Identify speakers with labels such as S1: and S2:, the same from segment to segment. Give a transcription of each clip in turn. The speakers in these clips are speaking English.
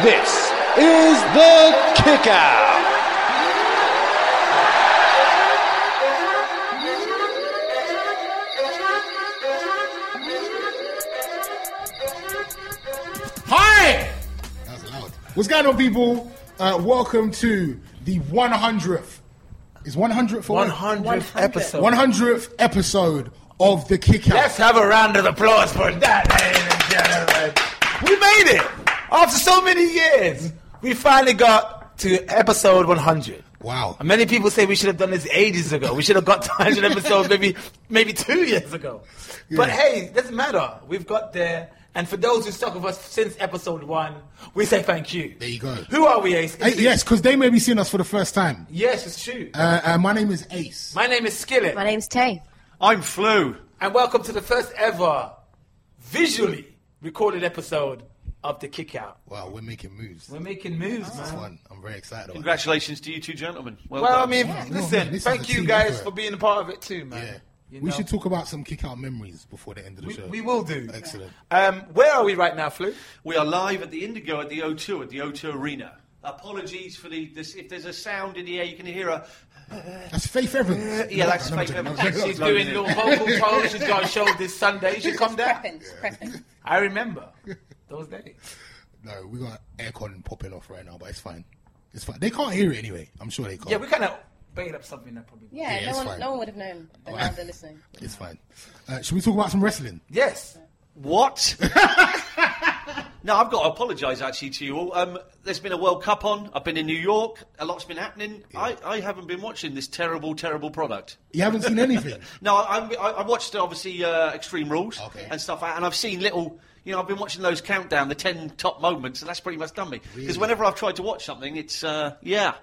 S1: This is the kickout.
S2: Hi!
S3: That's loud. What's going on, people? Uh, welcome to the 100th. Is 100th for
S2: 100th episode.
S3: 100th episode of the Kick Out.
S2: Let's have a round of applause for that, ladies and gentlemen. We made it! After so many years, we finally got to episode 100.
S3: Wow.
S2: And many people say we should have done this ages ago. We should have got to 100 episodes maybe maybe two years ago. But
S3: Yeah.
S2: hey, doesn't matter. We've got there. And for those who stuck with us since episode one, we say thank you.
S3: There you go.
S2: Who are we, Ace?
S3: Hey, yes, because they may be seeing us for the first time.
S2: Yes, it's true.
S3: Uh, uh, my name is Ace.
S2: My name is Skillet.
S4: My name's Tay.
S5: I'm Flu.
S2: And welcome to the first ever visually recorded episode of The Kick Out.
S3: Wow, we're making moves.
S2: We're making moves,
S3: That's
S2: man.
S3: fun. I'm very excited. about it.
S5: Congratulations to you two gentlemen. Well,
S2: Well, I
S5: done.
S2: mean,
S3: no,
S2: listen,
S3: man, this is
S2: thank
S3: a
S2: you
S3: team
S2: guys
S3: effort.
S2: for being a part of it too, man.
S3: Yeah.
S2: You
S3: We
S2: know?
S3: should talk about some kick out memories before the end of the
S2: We,
S3: show.
S2: we will do.
S3: Excellent.
S2: Um, where are we right now, Flu?
S5: we are live at the Indigo at the O2 at the O2 Arena. Apologies for the this. If there's a sound in the air, you can hear a.
S3: That's Faith
S2: Uh,
S3: Evans.
S5: yeah, that's
S3: No, I'm
S5: Faith
S3: joking,
S5: Evans.
S3: I'm joking.
S2: She's
S5: Loading
S2: doing
S5: in.
S2: your vocal pose. She's got a show this Sunday. You should come down. I remember those days.
S3: No, we got aircon popping off right now, but it's fine. It's fine. They can't hear it anyway. I'm sure they can't.
S2: Yeah, we kind of made up something that probably.
S4: Yeah,
S3: Yeah,
S4: no
S3: it's
S4: one,
S3: fine.
S4: no one would have known, but now they're listening.
S3: It's fine. Uh, should we talk about some wrestling?
S2: Yes.
S5: What? no, I've got to apologise actually to you all. Um, there's been a World Cup on. I've been in New York. A lot's been happening. I, I haven't been watching this terrible, terrible product.
S3: You haven't seen anything.
S5: No, I, I'm- I, I watched obviously uh, Extreme Rules
S3: Okay.
S5: and stuff, and I've seen little. You know, I've been watching those countdown, the ten top moments, and that's pretty much done me. Because
S3: Really?
S5: whenever I've tried to watch something, it's uh, yeah,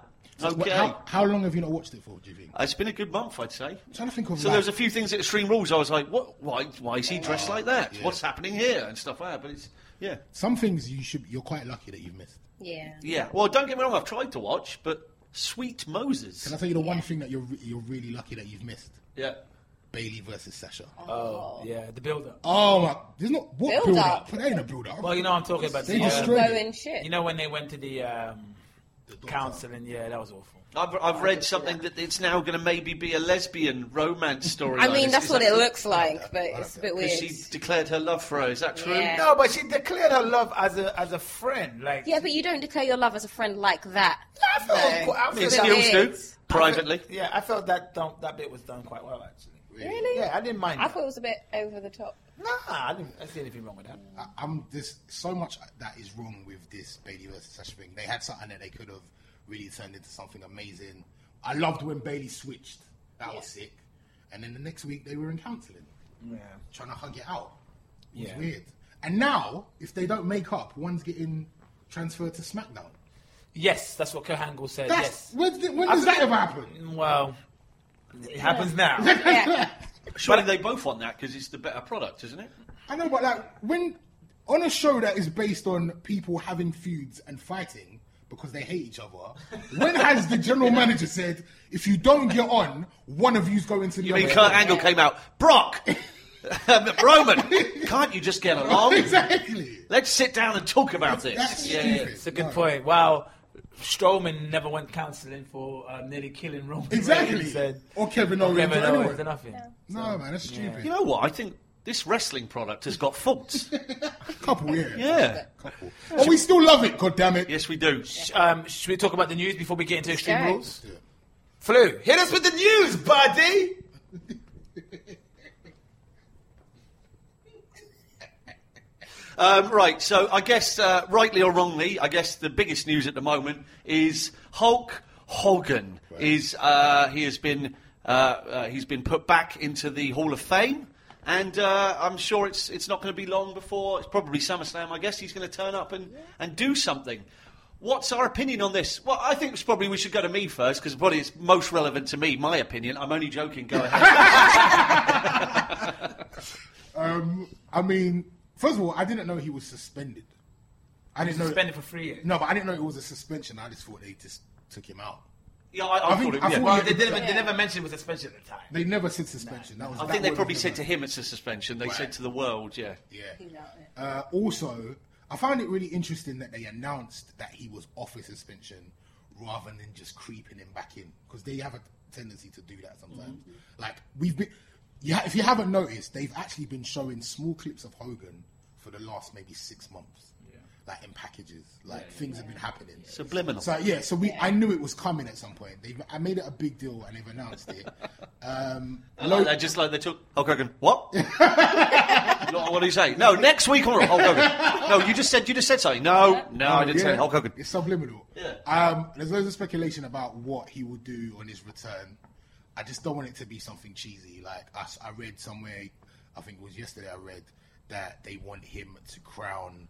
S5: okay.
S3: How, how long have you not watched it for? Do you think?
S5: It's been a good month, I'd say.
S3: trying to think of,
S5: So
S3: like-
S5: there was a few things at Extreme Rules. I was like, what? Why? Why is he dressed like that? What's happening here and stuff like that? But it's yeah,
S3: Some things you should. You're quite lucky that you've missed.
S4: Yeah.
S5: yeah. Well, don't get me wrong, I've tried to watch, but sweet Moses,
S3: Can I tell you the one thing that you're re- you're really lucky that you've missed?
S5: yeah.
S3: Bailey versus Sasha.
S2: Oh, yeah, the build up.
S3: Oh my! There's not what build,
S4: Build
S3: up.
S4: up.
S3: That ain't a build up.
S2: Well, you know, I'm talking about
S3: They
S2: the, uh,
S3: destroyed it.
S4: Going shit.
S2: You know when they went to the, um,
S3: daughter.
S2: counseling? Yeah, that was awful.
S5: I've, I've read something that it's now going to maybe be a lesbian romance story.
S4: I mean, that's what it looks like, but it's a bit weird.
S5: Because she declared her love for her. Is that true?
S4: Yeah.
S2: No, but she declared her love as a as a friend. Like
S4: Yeah, but you don't declare your love as a friend like that.
S2: I felt,
S4: No.
S2: I felt
S5: It's
S4: Yeah.
S2: that,
S5: skills do
S4: Yes.
S5: privately.
S2: yeah, I felt that done, that bit was done quite well actually.
S4: Really?
S2: Yeah, I didn't mind.
S4: I
S2: that.
S4: thought it was a bit over the top.
S2: nah, I didn't I didn't see anything wrong with that.
S3: I- I'm there's so much that is wrong with this Bailey versus Sasha thing. They had something that they could have really turned into something amazing. I loved when Bailey switched. That was sick. And then the next week they were in counselling,
S2: Yeah,
S3: trying to hug it out. It was
S2: Yeah.
S3: weird. And now, if they don't make up, one's getting transferred to SmackDown.
S2: yes, that's what Kerhangle said.
S3: That's
S2: Uh, yes.
S3: when, did- when
S2: I
S3: does that
S2: forget-
S3: ever happen?
S2: Well, it happens now.
S4: Yeah.
S5: Surely they both want that because it's the better product, isn't it?
S3: I know, but like when on a show that is based on people having feuds and fighting because they hate each other, when has the general manager said if you don't get on, one of you's going to the
S5: I mean,
S3: other?
S5: Kurt Angle came out, Brock, um, Roman, can't you just get along?
S3: exactly.
S5: Let's sit down and talk about this.
S3: That's
S5: yeah, yeah.
S3: stupid.
S2: It's a good
S3: No.
S2: point. Wow. Strowman never went counselling for uh, nearly killing Roman. Reigns
S3: Exactly.
S2: and-
S3: Or Kevin Owens.
S2: Kevin
S3: or
S2: Owens
S3: anyone.
S2: or nothing.
S3: No, man, that's stupid.
S5: You know what? I think this wrestling product has got faults.
S3: Couple, yeah.
S5: yeah.
S3: Couple. But we still love it, God damn it.
S5: Yes, we do.
S2: Um, should we talk about the news before we get into extreme
S4: go.
S2: rules?
S3: Yeah.
S2: Flu, hit us with the news, buddy.
S5: Um, right, so I guess, uh, rightly or wrongly, I guess the biggest news at the moment is Hulk Hogan is uh, he has been uh, uh, he's been put back into the Hall of Fame, and uh, I'm sure it's it's not going to be long before it's probably SummerSlam. I guess he's going to turn up and, and do something. What's our opinion on this? Well, I think it's probably we should go to me first because probably it's most relevant to me. My opinion. I'm only joking. Go ahead.
S3: Um, I mean, first of all, I didn't know he was suspended. I didn't know.
S2: Suspended for three years.
S3: No, but I didn't know it was a suspension. I just thought they just took him out.
S5: yeah, I, I,
S3: I think-
S5: thought it,
S3: I
S5: yeah.
S3: thought
S2: Well,
S3: Yeah.
S2: they, didn't, they never mentioned it was suspension at the time.
S3: They never said suspension. That was.
S5: I
S3: that
S5: think they
S3: word
S5: probably
S3: was
S5: said
S3: never-
S5: to him it's a suspension. They said to the world, yeah.
S3: Yeah. Uh, also, I found it really interesting that they announced that he was off his suspension rather than just creeping him back in because they have a tendency to do that sometimes. Like we've been, yeah. If you haven't noticed, they've actually been showing small clips of Hogan for the last maybe six months. Like in packages, like things have been happening.
S5: Subliminal.
S3: So yeah, so we I knew it was coming at some point. They I made it a big deal and they've announced it. Um,
S5: I like that, just like they took Hulk Hogan. What? No, what do you say? No, next week on Raw, Hulk Hogan. No, you just said you just said something. No, no, I didn't say
S3: Oh, Yeah,
S5: Hulk Hogan.
S3: It's subliminal.
S5: Yeah.
S3: Um, there's loads of speculation about what he will do on his return. I just don't want it to be something cheesy. Like I, s- I read somewhere, I think it was yesterday. I read that they want him to crown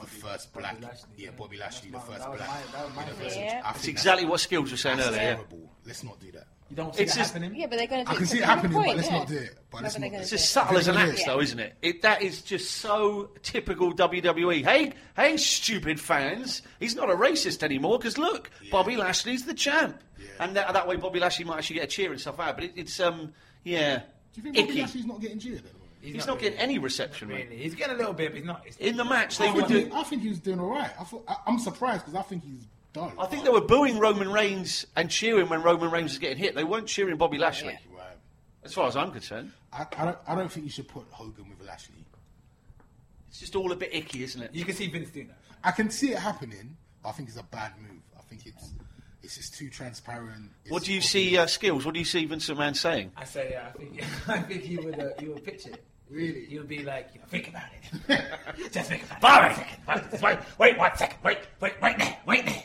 S3: the first
S2: Bobby
S3: black,
S2: Lashley,
S3: yeah,
S2: yeah.
S3: Bobby Lashley,
S2: That's
S3: the
S2: my-
S3: first
S2: that was
S3: black.
S2: my- that was my
S3: universal-
S4: favorite. Yeah.
S3: I
S5: That's
S3: think
S5: exactly what Skills was saying
S3: that's
S5: earlier. yeah.
S3: terrible. Let's not do that.
S2: You don't see
S5: It's
S2: that
S5: just-
S2: happening.
S4: Yeah, but they're going to do
S3: I
S4: it.
S3: can
S4: to
S3: see it
S4: some
S3: happening,
S4: point,
S3: but let's
S4: yeah.
S3: not do it. But let's
S4: Whether
S3: not
S4: they're
S3: do it.
S5: It's
S4: gonna
S5: as
S4: do
S5: subtle as an axe,
S4: Yeah.
S5: though, isn't it? it? That is just so typical WWE. Hey, hey, stupid fans! He's not a racist anymore because look, Bobby Lashley's the champ, and that, that way Bobby Lashley might actually get a cheer and stuff out. But it, it's um, yeah,
S3: Do you think
S5: icky.
S3: Bobby Lashley's not getting cheered? at the moment?
S5: He's not getting any reception, mate.
S2: Really. He's getting a little bit, but he's not. It's,
S5: In the match, they
S3: Oh, I
S5: were
S3: think,
S5: do.
S3: he, I think he was doing all right. I thought, I, I'm surprised because I think he's done.
S5: I think they were booing Roman Reigns and cheering when Roman Reigns was getting hit. They weren't cheering Bobby Lashley,
S3: Right.
S5: as far as I'm concerned.
S3: I, I, don't, I don't think you should put Hogan with Lashley.
S5: It's just all a bit icky, isn't it?
S2: you can see Vince doing that.
S3: I can see it happening. But I think it's a bad move. I think it's it's just too transparent. It's
S5: What do you
S3: obvious.
S5: see, uh, skills? What do you see Vincent Man saying?
S2: I say, yeah, I think, I think he would, uh, he would pitch it.
S3: Really?
S2: He would be like, you know, think about it. Just think about it. Wait a second. Wait, wait one second. Wait, wait, wait there. Wait there.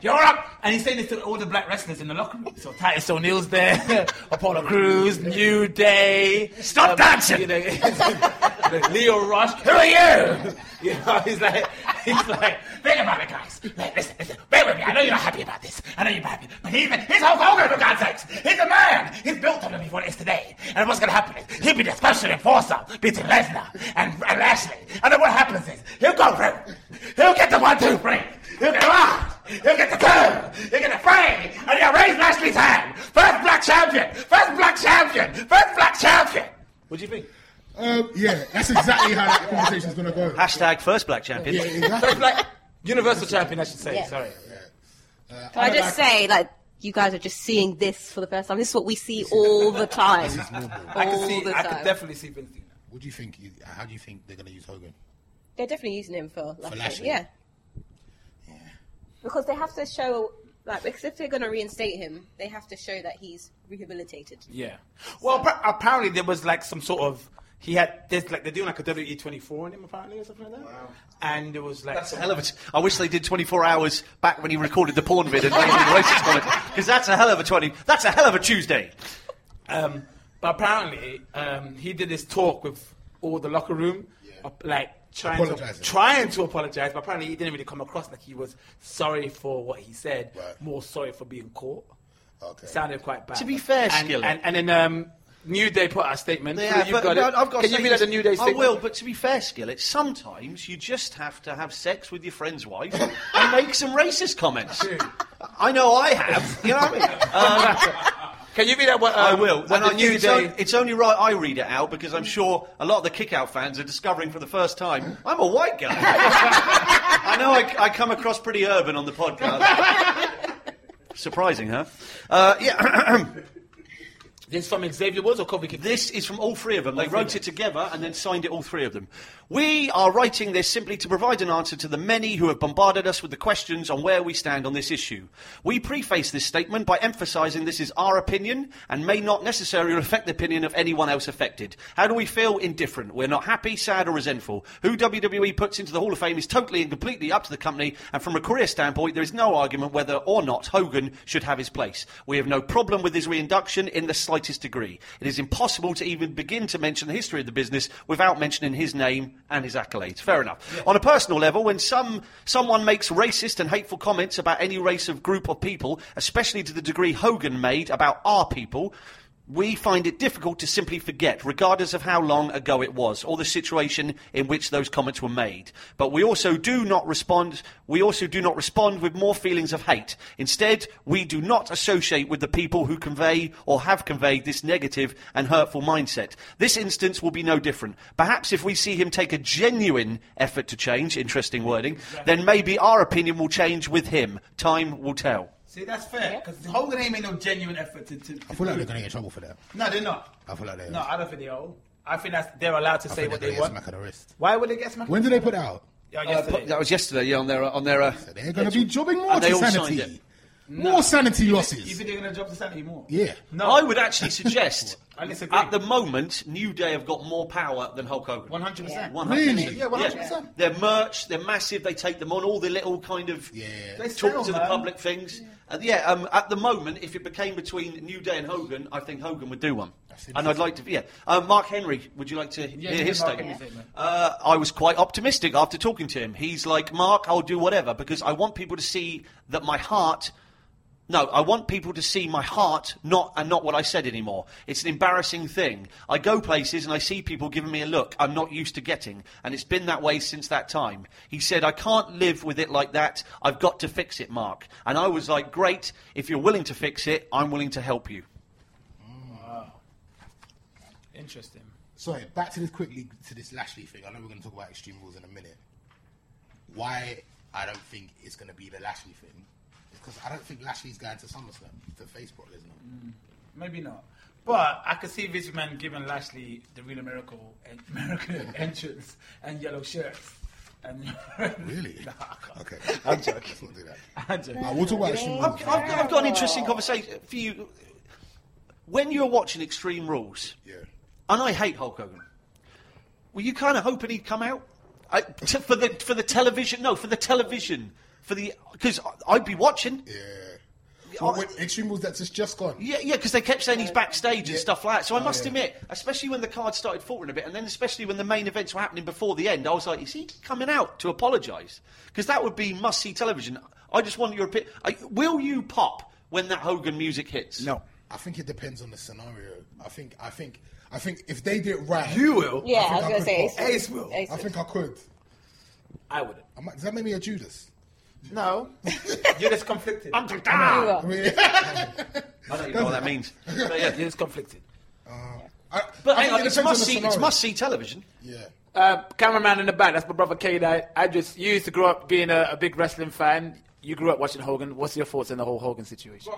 S2: You're up. And he's saying this to all the black wrestlers in the locker room. So Titus O'Neil's there, Apollo Crews, New Day. Stop dancing. You know, you know, Leo Rush. Who are you? You know, he's like, he's like, think about it, guys. Like, listen, listen. Bear with me. I know you're not happy about this. I know you're not happy. But he's, he's Hulk Hogan, for God's sakes. He's a man. He's built on me what it is today. And what's going to happen is he'll be the special enforcer between Lesnar and, and Lashley. And then what happens is he'll go through. He'll get the one, two, three. He'll get the one. He'll get the two. He'll get the three. And he'll raise Lashley's hand. First black champion. First black champion. First black champion. What do you think?
S3: Um, yeah, that's exactly how that conversation's gonna go.
S5: Hashtag first black champion.
S3: Yeah, exactly.
S2: Universal champion, I should say.
S4: Yeah.
S2: Sorry.
S4: Can I just say, like, you guys are just seeing this for the first time. This is what we see all the time.
S2: I can
S4: All
S2: see.
S4: the
S2: I can
S4: time.
S2: definitely see Vince doing that.
S3: What do you think? you- How do you think they're gonna use Hogan?
S4: They're definitely using him for Lashley.
S3: Lashley.
S4: Yeah. Because they have to show, like, because if they're going to reinstate him, they have to show that he's rehabilitated.
S2: Yeah. Well, appa- apparently there was like some sort of he had there's like they're doing like a WE twenty four on him apparently or something like that. And there was like
S5: That's a hell of a. T- I wish they did 24 hours back when he recorded the porn vid and made him racist on it because that's a hell of a 20. That's a hell of a Tuesday.
S2: Um, but apparently, um, he did this talk with all the locker room, uh, like trying to,
S3: Apologising.
S2: trying to apologize. But apparently, he didn't really come across like he was sorry for what he said.
S3: Right.
S2: More sorry for being caught.
S3: Okay.
S2: Sounded quite bad.
S5: To be fair,
S2: and,
S5: Skillet.
S2: and, and then um, New Day put out a statement.
S5: Yeah,
S2: You've
S5: but
S2: got
S5: no,
S2: it.
S5: I've
S2: Can
S5: got to
S2: you
S5: say
S2: read out the
S5: this.
S2: New Day
S5: I
S2: statement?
S5: will, but to be fair, Skillet, sometimes you just have to have sex with your friend's wife and make some racist comments. I know I have. You know what I mean?
S2: Can you read out what um,
S5: I will.
S2: What Uh, the
S5: I
S2: New
S5: think it's,
S2: Day?
S5: on- it's only right I read it out because I'm sure a lot of the kick-out fans are discovering for the first time I'm a white guy. I know I, I come across pretty urban on the podcast. Surprising, huh? Uh, yeah.
S2: This is from Xavier Woods or Kofi Kingston?
S5: This is from all three of them. They wrote it together and then signed it, all three of them. We are writing this simply to provide an answer to the many who have bombarded us with the questions on where we stand on this issue. We preface this statement by emphasising this is our opinion and may not necessarily reflect the opinion of anyone else affected. How do we feel? Indifferent. We're not happy, sad, or resentful. Who WWE puts into the Hall of Fame is totally and completely up to the company, and from a career standpoint, there is no argument whether or not Hogan should have his place. We have no problem with his reinduction in the slightest degree. It is impossible to even begin to mention the history of the business without mentioning his name and his accolades. Fair enough. On a personal level, when some someone makes racist and hateful comments about any race of group of people, especially to the degree Hogan made about our people, we find it difficult to simply forget, regardless of how long ago it was or the situation in which those comments were made. But we also do not respond. We also do not respond with more feelings of hate. Instead, we do not associate with the people who convey or have conveyed this negative and hurtful mindset. This instance will be no different. Perhaps if we see him take a genuine effort to change, interesting wording, then maybe our opinion will change with him. Time will tell.
S2: See, that's fair because Hogan ain't made no genuine effort to. to, to
S3: I feel like
S2: do
S3: they're
S2: it.
S3: going to get in trouble for that.
S2: No, they're not.
S3: I feel like they
S2: No, I don't think they are. I think that's they're allowed to
S3: I
S2: say
S3: think
S2: what
S3: they're
S2: they
S3: gonna get
S2: want.
S3: smack on the wrist.
S2: Why would they get smacked?
S3: When did they put it out?
S2: Yeah,
S5: Uh,
S2: yesterday.
S5: put- that was yesterday. Yeah, on their on their. Uh,
S3: They're going to be jobbing more
S5: And they
S3: to
S5: all signed
S3: sanity.
S5: it.
S3: More sanity
S2: you
S3: losses.
S2: think they're gonna drop the sanity more?
S3: Yeah.
S2: No,
S5: I would actually suggest.
S2: I disagree.
S5: at the moment, New Day have got more power than Hulk Hogan.
S2: One hundred percent.
S5: One hundred
S3: Really?
S5: percent.
S3: Yeah, 100%.
S5: Their merch, they're massive. They take them on all the little kind of
S3: Yeah.
S2: They
S5: talk
S2: sell,
S5: to the
S2: man.
S5: public things. And yeah, um, at the moment, if it became between New Day and Hogan, I think Hogan would do one. And I'd like to, yeah. Um, Mark Henry, would you like to hear
S2: give
S5: his
S2: Mark
S5: statement?
S2: Henry's statement.
S5: Uh, I was quite optimistic after talking to him. He's like, Mark, I'll do whatever because I want people to see that my heart no, I want people to see my heart, not and not what I said anymore. It's an embarrassing thing. I go places and I see people giving me a look I'm not used to getting, and it's been that way since that time. He said, "I can't live with it like that. I've got to fix it, Mark." And I was like, "Great, if you're willing to fix it, I'm willing to help you."
S2: Interesting.
S3: Sorry, back to this quickly to this Lashley thing. I know we're going to talk about Extreme Rules in a minute. Why I don't think it's going to be the Lashley thing is because I don't think Lashley's going to SummerSlam to face Brock Lesnar.
S2: Maybe not. But I could see this man giving Lashley the real miracle and American entrance and yellow shirts. And
S3: Really?
S2: Nah, I can't.
S3: Okay, I'm joking. Let's not do that.
S2: I don't-
S3: Uh, we'll talk about Extreme Rules.
S5: I've, I've, I've got an interesting conversation for you. When you're watching Extreme Rules,
S3: yeah.
S5: and I hate Hulk Hogan. Were you kind of hoping he'd come out I, t- for the for the television? No, for the television, for the because I'd be watching.
S3: Yeah.
S5: I-
S3: Well, wait, Extreme Rules that's just, just gone.
S5: Yeah, yeah, because they kept saying he's backstage and
S3: Yeah. Oh,
S5: stuff like that. So I must
S3: yeah.
S5: admit, especially when the card started faltering a bit, and then especially when the main events were happening before the end, I was like, is he coming out to apologise? Because that would be must see television. I just want your opinion. Will you pop when that Hogan music hits?
S6: No.
S3: I think it depends on the scenario. I think I think I think if they did it right,
S6: You will.
S4: Yeah,
S3: I
S4: I,
S3: think
S4: was
S3: I
S4: going to say
S3: could-
S4: Ace.
S6: Ace will.
S3: I think I could.
S2: I wouldn't.
S3: I might, does that make me a Judas?
S6: No.
S2: You're just conflicted.
S5: I'm
S2: You're
S4: You
S5: I
S4: will.
S3: I mean,
S5: don't even know what that means. But yeah.
S2: just conflicted.
S3: I,
S5: But
S3: I
S5: hang
S3: think
S5: on,
S3: it
S5: it's
S3: depends on
S5: must
S3: the
S5: see. It's
S3: scenario.
S5: must see television.
S3: Yeah.
S2: Uh, cameraman in the back, that's my brother Kane. I, I just you used to grow up being a, a big wrestling fan. You grew up watching Hogan. What's your thoughts on the whole Hogan situation?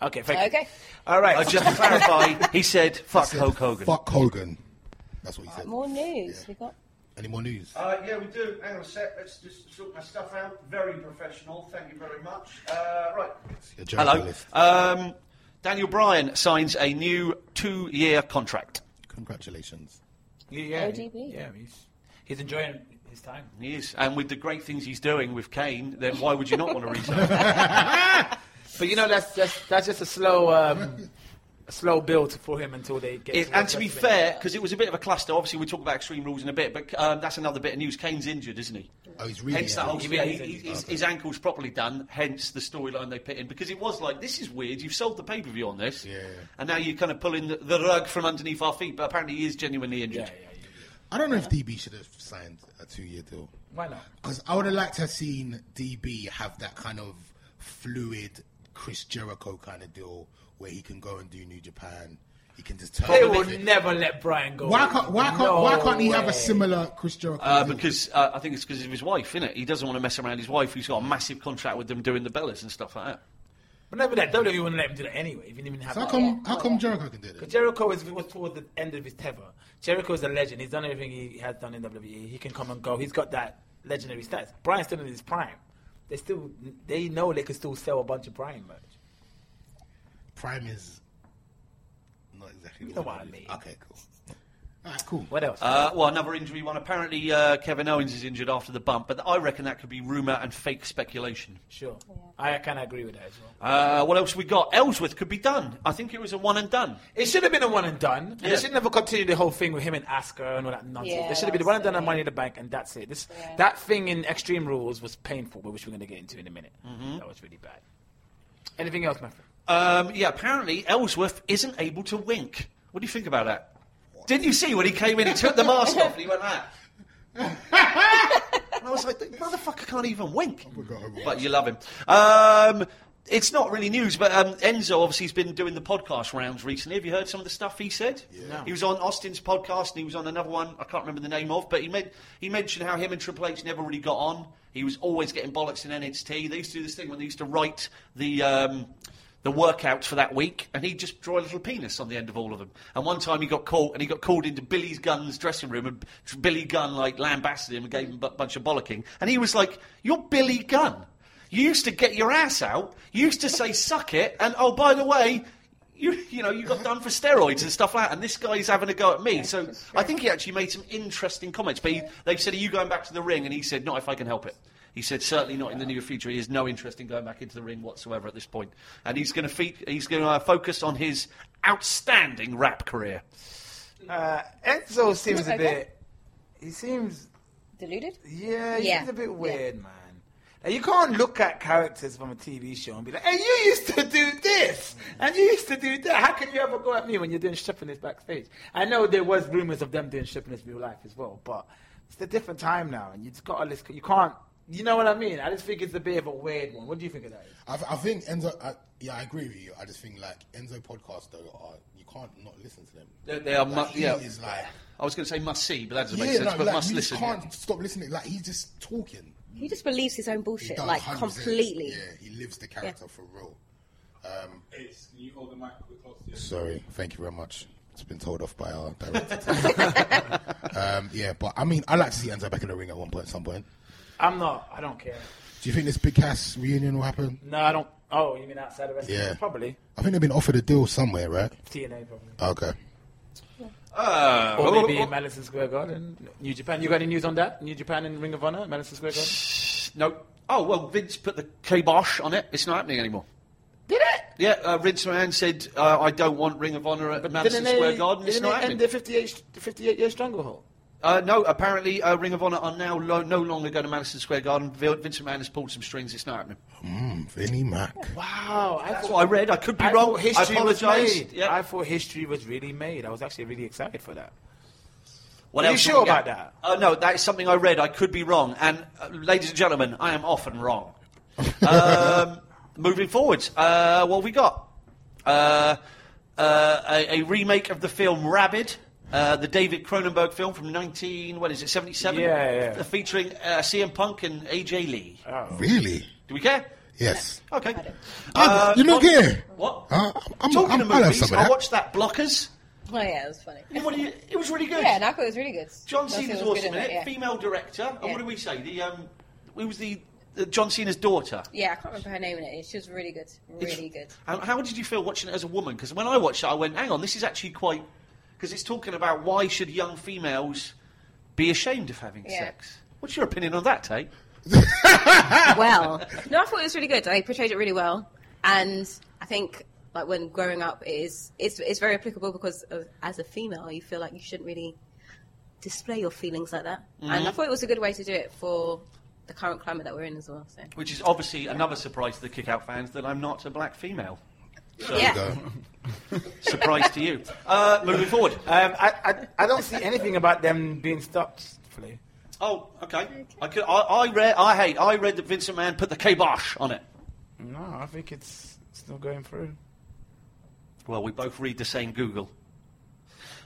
S2: Okay, thank you.
S4: Okay.
S2: All right.
S5: Uh, just to clarify, he said, "Fuck Hulk Hogan."
S3: Fuck Hogan. That's what he said.
S4: More news. We got.
S3: Any more news?
S5: Uh, yeah, we do. Hang on a sec. Let's just sort my stuff out. Very professional. Thank you very much. Uh, right.
S3: You're a
S5: Hello.
S3: journalist.
S5: Um, Daniel Bryan signs a new two-year contract.
S3: Congratulations.
S2: Yeah, yeah,
S4: ODB.
S2: Yeah, he's, he's enjoying his time.
S5: He is, and with the great things he's doing with Kane, then why would you not want to resign?
S2: But you know that's just that's just a slow um, a slow build for him until they get.
S5: It-
S2: to
S5: and to be
S2: WrestleMania.
S5: fair, because it was a bit of a cluster. Obviously, we'll talk about extreme rules in a bit, but um, that's another bit of news. Kane's injured, isn't he?
S3: Oh, he's really.
S5: Hence that whole,
S2: Yeah,
S5: yeah,
S2: he's
S5: he-
S2: injured.
S5: he- his, his ankle's properly done. Hence the storyline they put in because it was like this is weird. You've sold the pay per view on this,
S3: Yeah.
S5: and now you're kind of pulling the, the rug from underneath our feet. But apparently he is genuinely injured.
S2: Yeah, yeah, yeah.
S3: I don't know if DB should have signed a two-year deal
S2: Why not?
S3: because I would have liked to have seen DB have that kind of fluid Chris Jericho kind of deal where he can go and do New Japan. He can just turn.
S2: They
S3: up
S2: will
S3: with it.
S2: never let Brian go.
S3: Why can't Why can't
S2: No
S3: Why can't he have
S2: way.
S3: a similar Chris Jericho?
S5: Uh,
S3: deal?
S5: because uh, I think it's because of his wife, innit? He doesn't want to mess around his wife, who's got a massive contract with them doing the Bellas and stuff like that.
S2: But never that WWE wouldn't let him do that anyway. If he didn't even have.
S3: So how
S2: that.
S3: come How come Jericho can do
S2: But
S3: that?
S2: Jericho is, was towards the end of his tether. Jericho is a legend. He's done everything he has done in WWE. He can come and go. He's got that legendary status. Brian's still in his prime. They still they know they can still sell a bunch of Brian merch.
S3: Prime is not exactly.
S2: know what I
S3: it is.
S2: mean.
S3: Okay, cool. All right, cool.
S2: What else?
S5: Uh, well, another injury one. Apparently, uh, Kevin Owens is injured after the bump, but I reckon that could be rumour and fake speculation.
S2: sure, I kind of agree with that as well.
S5: Uh, what else we got? Ellsworth could be done. I think it was a one and done.
S2: It should have been a one and done. And
S5: Yeah.
S2: They should never continue the whole thing with him and Asuka and all that nonsense.
S4: Yeah,
S2: they should have been
S4: that's
S2: one and done
S4: it.
S2: and Money in the Bank, and that's it. This that thing in Extreme Rules was painful, which we're going to get into in a minute. That was really bad. Anything else, my friend?
S5: Um, yeah, apparently Ellsworth isn't able to wink. What do you think about that? Didn't you see when he came in, he took the mask off and he went like that? and I was like, "The motherfucker can't even wink. But you love him. Um, it's not really news, but um, Enzo obviously has been doing the podcast rounds recently. Have you heard some of the stuff he said?
S3: No.
S5: He was on Austin's podcast and he was on another one I can't remember the name of, but he made, he mentioned how him and Triple H never really got on. He was always getting bollocks in NXT. They used to do this thing when they used to write the um, the workouts for that week, and he'd just draw a little penis on the end of all of them. And one time he got caught, and he got called into Billy's Gunn's dressing room, and Billy Gunn like lambasted him and gave him a bu- bunch of bollocking. And he was like, "You're Billy Gunn. You used to get your ass out. You used to say suck it, and oh by the way." You, you know, you got done for steroids and stuff like that, and this guy's having a go at me. So I think he actually made some interesting comments. But he, they said, Are you going back to the ring? And he said, Not if I can help it. He said, certainly not in the near future. He has no interest in going back into the ring whatsoever at this point. And he's going to fe- he's going to uh, focus on his outstanding rap career.
S2: Uh, Enzo seems a
S4: Okay.
S2: bit. He seems.
S4: Deluded?
S2: Yeah, he
S4: Yeah.
S2: seems a bit
S4: Yeah.
S2: weird, man. Now, you can't look at characters from a TV show and be like, hey, you used to do this,
S4: Mm.
S2: and you used to do that. How can you ever go at me when you're doing stripping this backstage? I know there was rumors of them doing stripping this real life as well, but it's a different time now, and you've got to listen. You can't. You know what I mean? I just think it's a bit of a weird one. What do you think of that?
S3: I, I think Enzo. I, yeah, I agree with you. I just think like Enzo podcasts though are you can't not listen to them.
S5: They, they are, mu-
S3: Like, he
S5: yeah.
S3: is like
S5: I was going to say must see, but that doesn't
S3: yeah,
S5: make sense.
S3: like,
S5: but
S3: like,
S5: must
S3: you
S5: listen.
S3: can't stop listening. Like he's just talking.
S4: He just believes his own
S3: He
S4: bullshit,
S3: does
S4: like
S3: 100%.
S4: completely.
S3: Yeah, he lives the character for real.
S6: It's, can you hold the mic a bit close to you?
S3: Sorry, thank you very much. It's been told off by our director. um, yeah, but I mean, I like to see Enzo back in the ring at one point, some point.
S2: I'm not. I don't care.
S3: Do you think this big cast reunion will happen?
S2: No, I don't. Oh, you mean outside of wrestling?
S3: Yeah.
S2: Probably.
S3: I think they've been offered a deal somewhere, right?
S2: TNA, probably.
S3: Okay.
S5: Uh,
S2: Or
S5: oh,
S2: maybe
S5: oh,
S2: in Madison Square Garden, New Japan. You got any news on that? New Japan and Ring of Honor, Madison Square Garden?
S5: no. Oh well, Vince put the kibosh on it. It's not hhappening anymore.
S2: Did it?
S5: Yeah, uh, Vince McMahon said, uh, "I don't want Ring of Honor at
S2: Didn't
S5: Madison
S2: they-
S5: Square Garden. It's
S2: didn't
S5: not
S2: they
S5: happening."
S2: end the 58, 58 year stranglehold.
S5: Uh, no, apparently uh, Ring of Honor are now lo- no longer going to Madison Square Garden. Vin- Vince McMahon has pulled some strings. It's not happening.
S3: Mm, Vinnie Mac.
S2: Wow, I
S5: That's
S2: thought,
S5: what I read. I could be
S2: I
S5: wrong.
S2: thought history
S5: I
S2: was
S5: apologise.
S2: made.
S5: Yeah.
S2: I thought history was really made. I was actually really excited for that.
S5: What
S2: Are you
S5: else have
S2: sure
S5: we got?
S2: about that?
S5: Uh, no, that is something I read. I could be wrong. And, uh, ladies and gentlemen, I am often wrong. um, moving forwards, uh, what have we got? Uh, uh, a, a remake of the film Rabid. Uh, the David Cronenberg film from 19, what is it, 77?
S2: Yeah, yeah.
S5: F- Featuring uh, CM Punk and AJ Lee.
S3: Ah. Really?
S5: Do we care?
S3: Yes.
S5: Okay. Uh,
S3: Ah, you look
S5: what-
S3: here.
S5: What?
S3: Huh? I'm, I'm,
S5: Talking
S3: I'm,
S5: of
S3: I'll have
S5: movies,
S3: some of
S5: I
S3: that.
S5: watched that Blockers.
S4: Oh yeah, it was funny.
S5: What do you, it was really good.
S4: Yeah, and I thought it was really good.
S5: John
S4: Johnson was
S5: Cena's
S4: good
S5: awesome in
S4: that,
S5: it.
S4: yeah.
S5: Female director. And
S4: Yeah.
S5: what did we say? The um, who was the, the John Cena's daughter?
S4: Yeah, I can't remember her name in it. She was really good, really good.
S5: And how did you feel watching it as a woman? Because when I watched it, I went, "Hang on, this is actually quite." Because it's talking about why should young females be ashamed of having
S4: Yeah.
S5: sex. What's your opinion on that, Tate?
S4: well. No, I thought it was really good. They portrayed it really well, and I think like when growing up it is it's it's very applicable because of, as a female you feel like you shouldn't really display your feelings like that, and I thought it was a good way to do it for the current climate that we're in as well. So
S5: Which is obviously another surprise to the Kick-Out fans that I'm not a black female.
S4: yeah,
S3: Go.
S5: Surprise to you. Uh, moving forward.
S2: Um, I, I, I don't see anything about them being stopped. Hopefully.
S5: Oh, okay. I could. I, I read. I hate. I read that Vincent Mann put the kibosh on it.
S2: No, I think it's still going through.
S5: Well, we both read the same Google.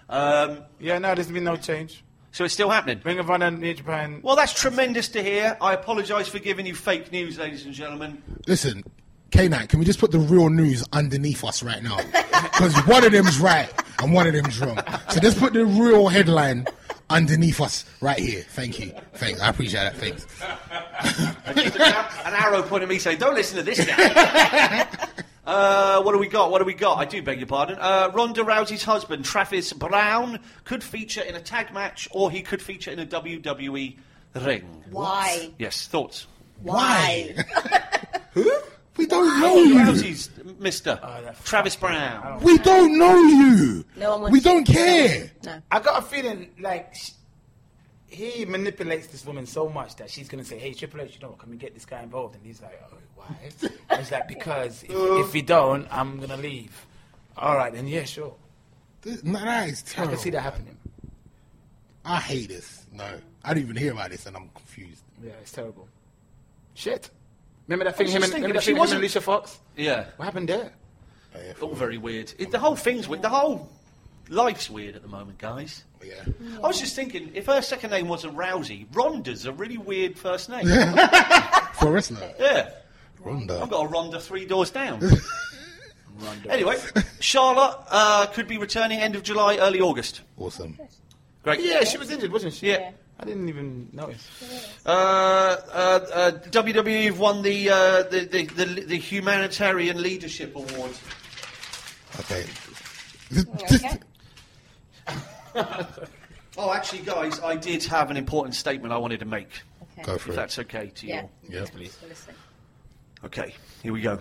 S5: Um,
S2: Yeah, no, there's been no change.
S5: so it's still happening.
S2: Ring of Honor, New Japan.
S5: Well, that's tremendous to hear. I apologise for giving you fake news, ladies and gentlemen.
S3: Listen, K Night, can we just put the real news underneath us right now? Because one of them's right and one of them's wrong. So let's put the real headline underneath us right here. Thank you. Thanks. I appreciate that. Thanks.
S5: Just a- An arrow pointing at me saying, "Don't listen to this now." Uh, what do we got? What do we got? I do beg your pardon. Uh, Ronda Rousey's husband, Travis Brown, could feature in a tag match, or he could feature in a WWE ring.
S4: why,
S5: Yes, thoughts.
S4: why?
S3: We don't know you.
S5: Rousey's Mister
S2: Oh,
S5: Travis Brown.
S3: We don't know you.
S4: No one wants
S3: we
S4: to-
S3: don't care.
S4: No,
S2: I got a feeling like sh-
S7: he manipulates this woman so much that she's going to say, "Hey, Triple H, you know what? Can we get this guy involved?" And he's like, "Oh, why?" and he's like, "Because if, if we don't, I'm going to leave." All right, then yeah, sure.
S3: This, no, that is
S7: I
S3: terrible.
S7: can see that happening.
S3: I hate this. No, I didn't even hear about this, and I'm confused.
S7: Yeah, it's terrible. Shit. Remember that thing?
S5: was
S7: Him and,
S5: just
S7: remember
S5: thinking,
S7: that thing
S5: if she
S7: him and
S5: wasn't-
S7: Alicia Fox.
S5: Yeah,
S7: What happened there?
S3: Oh, yeah,
S5: all very weird. It, the whole thing's weird. The whole life's weird at the moment, guys.
S3: yeah.
S5: I was just thinking, if her second name wasn't Rousey, Ronda's a really weird first name.
S3: For a wrestler,
S5: yeah.
S3: Ronda.
S5: I've got a Ronda three doors down. Anyway, Charlotte uh, could be returning end of July, early August.
S3: Awesome.
S5: Great.
S7: Yeah, she was injured, wasn't she?
S5: Yeah.
S7: I didn't even notice.
S5: Uh, uh, uh, WWE have won the, uh, the, the, the the humanitarian leadership award.
S3: Okay.
S4: Okay.
S5: Oh, actually, guys, I did have an important statement I wanted to make.
S4: Okay.
S3: Go
S5: If
S3: for it.
S5: that's okay to you.
S4: Yeah.
S5: all.
S3: Yeah.
S4: Well, listen.
S5: Okay, here we go.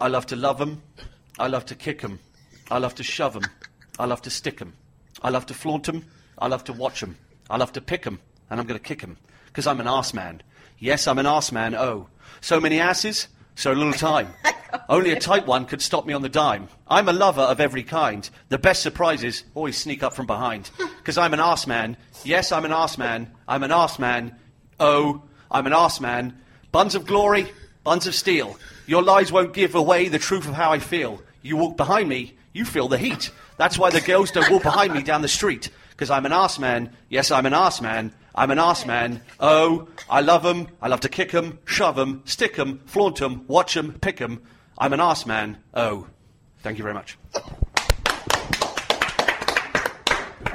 S5: I love to love 'em. I love to kick 'em. I love to shove 'em. I love to stick 'em. I love to flaunt 'em. I love to watch 'em. I love to pick 'em, And I'm going to kick 'em. Because I'm an arse man. Yes, I'm an arse man, oh. So many asses, so little time. Only a tight one could stop me on the dime. I'm a lover of every kind. The best surprises always sneak up from behind. Because I'm an arse man. Yes, I'm an arse man. I'm an arse man. Oh, I'm an arse man. Buns of glory, buns of steel. Your lies won't give away the truth of how I feel. You walk behind me, you feel the heat. That's why the girls don't walk behind me down the street. Because I'm an arse man. Yes, I'm an arse man. I'm an arse man. Oh, I love 'em. I love to kick 'em, shove 'em, stick 'em, flaunt 'em, watch 'em, pick 'em. I'm an arse man. Oh. Thank you very much. I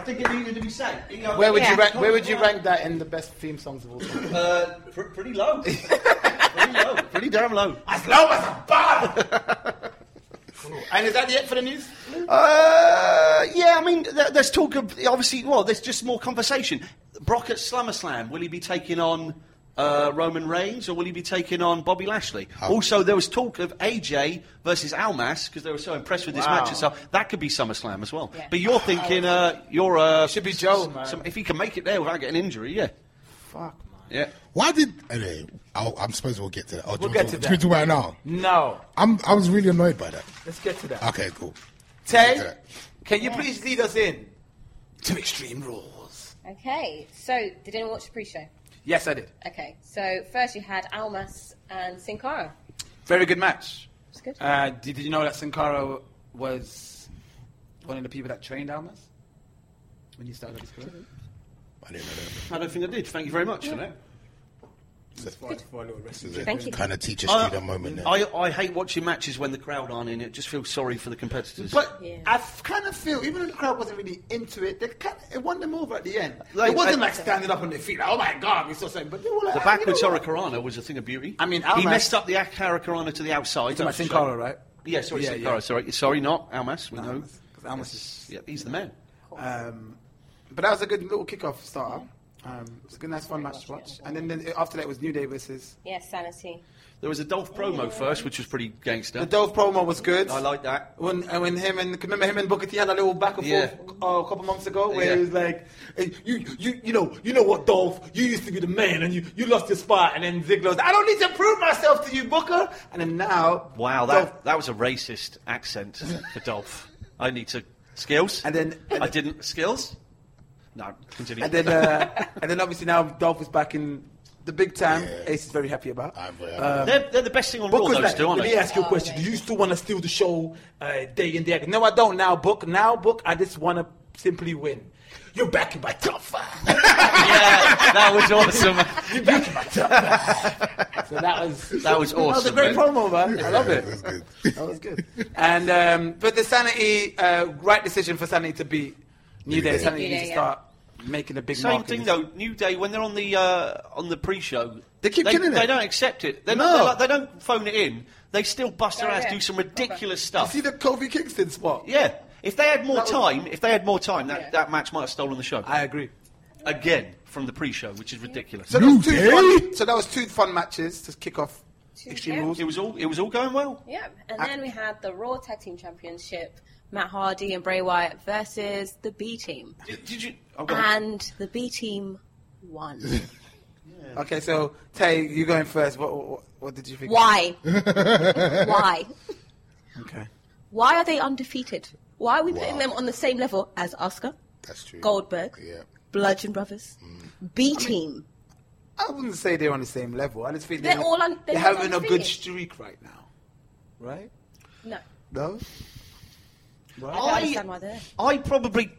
S5: think it needed to be said.
S7: Where would you
S4: Yeah.
S7: rank? Where would you rank that in the best theme songs of all time?
S5: Uh, pr- pretty low. pretty low. Pretty damn low.
S7: As low as a bar. cool. And is that it for the news?
S5: Uh, yeah, I mean, th- there's talk of obviously. Well, there's just more conversation. Brock at SummerSlam. Will he be taking on uh, Roman Reigns or will he be taking on Bobby Lashley? Also, there was talk of AJ versus Almas because they were so impressed with this
S7: Wow.
S5: match and stuff. That could be SummerSlam as well.
S4: Yeah.
S5: But you're thinking, uh, you're uh,
S7: should be Joe, man.
S5: if he can make it there without getting injury, yeah,
S7: Fuck, man.
S5: yeah.
S3: Why did? Anyway, I'll, I'm supposed we'll get to that. Oh, do
S7: We'll
S3: you
S7: get
S3: want
S7: to
S3: do you want
S7: that.
S3: do it now.
S7: No.
S3: I'm. I was really annoyed by that.
S7: Let's get to that.
S3: Okay, cool.
S7: Tay, can you please lead us in to Extreme Rules?
S4: Okay. So, did anyone watch the pre-show?
S7: Yes, I did.
S4: Okay. So first you had Almas and Sin Cara.
S7: Very good match.
S4: It's good.
S7: Uh, did, did you know that Sankara was one of the people that trained Almas when he started his career?
S3: I didn't know that.
S5: I don't think I did. Thank you very much for that.
S3: This is it.
S4: Thank you.
S3: Kind of teacher student moment. There.
S5: Uh, I, I hate watching matches when the crowd aren't in it. Just feel sorry for the competitors.
S7: But
S4: Yeah.
S7: I kind of feel, even though the crowd wasn't really into it, they kind of, it won them over at the end.
S5: Like,
S7: it wasn't
S5: I-
S7: like standing up on their feet, like, oh my god, we saw something. But they were like,
S5: The
S7: "Ah,
S5: backwards
S7: you know what?"
S5: Hurricanrana was a thing of beauty.
S7: I mean,
S5: he
S7: Almas-
S5: messed up the Ak- Hurricanrana to the outside.
S7: To my
S5: That's a
S7: Sin
S5: shame.
S7: Cara, right?
S5: Yeah, sorry,
S7: Yeah,
S5: Sin
S7: yeah.
S5: Cara, Sorry, sorry, not Almas. We know.
S7: Because Almas is.
S5: Yeah, he's the man.
S7: Um, but that was a good little kickoff starter. Um, it was a good, nice, fun match to watch. And then, then after that was New Day versus.
S4: Yeah, Sanity.
S5: There was a Dolph promo first, which was pretty gangster.
S7: The Dove promo was good.
S5: I like that.
S7: When and when him and remember him and Booker T had a little back and
S5: Yeah.
S7: forth uh, a couple months ago where
S5: Yeah.
S7: he was like, "Hey, "You you you know you know what Dolph? You used to be the man and you, you lost your spot." And then Ziggler's, "I don't need to prove myself to you, Booker." And then now,
S5: Wow,
S7: Dolph-
S5: that, that was a racist accent for Dolph. I need to skills.
S7: And then- and-
S5: I didn't skills. No, continue.
S7: and then uh, and then obviously now Dolph is back in the big time.
S3: Yeah.
S7: Ace is very happy about.
S3: I'm very happy.
S7: Um,
S5: they're, they're the best thing on Raw,
S7: Booker's
S5: those
S7: like,
S5: two, aren't
S7: let
S5: they?
S7: me ask you a
S4: Oh,
S7: question.
S4: man.
S7: Do you still want to steal the show uh, day in, day out? No, I don't now, Book. Now, Book, I just want to simply win. You're back in my top five.
S5: yeah, that was awesome.
S7: You're back in my top five. So that was,
S5: That was
S7: That was a
S5: awesome,
S7: great
S5: man.
S7: promo, man. I love
S3: Yeah,
S7: it.
S3: that's good.
S7: That was good. And um, But the Sanity, uh, right decision for Sanity to beat New Day.
S3: Day.
S7: Sanity
S4: New Day,
S7: needs to
S4: yeah.
S7: start making a big
S5: Same
S7: mark in
S5: thing
S7: this.
S5: though, New Day when they're on the uh, on the pre-show,
S7: They keep
S5: they,
S7: killing
S5: they
S7: it.
S5: don't accept it. They're
S7: No.
S5: not, they're like, they don't phone it in. They still bust their
S4: Oh,
S5: ass,
S4: yeah.
S5: do some ridiculous stuff.
S7: See the Kofi Kingston spot?
S5: Yeah, if they had more
S7: That was-
S5: time, if they had more time, that,
S4: Yeah.
S5: that match might have stolen the show
S7: I agree.
S5: again from the pre-show, which is ridiculous.
S7: So that, was
S3: New
S7: two
S3: Day?
S7: fun, so that was two fun matches to kick off Extreme
S4: yeah.
S7: Rules.
S5: it was all it was all going well.
S4: Yeah, and then we had the Raw Tag Team Championship Matt Hardy and Bray Wyatt versus the B Team,
S5: Did, did you? Oh, go on.
S4: and the B Team won.
S7: Okay, so Tay, you going first. What, what, what did you think?
S4: Why? Why?
S7: Okay.
S4: Why are they undefeated? Why are we putting
S3: Wow.
S4: them on the same level as Oscar,
S3: That's true.
S4: Goldberg,
S3: Yeah.
S4: Bludgeon Brothers, B Team?
S7: I wouldn't say they're on the same level. I just think
S4: They're
S7: they-
S4: all on-
S7: they're
S4: they're not
S7: having a
S4: undefeated.
S7: good streak right now, right?
S4: No,
S7: No.
S4: I don't understand why they're. there.
S5: I probably,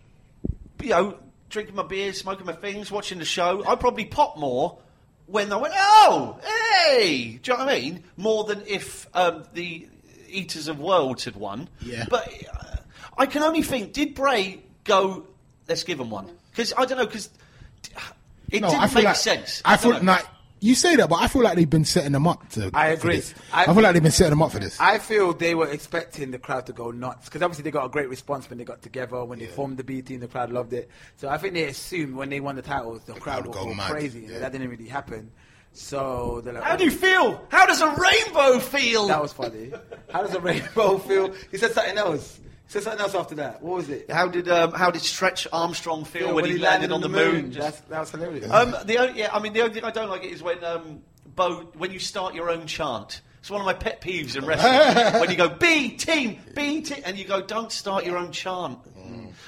S5: you know, drinking my beer, smoking my things, watching the show. I probably pop more when I went, oh, hey, do you know what I mean? More than if um, the Eaters of Worlds had won.
S3: Yeah.
S5: But uh, I can only think, did Bray go? Let's give him one because I don't know because it
S3: No,
S5: didn't
S3: I feel
S5: make
S3: like,
S5: sense.
S3: I
S5: don't
S3: feel
S5: know.
S3: like you say that, but I feel like they've been setting them up to.
S7: I
S3: for
S7: agree.
S3: this.
S7: I-
S3: I, feel like they've been setting them up for this.
S7: I feel they were expecting the crowd to go nuts because obviously they got a great response when they got together when they formed the B team. The crowd loved it, so I think they assumed when they won the titles, the, crowd
S3: crowd
S7: would
S3: go
S7: go
S3: mad,
S7: crazy.
S3: yeah.
S7: and That didn't really happen. So they're like, "Oh,
S5: How do you feel? How does a rainbow feel?
S7: That was funny. How does a rainbow feel? He said something else. He said something else after that. What was it?
S5: how did um, how did Stretch Armstrong feel when, he landed, on the moon? Just-
S7: That's, that was hilarious.
S5: Um, the only, yeah, I mean, the only thing I don't like is when um, Bo, when you start your own chant. It's one of my pet peeves in wrestling when you go B team, B team, and you go don't start your own chant.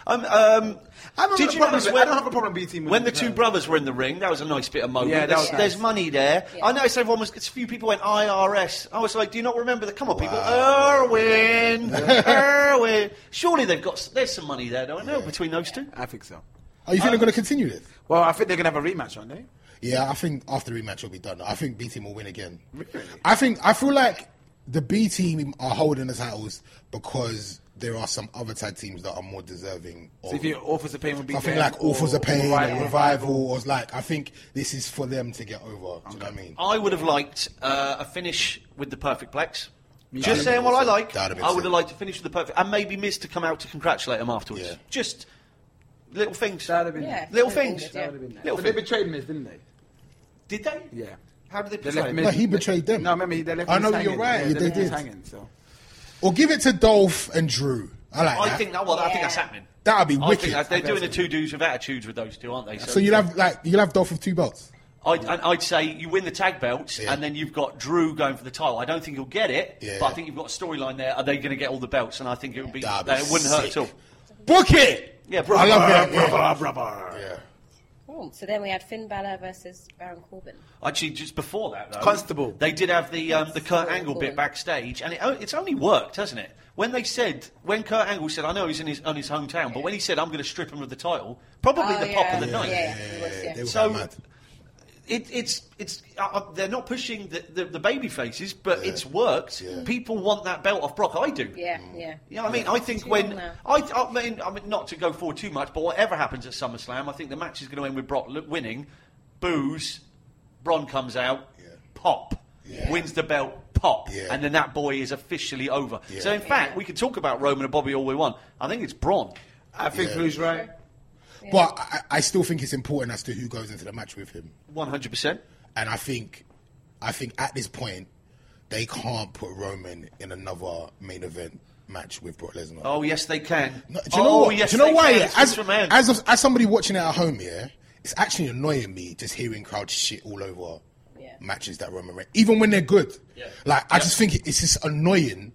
S5: Um, um,
S7: I don't have
S5: did
S7: a
S5: you
S7: problem
S5: notice
S7: with-
S5: when-
S7: I don't have a problem with B team with
S5: When
S7: the
S5: the two
S7: crowd.
S5: brothers were in the ring, that was a nice bit of moment.
S7: Yeah, that
S5: there's,
S7: was nice.
S5: there's money there.
S4: Yeah.
S5: I noticed everyone was. A few people went IRS. I was like, do you not remember the? Come on, people,
S3: Wow.
S5: Irwin, Irwin. Surely they've got. s- There's some money there, don't know, between those two.
S7: I think so.
S3: Are you think they're going to continue this?
S7: Well, I think they're gonna have a rematch, aren't they?
S3: Yeah, I think after the rematch will be done. I think B team will win again. I think I feel like the B team are holding the titles because there are some other tag teams that are more deserving. Of,
S7: So if you offers of pain would be
S3: Oh. I think
S7: there,
S3: like Authors
S7: or-
S3: of Pain,
S7: Right,
S3: and
S7: yeah.
S3: Revival, or like I think this is for them to get over. Do you know what I mean?
S5: I would have liked uh, a finish with the perfect plex.
S3: too.
S5: Just saying what I like.
S3: That'd have been
S5: I would
S3: sick.
S5: have liked to finish with the perfect, and maybe Miz to come out to congratulate him afterwards.
S3: Yeah.
S5: Just little things.
S7: That would have been.
S4: Yeah.
S7: nice.
S5: Little
S4: That'd
S5: things.
S4: been good, yeah.
S7: That would have been. Nice.
S5: Little
S7: But they
S5: thing.
S7: betrayed Miz, didn't they?
S5: Did they?
S7: Yeah.
S5: How did they
S7: They
S5: play?
S7: left Miz.
S3: No, he betrayed them.
S7: No, remember he- they left.
S3: I
S7: Miz
S3: know
S7: hanging.
S3: you're right,
S7: Yeah,
S3: yeah,
S7: they
S3: they
S7: left Miz
S3: did.
S7: Hanging, so.
S3: Or give it to Dolph and Drew. I like
S5: I
S3: that.
S5: think that. Well, I think that's happening.
S3: That'd be
S5: I
S3: wicked.
S5: think that, they're
S7: I think
S5: doing the
S7: that's
S5: two dudes with attitudes with those two, aren't they?
S3: so you'll have like you'll have Dolph with two belts.
S5: I'd, and I'd say you win the tag belts,
S3: Yeah.
S5: and then you've got Drew going for the title. I don't think he'll get it,
S3: Yeah.
S5: but I think you've got a storyline there. Are they going to get all the belts? And I think it would be.
S3: That'd be
S5: that it wouldn't hurt at
S3: sick.
S5: all.
S3: Book it.
S5: Yeah,
S3: I love that. Yeah. Yeah.
S4: Oh, so then we had Finn Balor versus Baron Corbin.
S5: Actually, just before that, though,
S7: Constable.
S5: They did have the um, the Kurt Angle
S4: Constable.
S5: bit backstage, and it, o- it's only worked, hasn't it? When they said, when Kurt Angle said, I know he's in his on his hometown, but when he said, I'm going to strip him of the title, probably
S4: Oh,
S5: the
S4: yeah.
S5: pop of the night.
S4: Yeah, yeah, he was, yeah.
S3: They were
S5: So-
S3: mad.
S5: It, it's it's uh, uh, they're not pushing the, the, the baby faces, but
S3: Yeah.
S5: it's worked.
S3: Yeah.
S5: People want that belt off Brock. I do.
S4: Yeah, yeah.
S5: You know what I mean? I think
S4: Too
S5: when
S4: long now.
S5: I, I mean, I mean, not to go forward too much, but whatever happens at SummerSlam, I think the match is going to end with Brock lo- winning. Booze, Bron comes out,
S3: Yeah.
S5: pop,
S3: Yeah.
S5: wins the belt, pop,
S3: Yeah.
S5: and then that boy is officially over.
S3: Yeah.
S5: So in fact, we could talk about Roman and Bobby all we want. I think it's Bron.
S7: I think
S3: Yeah.
S7: Blue's right.
S3: But I, I still think it's important as to who goes into the match with him.
S5: One hundred percent.
S3: And I think, I think at this point, they can't put Roman in another main event match with Brock Lesnar.
S5: Oh yes, they can.
S3: No, do you know
S5: oh,
S3: what?
S5: Yes,
S3: do you know
S5: they
S3: why?
S5: Can.
S3: yeah?
S5: It's
S3: As,
S5: Vince McMahon.
S3: as, as somebody watching it at home, yeah, it's actually annoying me just hearing crowd shit all over
S4: Yeah.
S3: matches that Roman Reigns, even when they're good.
S5: Yeah.
S3: Like I
S5: Yeah.
S3: just think it's just annoying,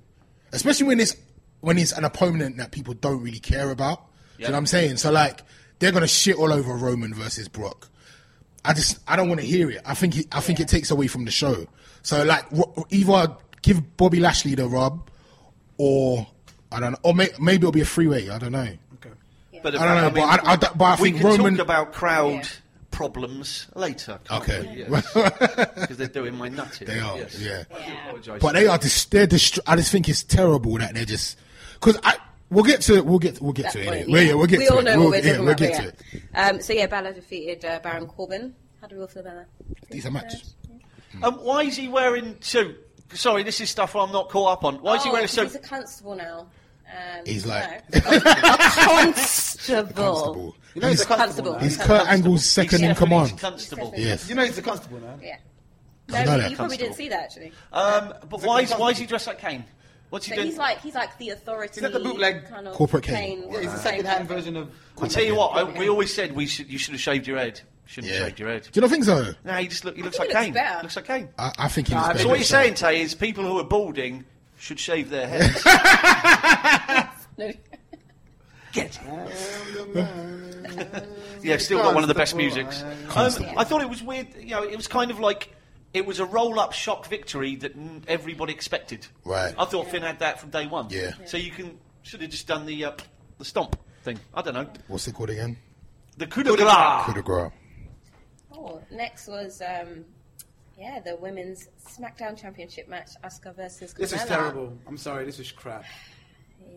S3: especially when it's when it's an opponent that people don't really care about. Do
S5: Yeah.
S3: you know what I'm saying? So like they're gonna shit all over Roman versus Brock. I just I don't want to hear it. I think it, I think it takes away from the show. So like ro- either give Bobby Lashley the rub, or I don't know, or may, maybe it'll be a three way. I don't know.
S7: Okay.
S5: But
S3: I don't know, but I- I don't- but I
S5: we
S3: think
S5: can
S3: Roman-
S5: talk about crowd
S4: Yeah.
S5: problems later. can't
S3: Okay.
S5: we? because they're doing my nutting.
S3: They are,
S5: yes.
S3: yeah.
S5: I do apologise.
S3: But they are just they're dist- I just think it's terrible that they're just because I we'll get to it. We'll get we'll get
S4: That
S3: to it.
S4: point,
S3: Anyway. Yeah. yeah, we'll get
S4: we
S3: to
S4: all
S3: it.
S4: know
S3: we'll,
S4: what we're
S3: yeah,
S4: talking
S3: we'll
S4: about.
S3: get
S4: but
S3: to it.
S4: yeah. Um, so yeah, Balor defeated uh, Baron Corbin. How do we all feel about that?
S3: Decent match.
S5: Um, why is he wearing suit? Sorry, this is stuff I'm not caught up on. Why is he
S4: Oh,
S5: wearing a
S4: because
S5: suit?
S4: He's a constable now. Um,
S3: He's like-
S4: no. constable.
S3: Constable.
S7: You know he's
S3: he's
S7: a constable.
S4: Constable.
S7: now.
S3: he's Kurt Angle's second in
S5: He's definitely
S3: command.
S5: Constable.
S4: He's
S3: Yes.
S7: You know he's a constable now.
S4: Yeah.
S3: I know
S4: No,
S3: that
S4: you probably didn't
S5: constable.
S4: see that actually.
S5: Um, but why is
S7: Constable.
S5: why is he dressed like Kane? What's he
S4: So
S5: doing?
S4: he's like he's like the authority.
S7: Is that the bootleg
S4: kind of
S3: corporate
S4: plane
S3: king?
S4: with
S7: Yeah, it's the
S4: the
S7: second hand
S4: same-
S7: version of.
S5: I tell you what, I, we always said we should, you should have shaved your head. Shouldn't have
S3: Yeah.
S5: shaved your head.
S3: Do you not think so?
S5: Nah, he just look, he looks
S4: think
S5: like
S4: he
S5: Kane.
S4: looks better.
S5: Looks like Kane.
S3: I, I think he
S7: Nah,
S3: was
S7: I
S3: better
S7: think
S3: than
S5: So what you're
S7: it's
S3: Shaw.
S5: saying, Tay, is people who are balding should shave their heads.
S4: No.
S5: yeah, still got one of the best
S7: Constable,
S5: musics.
S3: uh,
S5: Um, I thought it was weird. You know, it was kind of like it was a roll-up shock victory that n- everybody expected.
S3: Right.
S5: I thought Finn had that from day one.
S3: Yeah.
S5: So you can should have just done the uh, the stomp thing. I don't know.
S3: What's it called again?
S5: The coup de grace.
S3: Coup de grace.
S4: Oh, next was um, yeah the women's SmackDown Championship match, Asuka versus Carmella.
S7: This is terrible. I'm sorry. This is crap.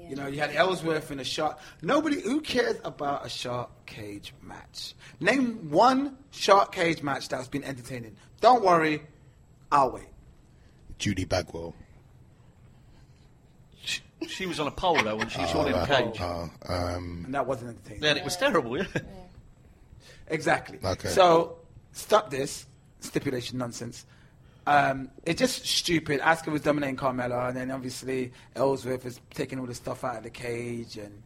S7: You know, you had Ellsworth in a shot. Nobody who cares about a shark cage match. Name one shark cage match that's been entertaining. Don't worry, I'll wait.
S3: Judy Bagwell.
S5: She, she was on a pole though, and she was all in a
S3: Uh,
S5: cage.
S3: uh, um,
S7: And that wasn't entertaining.
S5: Then it was terrible. Yeah.
S7: Exactly.
S3: Okay.
S7: So stop this stipulation nonsense. Um, it's just stupid. Asuka was dominating Carmella, and then obviously Ellsworth was taking all the stuff out of the cage, and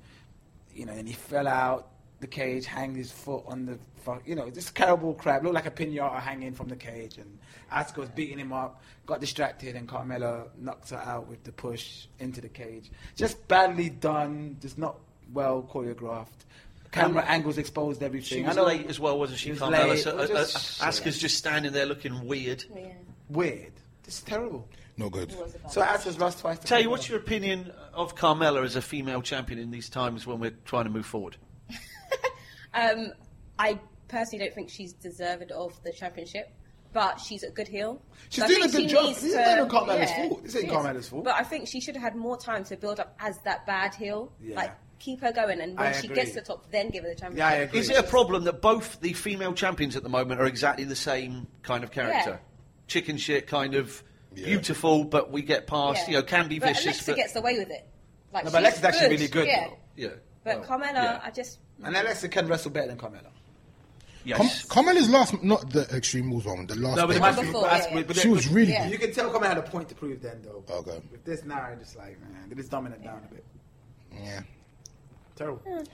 S7: you know, then he fell out the cage, hanged his foot on the, fu- you know, just terrible crap. Looked like a pinata hanging from the cage, and Asuka was beating him up. Got distracted, and Carmella knocked her out with the push into the cage. Just badly done. Just not well choreographed. Camera angles exposed everything.
S5: Um, She
S7: I
S5: was
S7: know-
S5: late as well, wasn't she?
S7: She was
S5: Carmella.
S7: late.
S5: So,
S7: It
S5: uh,
S7: was
S5: uh,
S7: just
S5: Asuka's just standing there looking weird.
S4: Yeah,
S7: weird. This is terrible.
S3: not good.
S4: it was about
S7: So Asuka's lost twice. to
S5: Tell you,
S7: Carmella.
S5: what's your opinion of Carmella as a female champion in these times when we're trying to move forward?
S4: Um, I personally don't think she's deserved of the championship, but she's a good heel.
S7: She's
S4: I
S7: doing
S4: think
S7: a good
S4: she
S7: job.
S4: needs
S7: This
S4: to-
S7: ain't Carmella's fault. This ain't
S4: she is.
S7: Carmella's fault.
S4: But I think she should have had more time to build up as that bad heel.
S7: Yeah.
S4: Like keep her going, and when
S7: I
S4: she
S7: agree.
S4: gets to the top, then give her the championship.
S7: Yeah, I agree.
S5: Is it a problem that both the female champions at the moment are exactly the same kind of character? Chicken shit, kind of
S3: Yeah.
S5: beautiful, but we get past,
S4: Yeah.
S5: you know, can be
S4: but
S5: vicious.
S4: Alexa
S5: but
S4: gets away with it. Like,
S7: No, but
S4: she's
S7: Alexa's actually really good,
S4: Yeah.
S7: though.
S5: yeah.
S4: But
S5: Well,
S4: Carmella,
S5: yeah.
S4: I just
S7: And Alexa can wrestle better than Carmella.
S3: Com-
S5: Yes.
S3: Carmella's last, not the Extreme Rules one, the last.
S7: No, but it
S4: Number
S7: might
S3: pay-per-view.
S7: be.
S4: four,
S7: but Asuka-
S4: yeah, yeah.
S7: but
S3: She was really Oh,
S4: Yeah.
S7: You can tell Carmella had a point to prove then, though.
S3: Okay.
S7: With this narrow, just like man, they just dominant down a bit.
S3: Yeah.
S7: Terrible.
S3: What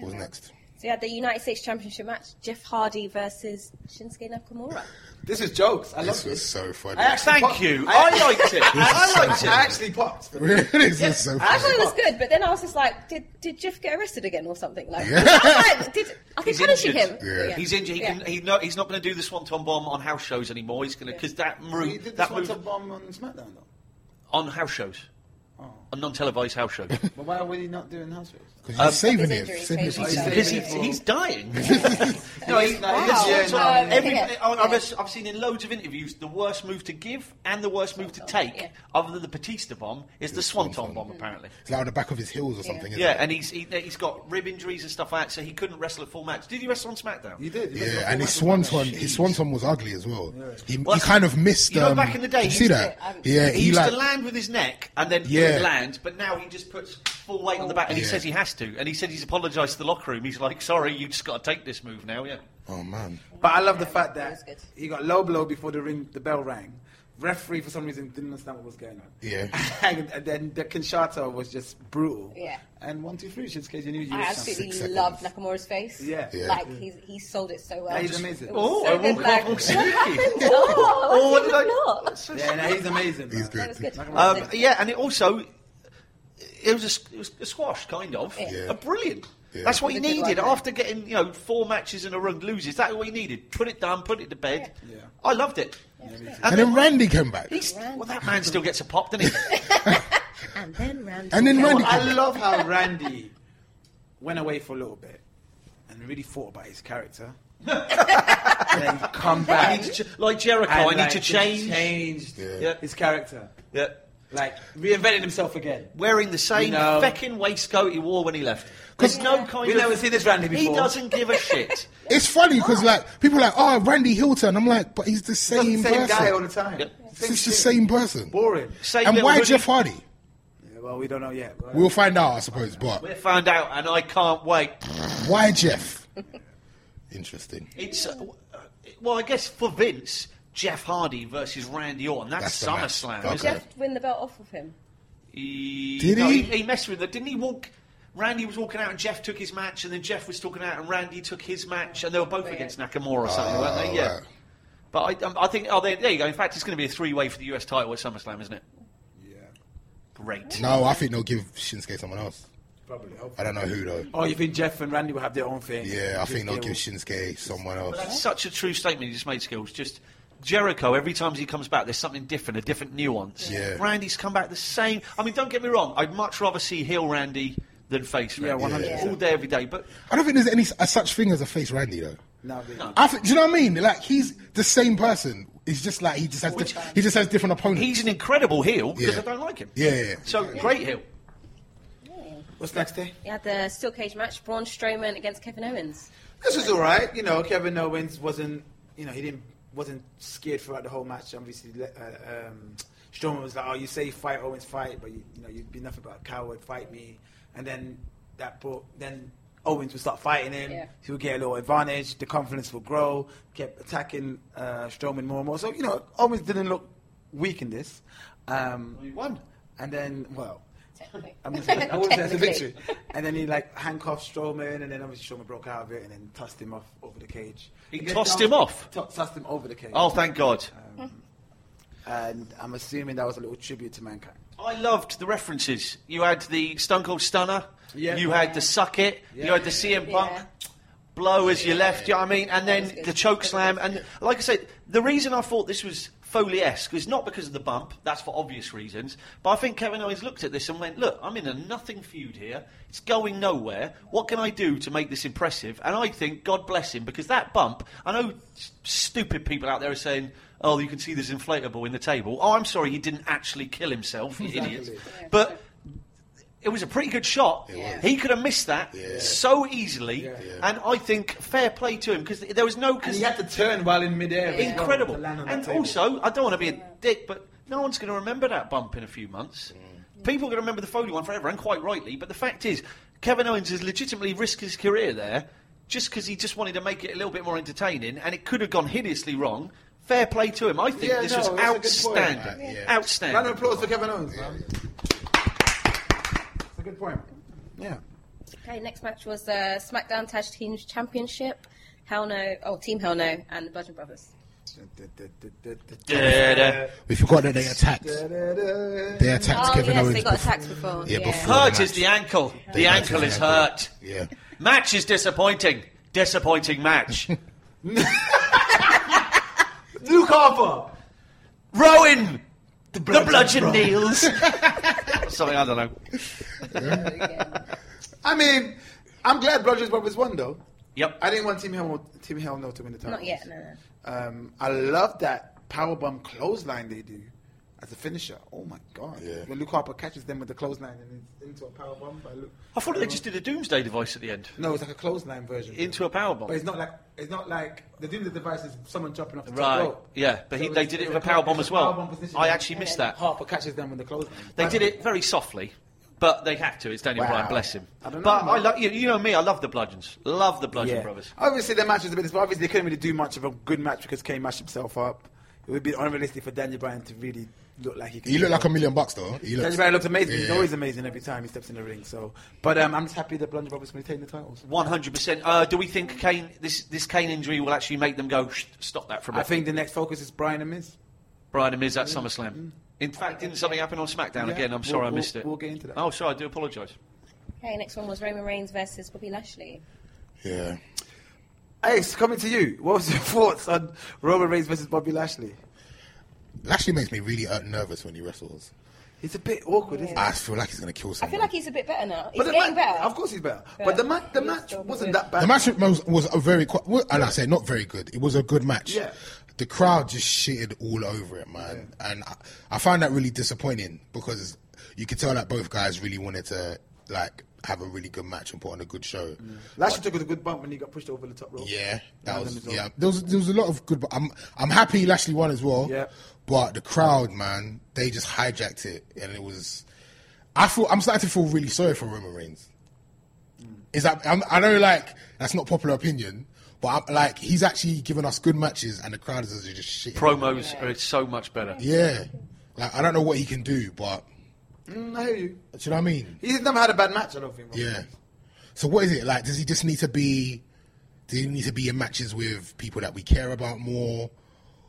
S3: was next?
S4: so you had the United States Championship match: Jeff Hardy versus Shinsuke Nakamura.
S7: This is jokes. I love
S3: This was
S7: this.
S3: so funny.
S7: I actually
S5: Thank
S7: popped-
S5: you.
S7: I-
S5: I liked it. I
S7: I,
S5: liked it.
S7: I actually popped. for this.
S3: this was so
S4: I
S3: funny.
S4: thought it was good, but then I was just like, did did Jeff get arrested again or something? Like, I was like, did are they
S5: He's
S4: punishing him?
S5: injured.
S3: Yeah.
S5: He's injured. He
S4: Yeah.
S5: can, he, no, he's not going to do the Swanton Bomb on house shows anymore. He's going to because that
S7: You
S5: move,
S7: did this
S5: that
S7: one
S5: move
S7: to bomb on SmackDown though.
S5: on house shows, on non-televised house shows.
S7: But why were you not doing house shows?
S3: 'Cause he's saving it.
S4: His injury,
S3: Saving it.
S4: so he's
S3: Saving
S5: Because
S3: it.
S5: he's, he's dying.
S7: No, he's not. He's
S5: Yeah,
S7: just- uh,
S5: so
S7: yeah, no,
S5: every-
S7: yeah.
S4: yeah.
S5: I- I've, I've seen in loads of interviews the worst move to give and the worst move to take,
S4: Yeah.
S5: other than the Batista bomb, is the Swanton bomb apparently.
S3: It's like on the back of his heels or something. Isn't
S5: Yeah,
S3: It?
S5: and he's he, he's got rib injuries and stuff like that, so he couldn't wrestle a full match. Did he wrestle on SmackDown?
S7: You did. You
S3: Yeah,
S7: wrestled
S3: and his
S7: with
S3: swanton,
S7: Nakamura.
S3: his swanton was ugly as well. He,
S5: Well,
S3: he kind of missed.
S5: you know,
S3: um,
S5: back in the day,
S3: did you
S5: he
S3: see
S5: used
S3: that?
S4: to-
S3: yeah,
S5: he,
S3: he
S5: used
S3: like
S5: to land with his neck and then
S3: Yeah.
S5: he'd land, but now he just puts full weight on the back, and he
S3: Yeah.
S5: says he has to. And he said he's apologised to the locker room. He's like, "Sorry, you just got to take this move now." Yeah,
S3: Oh man,
S7: But I love the fact
S4: that
S7: that
S4: was good.
S7: he got low blow before the ring, the bell rang. Referee for some reason didn't understand what was going on.
S3: Yeah.
S7: and, and then the Kinshata was just brutal.
S4: Yeah.
S7: And one, two, three, Shinsuke, you knew you
S4: I
S7: were
S4: absolutely
S3: seconds.
S4: loved Nakamura's face.
S7: Yeah.
S3: Yeah.
S4: like he's he sold it so well.
S7: Yeah, he's amazing.
S4: It was
S5: Oh,
S4: so
S5: I
S4: good,
S5: walked
S4: like,
S5: off all
S4: what
S5: sneaky.
S4: happened? Oh,
S5: Oh, what did I-
S4: not?
S7: Yeah, no, he's amazing.
S3: he's
S7: man.
S4: That
S3: good.
S4: was good.
S5: Um, yeah, and it also it was a, s- it was a squash kind of,
S4: Yeah.
S3: Yeah.
S5: a brilliant.
S3: Yeah.
S5: That's what you
S4: It was a good
S5: needed
S4: one, yeah.
S5: after getting you know four matches in a row loses. That's what you needed. Put it down, put it to bed.
S7: Yeah. Yeah.
S5: I loved it.
S3: And then Randy came back,
S5: he's- well, that man still gets a pop, doesn't he? Um,
S4: And then Randy.
S3: and then Randy.
S7: I
S3: Came back.
S7: love how Randy went away for a little bit and really thought about his character. and then come
S5: I
S7: back.
S5: need to ch- like Jericho, Oh, I
S7: and,
S5: need
S7: like,
S5: to
S7: just
S5: change.
S7: Changed
S5: Yeah.
S7: his character.
S5: Yeah.
S7: Like, reinvented himself again.
S5: Wearing the same
S7: You know-
S5: feckin' waistcoat he wore when he left. There's no kind
S7: We've
S5: of.
S7: never seen this Randy
S5: Oh, He
S7: before.
S5: doesn't give a shit.
S3: It's funny because like people are like, oh, Randy Hilton. I'm like, but he's the same,
S7: Same, same
S3: person.
S7: guy all the time.
S5: Yeah.
S3: It's the
S7: shit.
S3: same person.
S7: Boring.
S5: Same
S3: and
S5: little
S3: why
S5: hoodie.
S3: Jeff Hardy?
S7: Yeah, well, we don't know yet. But,
S3: We'll find out, I suppose. But
S5: We found out, and I can't wait.
S3: why Jeff? Interesting.
S5: It's uh, w- uh, well, I guess for Vince, Jeff Hardy versus Randy Orton.
S3: That's
S5: That's,
S3: the match.
S5: SummerSlam,
S3: Okay.
S5: isn't it?
S4: Jeff win the belt off of him.
S5: He,
S3: Did
S5: no,
S3: he?
S5: he? messed with it. Didn't he walk? Randy was walking out and Jeff took his match, and then Jeff was talking out and Randy took his match, and they were both against Nakamura or something, weren't they? Yeah.
S3: Oh, right.
S5: But I, um, I think, oh, there, there you go. In fact, it's going to be a three way for the US title at SummerSlam, isn't it?
S7: Yeah,
S5: Great.
S3: No, I think they'll give Shinsuke someone else.
S7: probably.
S3: I don't know who though.
S7: Oh, you think Jeff and Randy will have their own thing?
S3: Yeah, I
S7: Just
S3: think they'll
S7: deal
S3: give
S7: with-
S3: Shinsuke someone else.
S5: That's such a true statement you just made, Skills. Just Jericho, every time he comes back, there's something different, a different nuance.
S3: Yeah.
S5: Randy's come back the same. I mean, don't get me wrong. I'd much rather see heel Randy than face
S7: Yeah,
S5: Randy.
S7: 100%.
S5: All day, every day. But
S3: I don't think there's any uh, such thing as a face Randy though.
S7: No, they-
S3: I think, do you know what I mean? Like he's the same person. It's just like he just has diff- he just has different opponents.
S5: he's an incredible heel because
S3: Yeah.
S5: I don't like him.
S3: yeah, yeah, yeah.
S5: So great heel.
S7: What's next eh? day?
S4: You had the steel cage match, Braun Strowman against Kevin Owens.
S7: This was all right. You know, Kevin Owens wasn't. You know, he didn't wasn't scared throughout the whole match. Obviously, le- uh, um, Strowman was like, "Oh, you say fight Owens, fight, but you, you know, you'd be nothing but a coward. Fight me." And then that brought then Owens would start fighting him.
S4: Yeah.
S7: He would get a little advantage. The confidence would grow. Kept attacking uh, Strowman more and more. So you know, Owens didn't look weak in this. Um,
S5: He won.
S7: and then, well,
S4: Technically.
S7: I'm gonna say, I wouldn't say that's a
S4: Technically.
S7: victory. And then he like handcuffed Strowman, and then obviously Strowman broke out of it, and then tossed him off over the cage.
S5: He
S7: And then
S5: tossed
S7: Dom-
S5: him off?
S7: To- tossed him over the cage. Um,
S5: Oh, thank God.
S7: And I'm assuming that was a little tribute to mankind.
S5: I loved the references. You had the Stone Cold Stunner.
S7: Yeah.
S5: You had the Suck It. You
S7: Yeah.
S5: had the CM Punk.
S4: Yeah.
S5: Blow as you left, you know what I mean? And
S4: was
S5: then
S4: good.
S5: the choke slam. And like I said, the reason I thought this was Foley esque is not because of the bump, that's for obvious reasons. But I think Kevin Owens looked at this and went, Look, I'm in a nothing feud here. It's going nowhere. What can I do to make this impressive? And I think, God bless him, because that bump, I know s- stupid people out there are saying, Oh, you can see there's inflatable in the table. Oh, I'm sorry, he didn't actually kill himself, you idiots. But it was a pretty good shot. He could have missed that
S3: Yeah.
S5: so easily, and I think fair play to him because there was no.
S7: And
S5: Cause
S7: he had to turn while in midair. as well
S5: incredible,
S7: to land on that
S5: and
S7: table.
S5: also I don't want to be a dick, but no one's going to remember that bump in a few months.
S7: Mm.
S5: People are going to remember the Foley one forever, and quite rightly. But the fact is, Kevin Owens has legitimately risked his career there just because he just wanted to make it a little bit more entertaining, and it could have gone hideously wrong. Fair play to him. I think
S7: Yeah,
S5: this
S7: no,
S5: was
S7: that's a good point.
S5: outstanding.
S3: Yeah. Yeah.
S5: Outstanding.
S7: Round of applause for Kevin Owens. man. That's a good point. Yeah.
S4: Okay, next match was the SmackDown Tag Teams Championship. Hell no, oh Team Hell no, and the Bludgeon Brothers.
S5: Da-da.
S3: We forgot that they attacked. They attacked
S4: oh
S3: Kevin
S4: yes,
S3: Owens.
S4: they got attacked before.
S3: Yeah,
S4: Yeah,
S3: before.
S5: Hurt is the ankle. The
S3: Yeah.
S5: ankle is hurt.
S3: Yeah.
S5: Match is disappointing. Disappointing match.
S7: Luke Harper.
S5: Rowan! The bludgeon kneels. Something I don't know.
S7: I mean, I'm glad Rogers Brothers won though.
S5: Yep.
S7: I didn't want Team Hell Team Hell No to win the title.
S4: Not yet, no, no.
S7: Um, I love that powerbomb clothesline they do as a finisher. Oh my god!
S3: Yeah.
S7: When Luke Harper catches them with the clothesline and it's into a powerbomb, by Luke.
S5: I thought they just did a doomsday device at the end.
S7: No, it's like a clothesline version.
S5: Into a powerbomb.
S7: But it's not like it's not like the doing the device is someone jumping off the top
S5: Right.
S7: rope.
S5: Yeah, but he,
S7: So
S5: they
S7: it's-
S5: did it
S7: it's
S5: with a
S7: power-
S5: powerbomb
S7: it's
S5: as well.
S7: powerbomb position.
S5: I actually missed that.
S7: Harper catches them with the clothesline.
S5: They did it very softly, but they have to. It's Daniel
S7: Wow.
S5: Bryan, bless him.
S7: I don't know,
S5: but I
S7: man.
S5: love you, you know me. I love the bludgeons. Love the bludgeon brothers.
S7: Obviously, the match was a bit, but obviously they couldn't really do much of a good match because Kane matched himself up. It would be unrealistic for Daniel Bryan to really look like he. Could
S3: He looked
S7: do
S3: like a
S7: it.
S3: million bucks though. He
S7: Daniel
S3: looked.
S7: Bryan looked amazing. He's
S3: Yeah.
S7: always amazing every time he steps in the ring. So, but um, I'm just happy that Bludgeon Brothers going to take the titles.
S5: One hundred percent. Uh, Do we think Kane this this Kane injury will actually make them go "Shh, stop that for a
S7: I
S5: bit?
S7: think the next focus is Bryan and Miz.
S5: Brian and Miz at SummerSlam. In fact, didn't something happen on SmackDown
S7: Yeah,
S5: again? I'm
S7: we'll-
S5: sorry I
S7: we'll-
S5: missed it.
S7: we'll get into that.
S5: Oh, sorry, I do apologise.
S4: Okay, next one was Roman Reigns versus Bobby Lashley.
S3: Yeah.
S7: Ace, coming to you. What was your thoughts on Roman Reigns versus Bobby Lashley?
S3: Lashley makes me really uh, nervous when he wrestles.
S7: It's a bit awkward, isn't it?
S3: I feel like he's gonna kill
S4: I
S3: someone.
S4: feel like he's a bit better now. He's
S7: the
S4: getting
S7: ma-
S4: better.
S7: Of course, he's better. But,
S4: But
S7: the, ma- the
S4: he's
S7: match
S4: still
S7: wasn't
S4: good.
S7: that bad.
S3: The match was, was a very, qu- well, and I say not very good. It was a good match.
S7: Yeah.
S3: The crowd just shitted all over it, man, and I, I found that really disappointing because you could tell that both guys really wanted to like have a really good match and put on a good show.
S7: Lashley took a good bump when he got pushed over the top rope.
S3: Yeah, that
S7: Now them
S3: was
S7: is
S3: yeah.
S7: over.
S3: There was there was a lot of good. I'm I'm happy Lashley won as well.
S7: Yeah.
S3: But the crowd, man, they just hijacked it, and it was. I feel I'm starting to feel really sorry for Roman Reigns. Is that I'm, I know like that's not popular opinion, but I'm, like he's actually given us good matches, and the crowd is just shit.
S5: Promos are so much better.
S3: Yeah. Like I don't know what he can do, but
S7: Mm, I hear you.
S3: Do you know what I mean?
S7: He's never had a bad match, I don't think. Roman.
S3: Yeah. So what is it like? Does he just need to be? Does he need to be in matches with people that we care about more,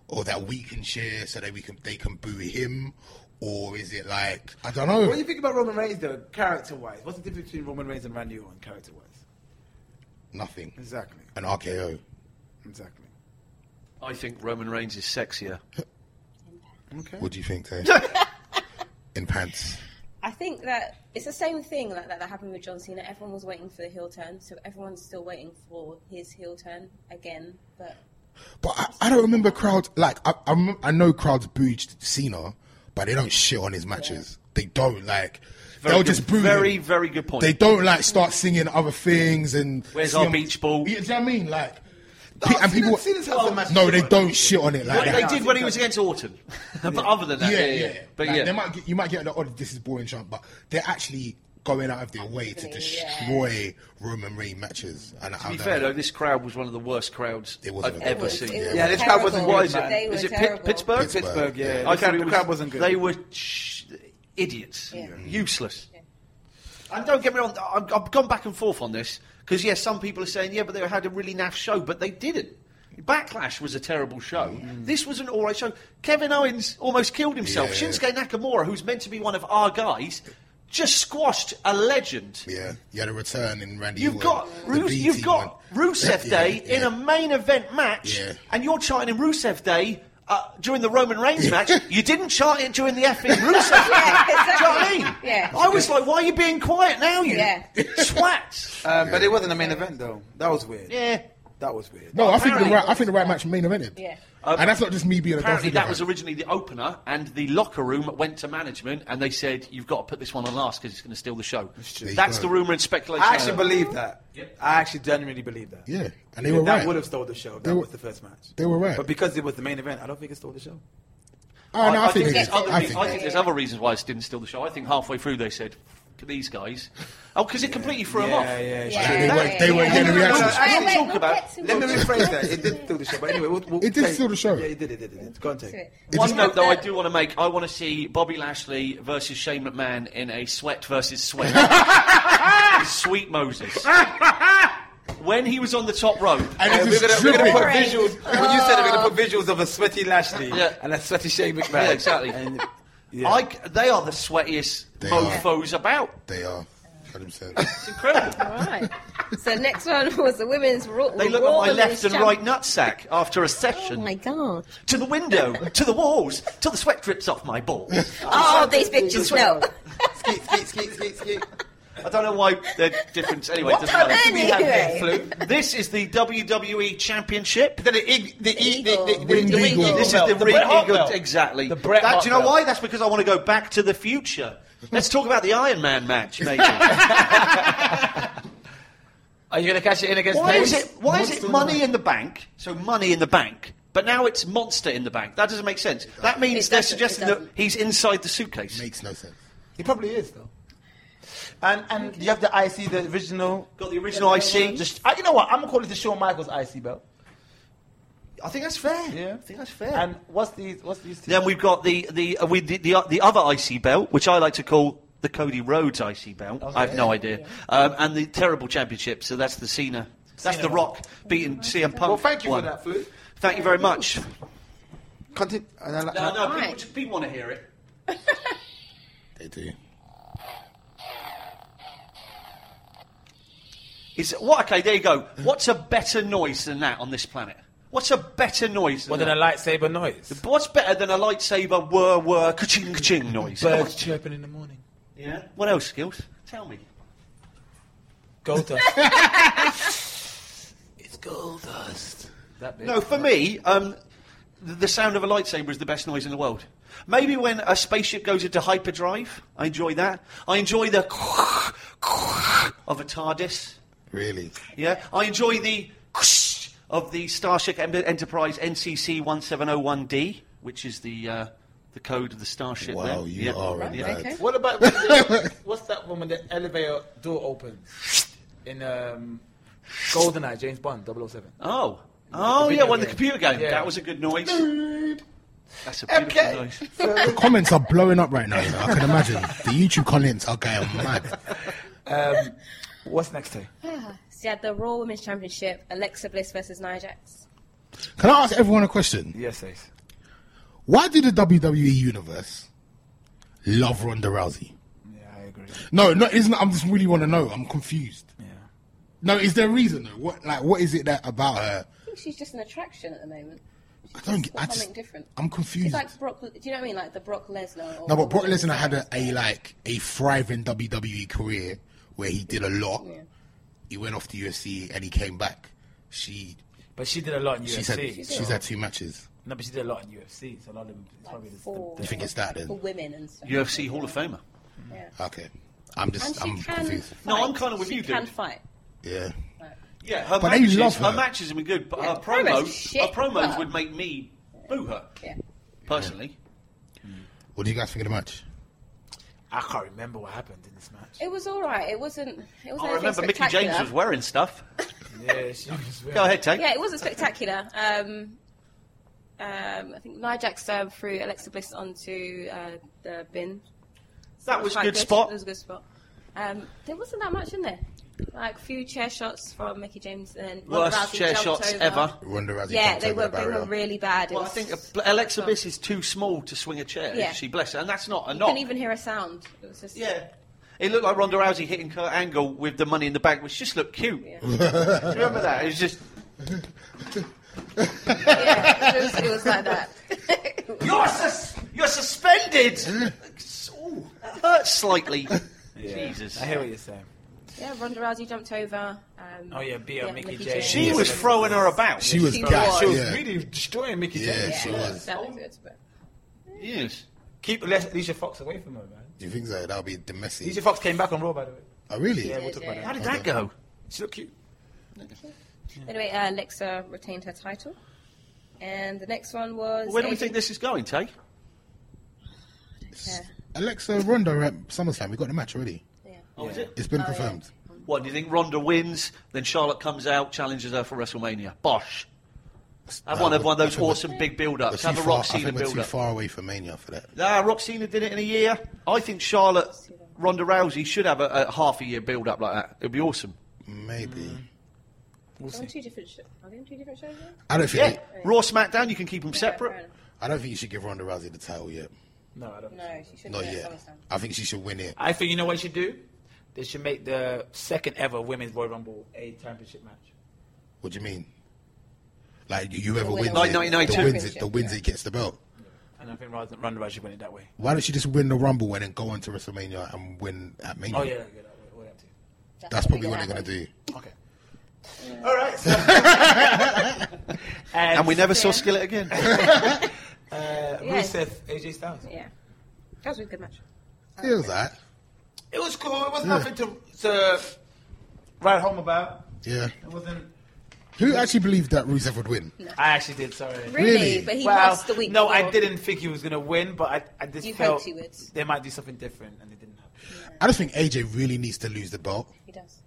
S3: or that we can share, so that we can they can boo him, or is it like I don't know?
S7: What do you think about Roman Reigns, though, character wise? What's the difference between Roman Reigns and Randy Orton, character wise?
S3: Nothing.
S7: Exactly.
S3: An RKO.
S7: Exactly.
S5: I think Roman Reigns is sexier.
S7: Okay.
S3: What do you think, Tay? in pants.
S4: I think that it's the same thing like, that that happened with John Cena. Everyone was waiting for the heel turn, so everyone's still waiting for his heel turn again. But
S3: But I, I don't remember crowds like I, I, rem- I know crowds booed Cena, but they don't shit on his matches. They don't like.
S5: Very
S3: they'll
S5: good-
S3: just boo. him.
S5: very, very good point.
S3: They don't like start singing other things and.
S5: Where's
S3: see
S5: our
S3: him-
S5: beach ball?
S3: You know what I mean? Like.
S7: Oh,
S3: pe- and
S7: Cena's-
S3: people.
S7: Cena's had some matches
S3: no, they
S7: before.
S3: don't shit on it like
S5: What
S3: that.
S5: they did when he was against Orton, but other than that,
S3: yeah, yeah.
S5: But
S3: Like,
S5: yeah,
S3: they might get, you might get the odd "this is boring" chant, but they're actually going out of their way to destroy Roman Reigns matches. And
S5: to be fair though, this crowd was one of the worst crowds
S3: It was
S5: I've
S3: a bad
S5: ever
S3: crowd.
S5: seen.
S4: It was
S7: Yeah, this crowd
S4: terrible.
S7: wasn't
S5: Why
S7: good,
S5: is it?
S7: man.
S4: They were
S5: Is it Pit-
S4: terrible.
S5: Pittsburgh?
S7: Pittsburgh, yeah.
S5: I
S7: the, crowd,
S5: thought it
S7: the
S5: was-
S7: crowd wasn't good.
S5: They were sh- idiots,
S4: Yeah.
S5: useless. And don't get me wrong, i I've gone back and forth on this because yes, some people are saying yeah, but they had a really naff show, but they didn't. Backlash was a terrible show. This was an alright show. Kevin Owens almost killed himself.
S3: Yeah.
S5: Shinsuke Nakamura, who's meant to be one of our guys, just squashed a legend.
S3: Yeah, you had a return in Randy.
S5: You've
S3: Orton,
S5: got
S3: the
S5: Rus-
S3: BT
S5: you've got
S3: one.
S5: Rusev
S3: Yeah,
S5: Day in
S3: yeah.
S5: a main event match,
S3: Yeah.
S5: and you're chanting Rusev Day uh, during the Roman Reigns match. You didn't chant it during the effing Rusev match. Do you know what I mean?
S4: Yeah.
S5: I was like, why are you being quiet now, you
S4: Yeah.
S5: swats?
S7: Um, But it wasn't a main event, though. That was weird.
S5: yeah.
S7: That was weird.
S3: No, I think the
S5: Apparently-
S3: right. I think the right match main evented.
S4: Yeah.
S3: and that's not just me being a Dolph
S5: Apparently,
S3: Ziggler
S5: that
S3: fan.
S5: was originally the opener, and the locker room went to management, and they said, "You've got to put this one on last because it's going to steal the show."
S3: true. There you
S5: That's
S3: go.
S5: the rumor and speculation.
S7: I actually believe that. I actually genuinely believe that.
S3: Yeah, and they were
S7: that
S3: right.
S7: would have stole the show. That
S3: were-
S7: was the first match.
S3: they were right.
S7: But because it was the main event, I don't think it stole the show.
S3: Oh, no, I,
S5: I
S3: think,
S5: think
S3: they
S5: there's
S3: did.
S5: other
S3: I
S5: reasons-
S3: think
S5: I
S3: they
S5: think there's other reasons why it didn't steal the show. I think halfway through they said, "F- "These guys," oh, because it completely threw them off.
S7: Yeah, yeah,
S4: Yeah.
S3: They weren't- they weren't getting
S7: No, no, no,
S3: reactions.
S7: I didn't
S4: Wait,
S5: talk
S4: we'll
S5: about-
S4: get to
S7: Let me
S4: it.
S7: rephrase that. It did steal the show. But anyway, we'll, we'll
S3: It did
S7: take-
S3: steal the show.
S7: Yeah, it did. It did. It did. Go on, take. it.
S4: It
S5: One
S4: just-
S5: note, though, I do want to make. I want to see Bobby Lashley versus Shane McMahon in a sweat versus sweat. Sweet Moses. when he was on the top rope,
S3: And
S7: Yeah,
S3: it's
S7: we're
S3: just
S7: gonna, we're gonna put
S3: dripping.
S7: visuals. When you said it, we're gonna put visuals of a sweaty Lashley
S5: Yeah.
S7: and a sweaty Shane McMahon.
S5: Yeah, exactly.
S7: And, yeah.
S5: I c they are the sweatiest
S3: They are.
S5: mofos about.
S3: They are. 100%.
S5: It's incredible.
S4: All right. So next one was the women's raw.
S5: they look
S4: Raw
S5: at my
S4: Women's
S5: left and
S4: Champ-
S5: right nutsack after a
S4: Oh
S5: session.
S4: my god!
S5: to the window, to the walls, till the sweat drips off my balls.
S4: Oh, these pictures. No.
S7: skeet, skeet, skeet, skeet, skeet.
S5: I don't know why they're different. Anyway, it doesn't
S4: about
S5: matter.
S4: Anyway.
S5: We have the flu. This is the WWE Championship.
S7: Then the e- the e- the- the- the-
S4: Winged
S7: the
S3: Eagle.
S7: Winged
S5: This
S7: Eagle.
S5: is the,
S7: Bret Hart
S5: Eagle.
S7: belt.
S5: Exactly.
S7: The Bret
S5: That-
S7: Hart
S5: do you know
S7: belt.
S5: why? That's because I want to go back to the future. Let's talk about the Iron Man match, maybe. why
S7: Are you gonna cash it in against?
S5: is
S7: Paige?
S5: it? Why is it Money in the Bank? So Money in the Bank. But now it's Monster in the Bank. That doesn't make sense. That means
S4: It
S5: they're
S4: doesn't, it
S5: suggesting that
S4: doesn't.
S5: he's inside the suitcase.
S3: Makes no sense.
S7: He probably is though. And and you have the IC, the original.
S5: Got the original IC.
S7: Just uh, you know what? I'm gonna call it the Shawn Michaels IC belt.
S5: I think that's fair.
S7: Yeah.
S5: I think that's fair.
S7: And what's these? What's these? Two?
S5: Then we've got the the uh, we the, the the other IC belt, which I like to call the Cody Rhodes IC belt. I have no idea. Um, and the terrible championship. So that's the Cena. That's the Rock beating CM Punk.
S7: well, thank you
S5: one.
S7: for that, Flu.
S5: Thank you very much.
S7: Continue. And I like-
S5: No, no, people,
S4: Right.
S5: just, people want to hear it.
S3: They do.
S5: Is what? Okay, there you go. What's a better noise than that on this planet? What's a better noise? Than
S2: Well, then a
S5: that?
S2: lightsaber noise.
S5: What's better than a lightsaber whir whir ka-ching ka-ching noise?
S2: Birds chirping in the morning.
S5: Yeah. What else, skills? Tell me.
S2: Gold dust. it's gold dust. That bit.
S5: No, for me, um, th- the sound of a lightsaber is the best noise in the world. Maybe when a spaceship goes into hyperdrive, I enjoy that. I enjoy the of a TARDIS.
S3: Really.
S5: Yeah, I enjoy the of the Starship Em- Enterprise NCC 1701D, which is the uh, the code of the starship.
S3: Wow,
S5: there.
S3: you are a
S4: Right,
S3: nerd.
S4: okay.
S7: What about when the- what's that one when the elevator door opens in um, GoldenEye, James Bond, 007?
S5: Oh, oh
S7: The
S5: yeah,
S7: video
S5: when the
S7: game.
S5: computer game.
S7: Yeah.
S5: That was a good noise. That's a beautiful
S7: Okay.
S5: noise.
S3: The comments are blowing up right now. You know? I can imagine the YouTube comments are going mad.
S7: What's next day?
S4: So you had the Raw Women's Championship, Alexa Bliss versus Nia Jax.
S3: Can I ask everyone a question?
S7: Yes, Ace.
S3: Why did the WWE universe love Ronda Rousey?
S7: Yeah, I agree.
S3: No, no, isn't. I'm just really want to know. I'm confused.
S7: Yeah.
S3: No, is there a reason though? What like what is it that about her?
S4: I think she's just an attraction at the moment.
S3: I don't. get- I
S4: Something
S3: just.
S4: different.
S3: I'm confused.
S4: It's like Brock. Do you know what I mean? Like the Brock Lesnar. Or
S3: No, but Brock Lesnar had a, a like a thriving WWE career where he did a lot.
S4: Yeah.
S3: He went off to UFC and he came back. She
S2: But she did a lot in
S3: she's had
S2: UFC.
S3: she's had two matches.
S2: No, but she did a lot in UFC. So a lot of them. It's probably the,
S4: for,
S2: the,
S3: You think it's that then?
S4: for women and stuff.
S5: UFC Hall of Famer.
S4: Yeah.
S3: Okay, I'm
S4: And
S3: just
S4: she
S3: I'm
S4: can.
S3: confused.
S5: No, I'm kinda with
S4: she
S5: you,
S4: Can
S5: dude.
S4: fight.
S3: Yeah,
S5: Yeah, her
S3: But they
S5: matches,
S3: love her.
S5: matches have been good, but
S4: Yeah,
S5: her
S4: the promos
S5: promos,
S4: shit.
S5: her promos
S4: Oh.
S5: would make me boo her
S4: Yeah.
S5: personally.
S3: what do you guys think of the match?
S2: I can't remember what happened in this match.
S4: It was all right. It wasn't. It wasn't.
S5: I remember
S4: anything
S5: Mickey James
S4: spectacular.
S5: was wearing stuff.
S2: Yeah, she was.
S5: Go ahead, Tate.
S4: Yeah, it wasn't spectacular. Um, um, I think Nia Jax um, threw Alexa Bliss onto uh, the bin. So
S5: That was
S4: quite
S5: good spot.
S4: That was a good spot. Um, there wasn't that much in there. Like few chair shots from Mickey James and Ronda
S5: Worst
S4: Rousey
S5: chair
S4: jumped
S5: shots
S4: over.
S5: ever.
S3: Ronda Rousey.
S4: Yeah,
S3: jumped
S4: they
S3: over
S4: were
S3: the
S4: they were
S3: barrier.
S4: really bad. It
S5: Well, I
S4: was-
S5: think uh, Alexa Bliss is too small to swing a chair.
S4: Yeah.
S5: She bless her, and that's not a
S4: you
S5: knock.
S4: couldn't even hear a sound. It was just
S5: Yeah. It looked like Ronda Rousey hitting Kurt Angle with the money in the bag, which just looked cute.
S4: Yeah.
S5: Do you remember that? It was just,
S4: Yeah, it, was, it was like that.
S5: you're, sus- you're suspended! Ooh, that hurts slightly. Jesus.
S2: I hear what you're saying.
S4: yeah, Ronda Rousey jumped over. Um,
S2: Oh, yeah, beat up Mickey James.
S5: She
S2: Yeah.
S5: was throwing her about.
S3: She was
S4: She
S3: gassed.
S4: was.
S3: yeah.
S2: really destroying Mickey
S3: Yeah,
S2: James.
S3: she
S4: yeah,
S3: was.
S4: That was good, but
S5: Yes.
S2: Keep Les- Alicia Fox away from her, man.
S3: Do you think so? That'll be domestic.
S2: Alicia Fox came back on Raw, by the way.
S3: Oh, really?
S2: Yeah, we'll talk about
S5: How
S2: that.
S5: did that go?
S2: She looked cute.
S4: Anyway, uh, Alexa retained her title. And the next one was.
S5: Where do we
S4: AJ
S5: think this is going, Tay?
S4: Care.
S3: Alexa Ronda at SummerSlam. We got the match already.
S4: Yeah.
S5: Oh, is it?
S3: It's been
S4: Oh, yeah.
S3: confirmed.
S5: What, do you think Ronda wins, then Charlotte comes out, challenges her for WrestleMania? Bosh. Have one of one of those awesome big
S3: We're
S5: build-ups.
S3: too
S5: Have a
S3: far-
S5: rock
S3: I think
S5: scene
S3: we're too
S5: build-up.
S3: far away from Mania for that.
S5: Nah, Roxina did it in a year. I think Charlotte Ronda Rousey should have a, a half a year build up like that. It'd be awesome.
S3: Maybe.
S2: Mm.
S4: They're on two different shows. Are they on two different shows? now?
S3: I don't think.
S5: Yeah, Raw SmackDown, you can keep them
S4: Yeah, fair
S5: separate.
S4: enough.
S3: I don't think you should give Ronda Rousey the title yet.
S2: No, I don't.
S4: No, she shouldn't
S3: Not
S4: do it
S3: yet.
S4: at SummerSlam.
S3: I think she should win it.
S2: I think you know what they should do? They should make the second ever Women's Royal Rumble a championship match.
S3: What do you mean? Like you- whoever wins
S4: winner
S3: it,
S4: wins.
S3: the
S5: 1992.
S3: wins it, the wins it gets the belt.
S2: And I think Ronda Ronda Rousey should win it that way.
S3: Why don't you just win the Rumble and then go on to WrestleMania and win at Mania?
S2: Oh, yeah, yeah, that way. all that too.
S3: That's probably what they're gonna do.
S2: Okay. All right. so- and,
S5: And we never saw
S4: Yeah.
S5: Skillet again.
S2: uh,
S4: Yes.
S2: Rusev, AJ Styles.
S4: Yeah. That was a good match.
S3: It was that.
S2: It was cool. It was nothing to, to write home about.
S3: Yeah.
S2: It wasn't.
S3: Who actually believed that Rusev would win?
S2: I actually did. Sorry.
S4: Really?
S3: Really?
S4: But he
S2: Well,
S4: lost the week
S2: No,
S4: before.
S2: I didn't think he was going to win, but I, I just
S4: You
S2: felt
S4: hoped he would.
S2: they might do something different, and they didn't happen.
S3: I just think AJ really needs to lose the belt.
S4: He does.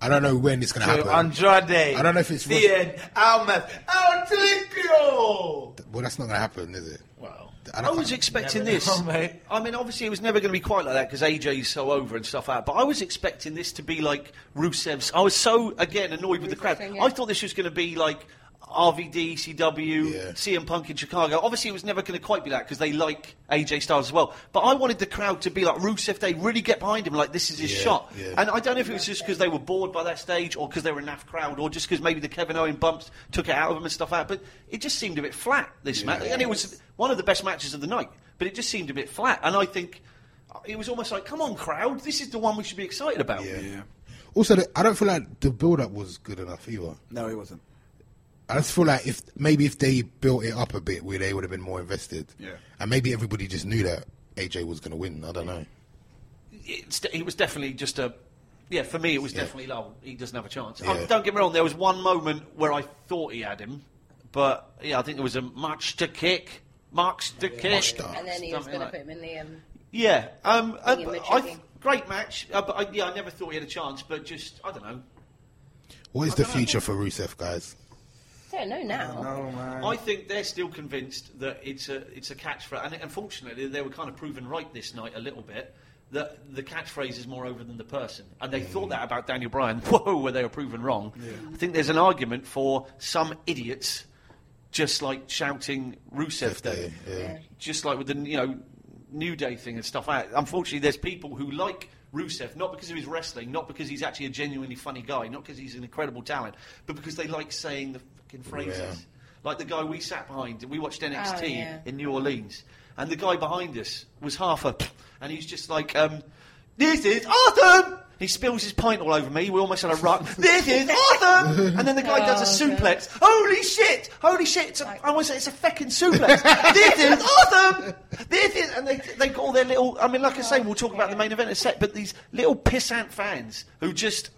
S3: I don't know when it's gonna happen.
S2: So Andrade.
S3: I don't know if it's-
S2: Cien Almas. Altilico.
S3: well, that's not gonna happen, is it?
S2: Well,
S3: I
S5: I
S3: don't-
S5: was expecting
S2: Never
S5: this.
S2: know, mate.
S5: I mean, obviously, it was never going to be quite like that because AJ's so over and stuff like that. But I was expecting this to be like Rusev's. I was so, again, annoyed with the crowd.
S4: Rusev's thing, yeah.
S5: I thought this was going to be like RVD, CW,
S3: Yeah.
S5: CM Punk in Chicago. Obviously, it was never going to quite be that because they like AJ Styles as well. But I wanted the crowd to be like Rusev. They really get behind him, like this is his
S3: Yeah,
S5: shot.
S3: yeah.
S5: And I don't know if it was just because they were bored by that stage or because they were a naff crowd or just because maybe the Kevin Owen bumps took it out of them and stuff like that. But it just seemed a bit flat, this match. And it was one of the best matches of the night, but it just seemed a bit flat. And I think it was almost like, come on, crowd, this is the one we should be excited about.
S3: Yeah. Also, the, I don't feel like the build-up was good enough either.
S7: No, he wasn't.
S3: I just feel like if maybe if they built it up a bit, where they would have been more invested.
S7: Yeah.
S3: And maybe everybody just knew that AJ was going to win. I don't know.
S5: It's, it was definitely just a. Yeah, for me, it was
S3: Yeah.
S5: definitely Lowell. He doesn't have a chance.
S3: Yeah.
S5: Oh, don't get me wrong, there was one moment where I thought he had him, but yeah, I think there was a match to kick. Marks to kick.
S3: to-
S4: And then he was going to
S5: Something like-
S4: put him in the. Um,
S5: Yeah, um, uh,
S4: Ian
S5: but
S4: Mitchell
S5: I
S4: game.
S5: great match. Uh, but I, yeah, I never thought he had a chance. But just I don't know.
S3: What is the future for Rusev, guys?
S4: I don't know now.
S7: No, man.
S5: I think they're still convinced that it's a it's a catchphrase, and unfortunately, they were kind of proven right this night a little bit. That the catchphrase is more over than the person, and they thought that about Daniel Bryan. Whoa, where they were proven wrong. I think there's an argument for some idiots, just like shouting Rusev Day, just like with the you know New Day thing and stuff. Out. Unfortunately, there's people who like Rusev not because of his wrestling, not because he's actually a genuinely funny guy, not because he's an incredible talent, but because they like saying the fucking phrases. Like the guy we sat behind, we watched NXT
S4: Oh, yeah.
S5: in New Orleans, and the guy behind us was half a, and he's just like, um, "This is awesome." He spills his pint all over me. We almost had a run. This is awesome! And then the guy does a
S4: Oh, God.
S5: suplex. Holy shit! Holy shit! It's a, I almost said it's a feckin' suplex. this is awesome! This is, and they they got all their little. I mean, like I say, we'll talk about the main event in a sec. But these little pissant fans who just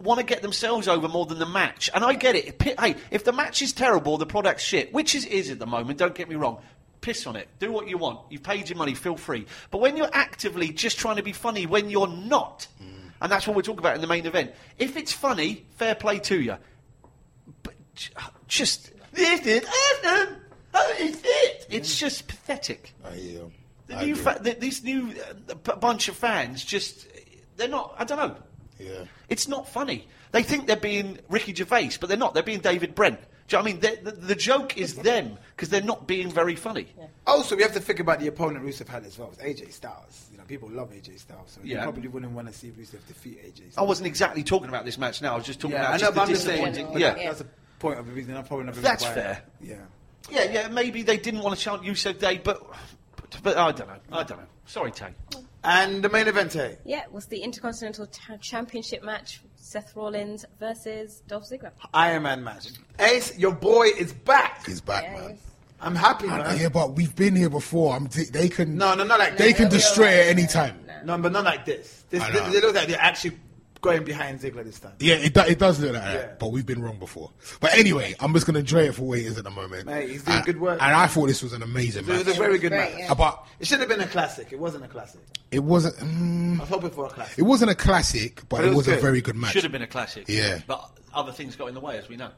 S5: want to get themselves over more than the match. And I get it. Pi- Hey, if the match is terrible, the product's shit, which it is at the moment, don't get me wrong. Piss on it. Do what you want. You've paid your money, feel free. But when you're actively just trying to be funny when you're not,
S3: Mm.
S5: and that's what we're talking about in the main event, if it's funny, fair play to you. But j- just. This is awesome! Oh, it's it! It's just pathetic.
S3: I hear you.
S5: The
S3: Mm. I
S5: new
S3: agree.
S5: fa- the, these new uh, b- bunch of fans just. They're not. I don't know.
S3: yeah.
S5: It's not funny. They think they're being Ricky Gervais, but they're not. They're being David Brent. Do you know what I mean? The, the, the joke is them because they're not being very funny.
S7: Also, we have to think about the opponent Rusev had as well. It's AJ Styles. You know, people love AJ Styles, so
S5: Yeah.
S7: you probably wouldn't want to see Rusev defeat AJ. Styles.
S5: I wasn't exactly talking about this match now. I was just talking
S7: Yeah, I
S5: about
S7: know,
S5: just
S7: but
S5: the
S7: I'm just saying.
S5: disappointing.
S7: but
S5: yeah.
S7: that- that's the point of the reason. I'm probably not.
S5: That's
S7: why-
S5: fair.
S7: Yeah.
S5: yeah, yeah. Maybe they didn't want to chant Yusuf Day, but, but but I don't know. I don't know. Sorry, Tay.
S7: And the main event, eh?
S4: Yeah, it was the Intercontinental Ta- Championship match Seth Rollins versus Dolph Ziggler.
S7: Iron Man match. Ace, your boy is back.
S3: He's back,
S4: Yeah,
S3: man.
S4: yes.
S7: I'm happy,
S3: I-
S7: man.
S3: yeah, but we've been here before. I'm di- they can.
S7: No, no, not like
S3: They
S7: this.
S3: can destroy at any time.
S7: No, but not like this. This,
S3: I
S7: this
S3: know.
S7: it looks like they're actually going behind Ziggler this time.
S3: Yeah, it, do, it does look like
S7: Yeah.
S3: that, but we've been wrong before. But anyway, I'm just gonna enjoy it for what it is at the moment.
S7: Mate, he's doing
S3: And-
S7: good work.
S3: And I thought this was an amazing
S7: It was a
S3: match. Uh,
S7: very good
S4: Right,
S7: match.
S4: yeah.
S3: But
S7: It should have been a classic. It wasn't a classic.
S3: it wasn't. Mm,
S7: I was hoping for a classic.
S3: it wasn't a classic, but,
S7: But
S3: it
S7: it was
S3: was, a
S7: good.
S3: very good match.
S5: Should have been a classic.
S3: Yeah.
S5: But other things got in the way, as we know.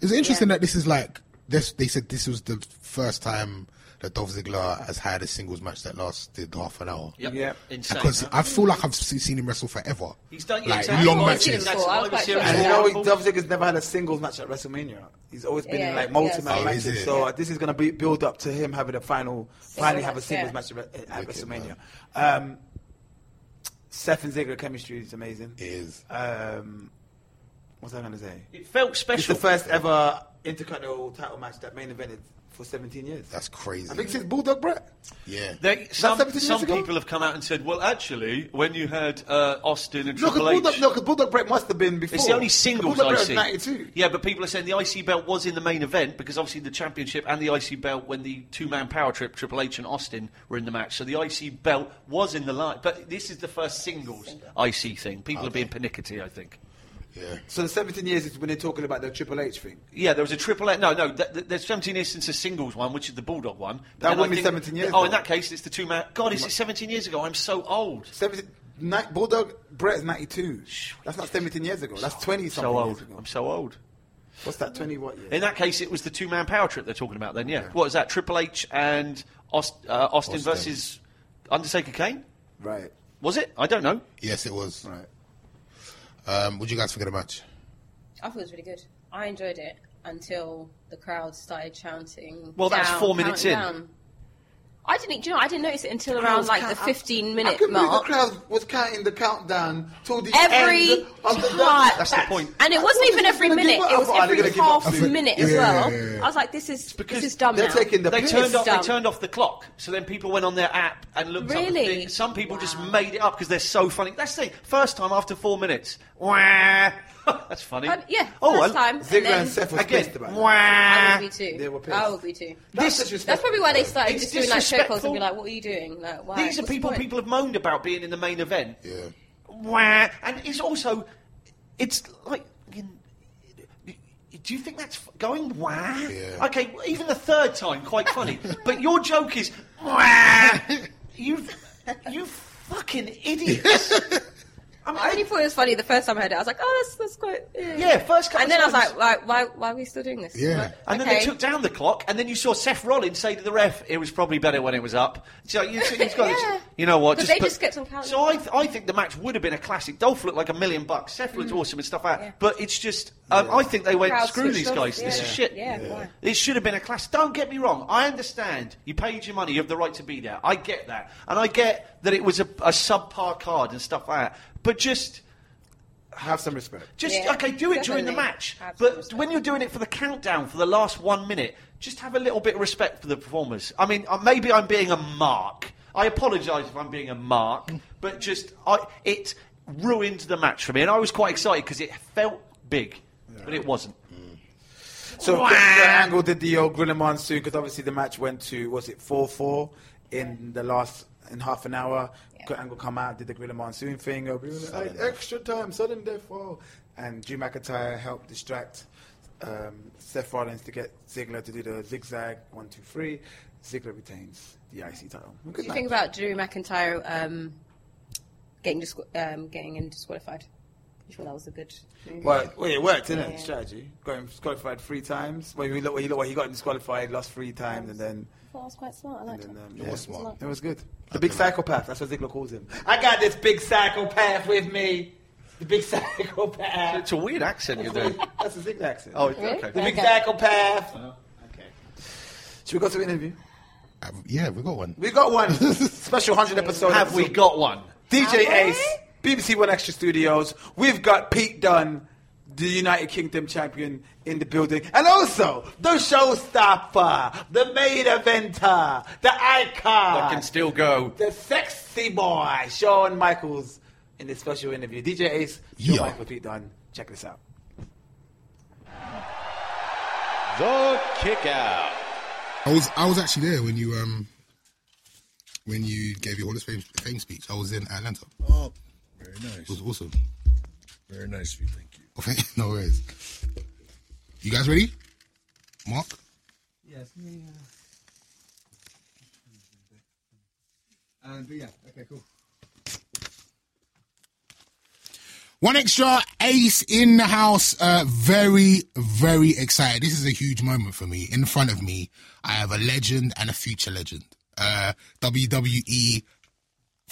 S3: It's interesting that this is like this. They said this was the first time that Dolph Ziggler has had a singles match that lasted half an hour.
S5: Yep.
S7: Yeah.
S5: Insane.
S3: Because
S5: huh?
S3: I feel like I've s- seen him wrestle forever.
S5: He's done yeah,
S3: like
S5: exactly.
S3: long
S4: Oh, I've seen
S3: matches.
S4: him before. I was quite
S5: Survivor
S4: shocked.
S5: Series
S7: And you know,
S5: example.
S7: Dolph Ziggler's never had a singles match at WrestleMania. He's always been in
S4: Yeah,
S7: like
S4: yeah,
S7: multi-man
S4: yeah.
S3: Oh, is
S7: matches.
S3: it?
S7: So uh, this is going to be build up to him having a final, finally have a
S4: match,
S7: singles
S4: yeah.
S7: match at, at WrestleMania.
S3: man.
S7: Um, Seth and Ziggler chemistry is amazing.
S3: It is.
S7: Um, what's I going to say?
S5: it felt
S7: It's
S5: special.
S7: the first ever Intercontinental title match that main evented for 17 years.
S3: That's crazy.
S7: I think since Bulldog Brett.
S3: yeah.
S5: They, some
S7: 17 years
S5: some
S7: ago?
S5: people have come out and said, well, actually, when you had uh, Austin and
S7: No, because
S5: Triple H.
S7: Bulldog, no, 'cause Bulldog Brett must have been before.
S5: It's the only singles
S7: Bulldog
S5: I
S7: Brett was
S5: see.
S7: 92.
S5: Yeah, but people are saying the IC belt was in the main event because obviously the championship and the IC belt when the two-man power trip Triple H and Austin were in the match. So the IC belt was in the line, but this is the first singles IC thing. People are being pernickety, I think.
S3: Yeah.
S7: So the 17 years is when they're talking about the Triple H thing.
S5: Yeah, there was a triple H. No, no, th- th- there's 17 years since the singles one, which is the Bulldog one.
S7: That
S5: then I
S7: wouldn't be
S5: think-
S7: 17 years
S5: Oh,
S7: ago.
S5: in that case, it's the two man. God, is it 17 years ago? I'm so old.
S7: 17, ni- Bulldog Brett is 92. That's not 17 years ago. That's 20 something
S5: So
S7: years
S5: old.
S7: ago.
S5: I'm so old.
S7: What's that 20 what year?
S5: In that case, it was the two man power trip they're talking about then, yeah. What is that? Triple H and Aust- uh, Austin,
S3: Austin.
S5: versus Undertaker Kane?
S7: Right.
S5: Was it? I don't know.
S3: Yes, it was.
S7: Right.
S3: Um, what do you guys think of the match?
S4: I thought it was really good. I enjoyed it until the crowd started chanting.
S5: Well, that's
S4: down,
S5: four minutes
S4: count
S5: in.
S4: down. I didn't. Do you know? I didn't notice it until
S7: I
S4: around
S7: was
S4: like
S7: count-
S4: the
S7: I-
S4: 15
S7: I
S4: minute
S7: couldn't believe
S4: mark.
S7: the crowd was counting the countdown till the
S4: Every
S7: end of the
S4: part.
S5: That's the point.
S4: And it
S7: I
S4: wasn't
S7: thought
S4: even
S7: they were
S4: every
S7: gonna
S4: minute. It
S7: give up.
S4: was
S7: Oh, they're
S4: every
S7: gonna give up.
S4: half minute as
S3: Yeah,
S4: well.
S3: yeah, yeah, yeah.
S4: I was like, this is
S5: because
S4: this is dumb.
S7: they're
S4: now.
S7: taking the
S5: They
S7: piss.
S5: turned off. They
S4: Dumb.
S5: turned off the clock, so then people went on their app and looked up. the
S4: Really?
S5: thing. Some people just
S4: Wow.
S5: made it up because they're so funny. That's the thing. First time after four minutes. Wah. That's funny.
S4: Um, yeah.
S5: Oh,
S4: first
S5: I-
S4: time.
S7: Ziggler and,
S4: and then
S7: Seth was
S5: again.
S7: pissed about it.
S4: I
S5: Wah.
S4: would be too.
S7: They were pissed.
S4: I would be too.
S7: That's
S4: That's
S7: disrespectful.
S4: probably why they started
S5: It's
S4: just doing like chokeholds
S5: disrespectful.
S4: and be like, "What are you doing? Like, why?"
S5: These are
S4: What's the
S5: people
S4: point?
S5: people have moaned about being in the main event.
S3: Yeah.
S5: Wah. And it's also, it's like. in- do you think that's f- going wah?
S3: Yeah.
S5: Okay, well, even the third time, quite funny. but your joke is wah. You, you fucking idiots. I mean,
S4: I only thought it was funny the first time I heard it. I was like, oh, that's that's quite.
S5: Yeah, first couple
S4: And then I was
S5: times.
S4: like, why, why why are we still doing this?
S3: Yeah.
S4: Like,
S5: And then
S4: okay.
S5: they took down the clock, and then you saw Seth Rollins say to the ref, "It was probably better when it was up." So you, so you've got to-
S4: Yeah.
S5: you know what?
S4: But they just kept on counting.
S5: So I, th- I think the match would have been a classic. Dolph looked like a million bucks. Seth looked awesome and stuff like that.
S4: Mm. Yeah.
S5: But it's just, um, I think they went,
S4: Crowd
S5: "Screw
S4: switched
S5: these
S4: off.
S5: guys. This
S4: Yeah.
S5: is shit."
S4: Yeah, why?
S5: It should have been a class. Don't get me wrong. I understand. You paid your money. You have the right to be there. I get that, and I get that it was a, a subpar card and stuff like that. But just.
S7: Have some respect.
S5: Just
S4: Yeah,
S5: okay, do it during the
S4: definitely.
S5: match.
S4: Have some
S5: But
S4: respect.
S5: when you're doing it for the countdown for the last one minute, just have a little bit of respect for the performers. I mean, uh, maybe I'm being a mark. I apologise if I'm being a mark, but just I, it ruined the match for me, and I was quite excited because it felt big, but it wasn't.
S7: So the, the angle did the old Grilla Monsoon because obviously the match went to was it four four in the last in half an hour.
S4: Yeah.
S7: Angle come out did the Grilla Monsoon thing. oh, we were like, extra time, sudden death fall, and Drew McIntyre helped distract um, Seth Rollins to get Ziggler to do the zigzag one two three. Ziggler retains the IC title.
S4: What do you think about Drew McIntyre um, getting disqu- um, getting him disqualified? You thought that was a good move?
S7: Well, well, it worked, didn't it?
S4: Yeah.
S7: Strategy. Got him disqualified three times. Well, he, look, he, look, he got him disqualified, lost three times, and then
S4: I thought that was quite smart. I liked
S7: And then, um,
S4: it.
S7: it was
S4: smart.
S7: It was good. The big psychopath. That's what Ziggler calls him. I got this big psychopath with me. The big psychopath.
S5: It's a weird accent you're doing.
S7: That's a Ziggler accent.
S5: Oh,
S4: Really?
S5: okay.
S7: the big
S4: Okay.
S7: psychopath.
S5: Uh-huh.
S2: Okay.
S7: Should we go to an interview?
S3: Um, yeah, we got one.
S7: We got one special hundred episode.
S5: Have we
S7: episode.
S5: got one?
S7: DJ
S4: Have we?
S7: Ace, BBC One Extra Studios? We've got Pete Dunn, the United Kingdom champion, in the building, and also the showstopper, the maid eventer, the icon.
S5: I can still go.
S7: the sexy boy, Shawn Michaels, in this special interview. DJ Ace, Shawn
S3: Yeah.
S7: Michaels, Pete Dunne. Check this out.
S8: The kick out.
S3: I was I was actually there when you um when you gave your Hall of Fame, fame speech. I was in Atlanta.
S9: Oh, very
S3: It was
S9: nice.
S3: awesome.
S9: Very nice of you. Thank you.
S3: Okay, no worries. You guys ready? Mark?
S9: Yes. Yeah. Um, but yeah. Okay. Cool.
S3: One extra ace in the house. Uh, very, very excited. This is a huge moment for me. In front of me, I have a legend and a future legend. Uh, WWE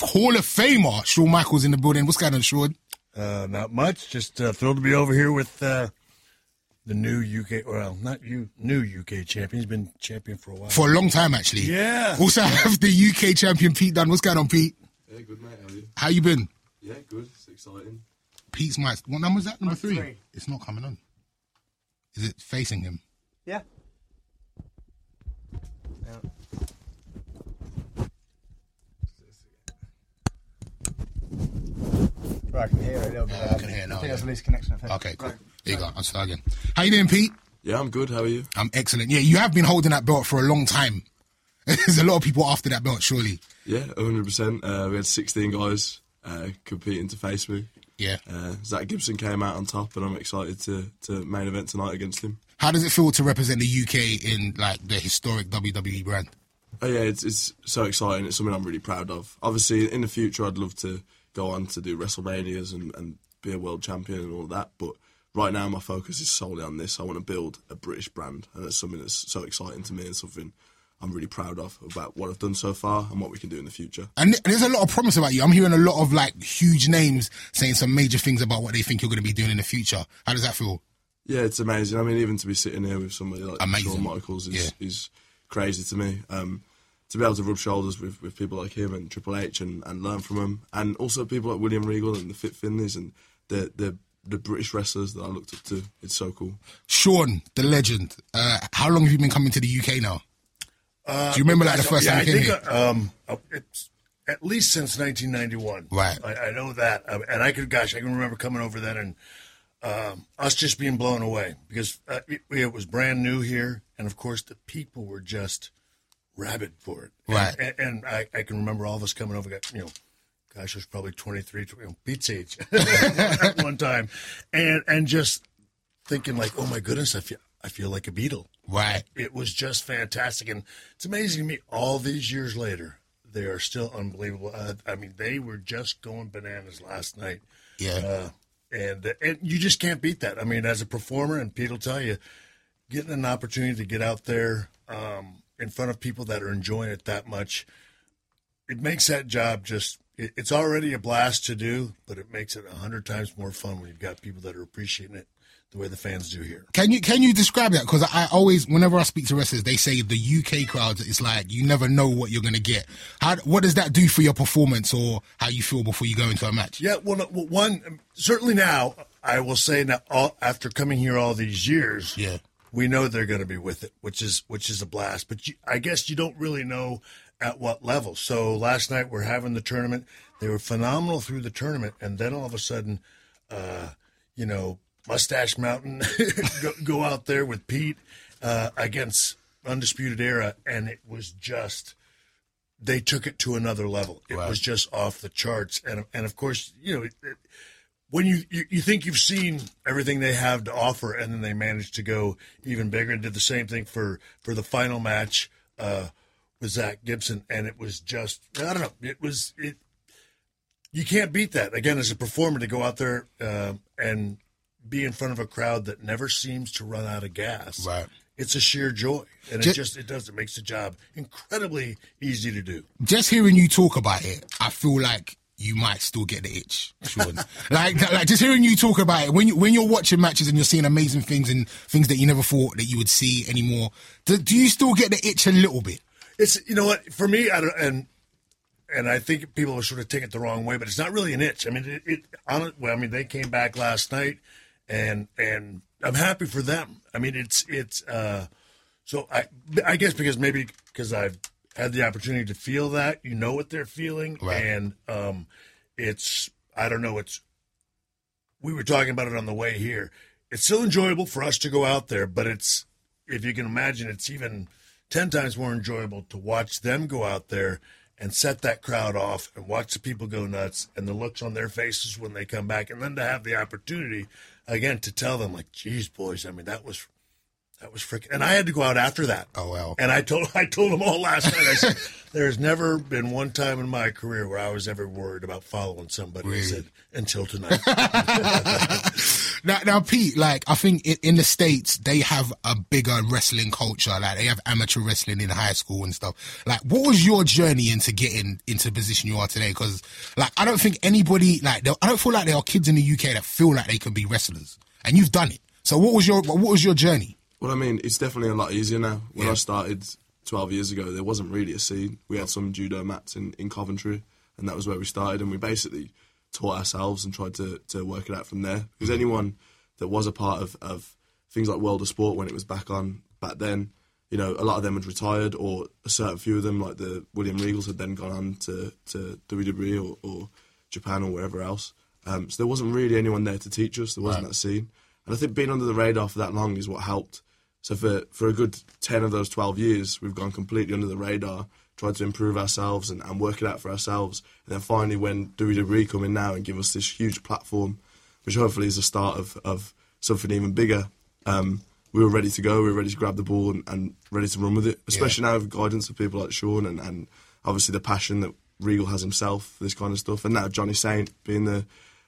S3: Hall of Famer Shawn Michaels in the building. What's going on, Shawn?
S9: Uh, not much. Just uh, thrilled to be over here with uh, the new UK. Well, not you. New UK champion. He's been champion for a while.
S3: For a long time, actually.
S9: Yeah.
S3: Also, I have the UK champion Pete Dunne. What's going on, Pete?
S10: Yeah, good mate. How are you?
S3: How you been?
S10: Yeah, good. It's exciting.
S3: Pete's my. What number is that? Number three.
S11: three.
S3: It's not coming on. Is it facing him?
S11: Yeah.
S10: Right, I can hear it.
S3: I can hear it now, I think that's yeah. the
S10: least connection
S7: Uh,
S10: I've
S3: Okay, cool. There you go. I'll start again. How you doing, Pete?
S10: Yeah, I'm good. How are you?
S3: I'm excellent. Yeah, you have been holding that belt for a long time. There's a lot of people after that belt, surely.
S10: Yeah, 100%. Uh, we had 16 guys uh, competing to face me.
S3: Yeah.
S10: Uh, Zach Gibson came out on top, and I'm excited to, to main event tonight against him.
S3: How does it feel to represent the UK in like the historic WWE brand?
S10: Oh, yeah, it's, it's so exciting. It's something I'm really proud of. Obviously, in the future, I'd love to go on to do WrestleManias and, and be a world champion and all that, but right now, my focus is solely on this. I want to build a British brand, and it's something that's so exciting to me and something I'm really proud of about what I've done so far and what we can do in the future.
S3: And th- there's a lot of promise about you. I'm hearing a lot of like huge names saying some major things about what they think you're going to be doing in the future. How does that feel?
S10: Yeah, it's amazing. I mean, even to be sitting here with somebody like
S3: Amazing.
S10: Shawn Michaels is,
S3: Yeah.
S10: is crazy to me. Um, to be able to rub shoulders with, with people like him and Triple H and, and learn from him, and also people like William Regal and the Fit Finleys and the the the British wrestlers that I looked up to. It's so cool.
S3: Sean, the legend. Uh, how long have you been coming to the UK now? Do you remember like the first
S9: yeah,
S3: time
S9: I
S3: you came
S9: think
S3: here?
S9: uh, um, uh, it's at least since 1991.
S3: Right.
S9: I, I know that, Uh, and I could, gosh, I can remember coming over then and um, us just being blown away because uh, it, it was brand new here, and of course the people were just rabid for it. And-
S3: Right.
S9: and, and I, I can remember all of us coming over, got- you know. Gosh, I was probably 23, 20, you know, Pete's age at one time, and and just thinking like, oh my goodness, I feel I feel like a beetle
S3: right.
S9: it was just fantastic. And it's amazing to me all these years later They are still unbelievable. Uh, I mean, they were just going bananas last night.
S3: Yeah.
S9: Uh, and, and you just can't beat that. I mean, as a performer, and Pete will tell you, getting an opportunity to get out there um, in front of people that are enjoying it that much, it makes that job just. It, it's already a blast to do, but it makes it a hundred times more fun when you've got people that are appreciating it the way the fans do here.
S3: Can you can you describe that? Because I always, whenever I speak to wrestlers, they say the UK crowds. It's like you never know what you're going to get. How what does that do for your performance or how you feel before you go into a match?
S9: Yeah, well, no, well, one um, certainly now I will say now all, after coming here all these years,
S3: yeah,
S9: we know they're going to be with it, which is which is a blast. But you, I guess you don't really know at what level. So last night we're having the tournament; they were phenomenal through the tournament, and then all of a sudden, uh, you know, Mustache Mountain go, go out there with Pete uh, against Undisputed Era, and it was just they took it to another level. It was just off the charts, and and of course, you know, it, it- when you, you you think you've seen everything they have to offer, and then they managed to go even bigger and did the same thing for for the final match uh, with Zach Gibson, and it was just I don't know, it was it. You can't beat that again as a performer to go out there um, and be in front of a crowd that never seems to run out of gas.
S3: Right.
S9: It's a sheer joy, and
S3: Ju-
S9: it just it does it makes the job incredibly easy to do.
S3: Just hearing you talk about it, I feel like you might still get the itch, Sean. like like just hearing you talk about it when you when you're watching matches and you're seeing amazing things and things that you never thought that you would see anymore. Do, do you still get the itch a little bit?
S9: It's you know what for me, I don't, and and I think people are sort of take it the wrong way, but it's not really an itch. I mean, it, it hon- well, I mean, they came back last night, and and I'm happy for them. I mean, it's it's uh, so I I guess because maybe because I've had the opportunity to feel that, you know what they're feeling,
S3: Right.
S9: and um, it's I don't know, it's we were talking about it on the way here. It's still enjoyable for us to go out there, but it's if you can imagine, it's even ten times more enjoyable to watch them go out there and set that crowd off and watch the people go nuts and the looks on their faces when they come back, and then to have the opportunity again to tell them like, "Geez, boys, I mean that was." That was freaking, and I had to go out after that.
S3: Oh wow!
S9: And I told I told them all last night. I said, "There's never been one time in my career where I was ever worried about following somebody." I said, "Until tonight."
S3: Now, now, Pete, like I think i in the states they have a bigger wrestling culture. Like they have amateur wrestling in high school and stuff. Like, what was your journey into getting into the position you are today? Because, like, I don't think anybody like there- I don't feel like there are kids in the UK that feel like they can be wrestlers, and you've done it. So, what was your what was your journey?
S10: Well, I mean, it's definitely a lot easier now. When
S3: Yeah.
S10: I started 12 years ago, there wasn't really a scene. We had some judo mats in, in Coventry, and that was where we started. And we basically taught ourselves and tried to, to work it out from there. Because anyone that was a part of, of things like World of Sport when it was back on back then, you know, a lot of them had retired, or a certain few of them, like the William Regals, had then gone on to, to WWE or, or Japan or wherever else. Um, so there wasn't really anyone there to teach us. There wasn't that scene. And I think being under the radar for that long is what helped. So for, for a good 10 of those 12 years, we've gone completely under the radar, tried to improve ourselves and, and work it out for ourselves. And then finally, when WWE come in now and give us this huge platform, which hopefully is the start of, of something even bigger, um, we were ready to go. We were ready to grab the ball and, and ready to run with it, especially now with guidance of people like Sean and, and obviously the passion that Regal has himself for this kind of stuff. And now Johnny Saint being the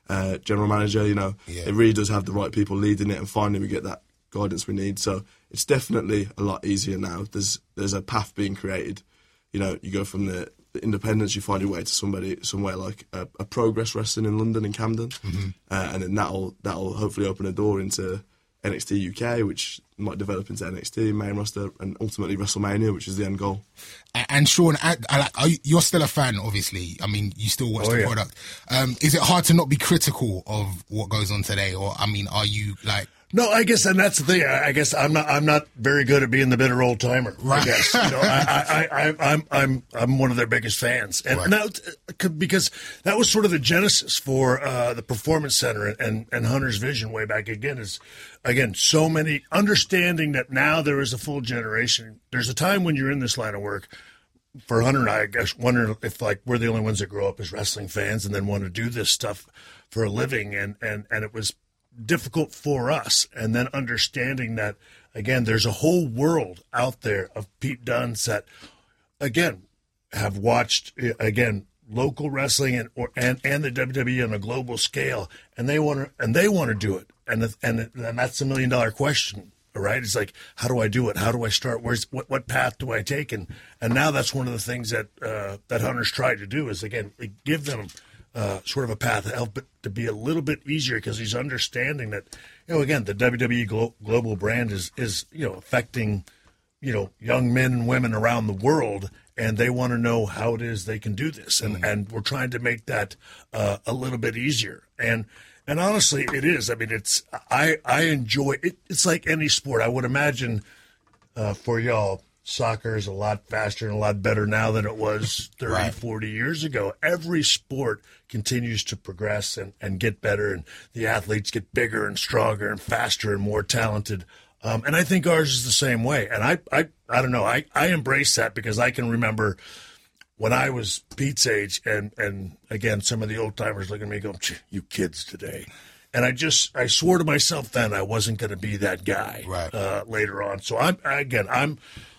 S10: uh, general manager, you know,
S3: Yeah.
S10: it really does have the right people leading it. And finally, we get that guidance we need. So it's definitely a lot easier now. There's there's a path being created. You know, you go from the, the independence, you find your way to somebody somewhere like a, a progress wrestling in London and Camden, uh, and then that'll that'll hopefully open a door into NXT UK, which might develop into NXT main roster and ultimately WrestleMania, which is the end goal.
S3: And, and Sean, I, I like are you, you're still a fan, obviously. I mean, you still watch
S10: Oh,
S3: the
S10: yeah.
S3: product. Um, is it hard to not be critical of what goes on today, or I mean, are you like?
S9: No, I guess, and that's the thing. I I guess I'm not. I'm not very good at being the bitter old timer.
S3: Right.
S9: I guess. You know, I, I, I, I, I'm. I'm. I'm one of their biggest fans, and
S3: Right.
S9: now c- because that was sort of the genesis for uh, the performance center and, and and Hunter's vision way back again is, again, so many understanding that now there is a full generation. There's a time when you're in this line of work for Hunter and I, I guess wonder if like we're the only ones that grow up as wrestling fans and then want to do this stuff for a living, and and and it was difficult for us, and then understanding that again, there's a whole world out there of Pete Dunne that, again, have watched uh, again local wrestling and or, and and the WWE on a global scale, and they want to and they want to do it, and the, and the- and that's a million dollar question, right? It's like how do I do it? How do I start? Where's what what path do I take? And and now that's one of the things that uh, that hunters try to do is again like, give them. Uh, sort of a path to help it to be a little bit easier because he's understanding that, you know, again, the WWE glo- global brand is is you know affecting you know young men and women around the world and they want to know how it is they can do this and and we're trying to make that uh, a little bit easier and and honestly it is i mean it's i i enjoy it it's like any sport i would imagine uh, for y'all soccer is a lot faster and a lot better now than it was 30 40 years ago every sport continues to progress and, and get better and the athletes get bigger and stronger and faster and more talented um, and I think ours is the same way. And I, I, I don't know. I, I embrace that because I can remember when I was Pete's age, and and again, some of the old timers look at me, and go, "Phew, "You kids today." And I just, I swore to myself then I wasn't going to be that guy right. uh, later on. So I'm again, I'm.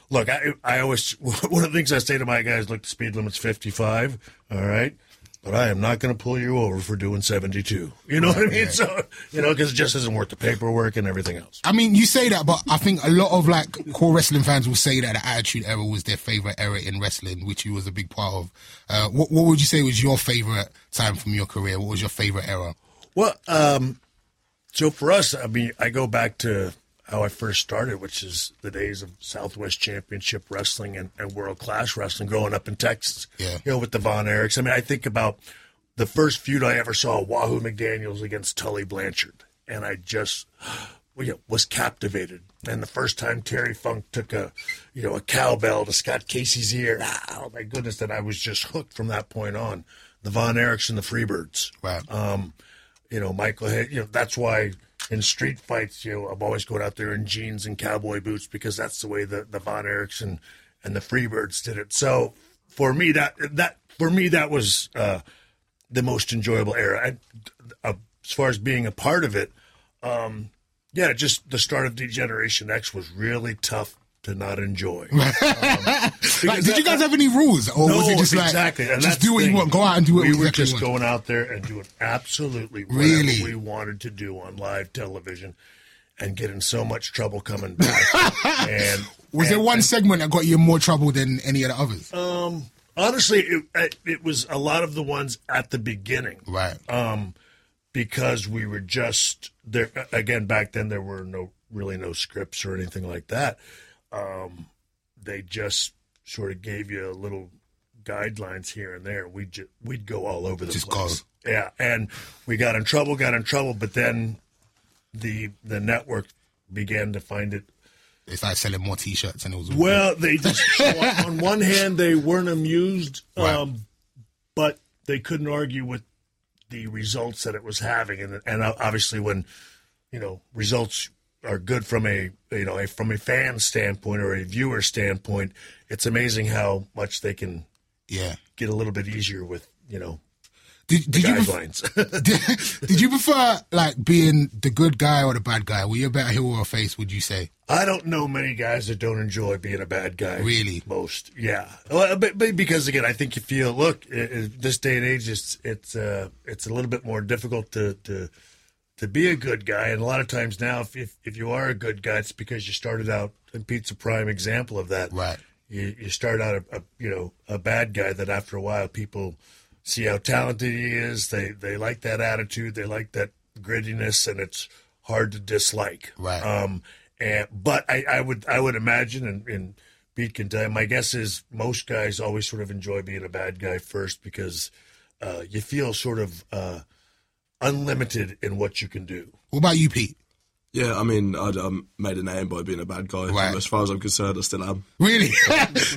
S9: Look, I, I always one of the things I say to my guys: look, the speed limit's fifty-five. All right, but I am not going to pull you over for doing seventy-two. You know what I
S3: Right,
S9: mean?
S3: right.
S9: So you know, because it just isn't worth the paperwork and everything else.
S3: I mean, you say that, but I think a lot of like core wrestling fans will say that the Attitude Era was their favorite era in wrestling, which you was a big part of. Uh, what, what would you say was your favorite time from your career? What was your favorite era?
S9: Well, um, so for us, I mean, I go back to how I first started, which is the days of Southwest Championship Wrestling and, and world class wrestling growing up in Texas. Yeah. You know, with the Von Erichs. I mean, I think about the first feud I ever saw Wahoo McDaniels against Tully Blanchard. And I just well, yeah, was captivated. And the first time Terry Funk took a, you know, a cowbell to Scott Casey's ear, ah, oh my goodness, that I was just hooked from that point on. The Von Erichs and the Freebirds. Right. Um, you know, Michael, Hay- you know, that's why in street fights, you know, I'm always going out there in jeans and cowboy boots because that's the way the, the Von Erichs and, and the Freebirds did it. So for me, that, that, for me, that was, uh, the most enjoyable era. I, uh, as far as being a part of it, um, yeah, just the start of Degeneration X was really tough to not enjoy.
S3: Like, did you guys have any rules, or was it just like
S9: exactly. And
S3: just
S9: that's
S3: do what
S9: the
S3: you
S9: thing.
S3: want, go out and do what
S9: We
S3: exactly
S9: were just
S3: you want?
S9: going out there and doing absolutely whatever
S3: Really?
S9: we wanted to do on live television, and get in so much trouble coming back. and
S3: Was there one segment that got you in more trouble than any of the others?
S9: Um, honestly, it, it- it was a lot of the ones at the beginning,
S3: right?
S9: Um, because we were just there again. Back then, there were no really no scripts or anything like that. Um, they just sort of gave you a little guidelines here and there. We ju- we'd go all over the
S3: Just
S9: place. Yeah, and we got in trouble, got in trouble, but then the the network began to find it
S3: They started selling more T-shirts, and it was all
S9: well, they just so on, on one hand they weren't amused, um, but they couldn't argue with the results that it was having, and and obviously when you know results are good from a you know a, from a fan standpoint or a viewer standpoint, it's amazing how much they can
S3: yeah
S9: get a little bit easier with you know
S3: did, did you pref-
S9: guidelines.
S3: did you prefer like being the good guy or the bad guy? Were you a better heel or a face? Would you say?
S9: I don't know many guys that don't enjoy being a bad guy.
S3: Really?
S9: most. Yeah, well, uh, but, but because again, I think you feel look i i this day and age, it's it's uh, it's a little bit more difficult to to to be a good guy, and a lot of times now, if if, if you are a good guy, it's because you started out. And Pete's a prime example of that. Right. You you start out a, a you know a bad guy that after a while people see how talented he is. They they like that attitude. They like that grittiness, and it's hard to dislike. Right. Um. And but I, I would I would imagine and, and Pete can tell you, my guess is most guys always sort of enjoy being a bad guy first because uh, you feel sort of uh, unlimited in what you can do.
S3: What about you, Pete?
S10: Yeah, I mean, I'd um, made a name by being a bad guy. As far as I'm concerned, I still am.
S3: Really?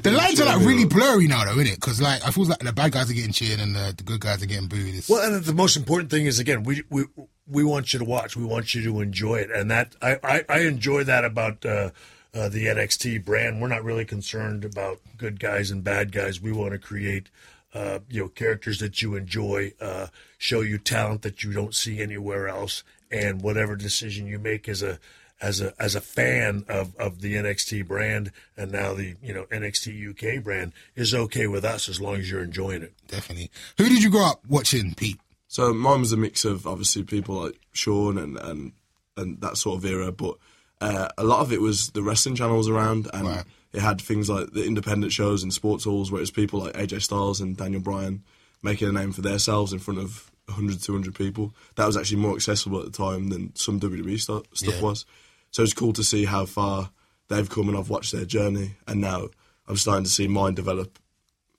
S3: the lines are like really blurry now, though, isn't it? Because like I feel like the bad guys are getting cheered and the, the good guys are getting booed. It's-
S9: Well, and the most important thing is again, we we we want you to watch. We want you to enjoy it, and that I I, I enjoy that about. Uh, uh, the NXT brand. We're not really concerned about good guys and bad guys. We want to create, uh, you know, characters that you enjoy, uh, show you talent that you don't see anywhere else, and whatever decision you make as a as a as a fan of of the NXT brand and now the you know NXT UK brand is okay with us as long as you're enjoying it.
S3: Definitely. Who did you grow up watching, Pete?
S10: So mine was a mix of obviously people like Sean and and and that sort of era, but uh, a lot of it was the wrestling channels around, and it had things like the independent shows and sports halls, where it was people like AJ Styles and Daniel Bryan making a name for themselves in front of 100, 200 people. That was actually more accessible at the time than some WWE stu- stuff
S9: Yeah.
S10: was. So it's cool to see how far they've come, and I've watched their journey, and now I'm starting to see mine develop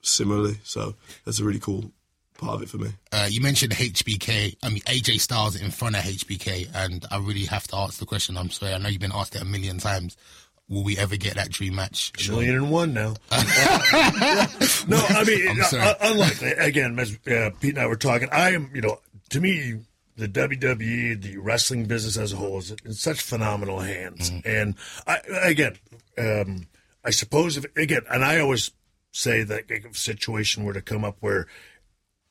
S10: similarly. So that's a really cool part of it for me.
S3: Uh, you mentioned HBK, I mean AJ Styles in front of HBK, and I really have to ask the question. I'm sorry, I know you've been asked it a million times. Will we ever get that dream match?
S9: A million and one now. no, I mean,
S3: I'm
S9: uh,
S3: sorry.
S9: uh, unlikely. Again, as uh, Pete and I were talking, I am, you know, to me, the WWE, the wrestling business as a whole, is in such phenomenal hands.
S3: Mm-hmm.
S9: And I, again, um, I suppose if again, and I always say that if a situation were to come up where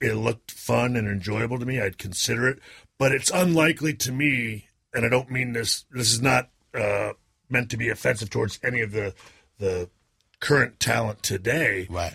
S9: it looked fun and enjoyable to me, I'd consider it. But it's unlikely to me, and I don't mean this. This is not uh, meant to be offensive towards any of the the current talent today.
S3: Right.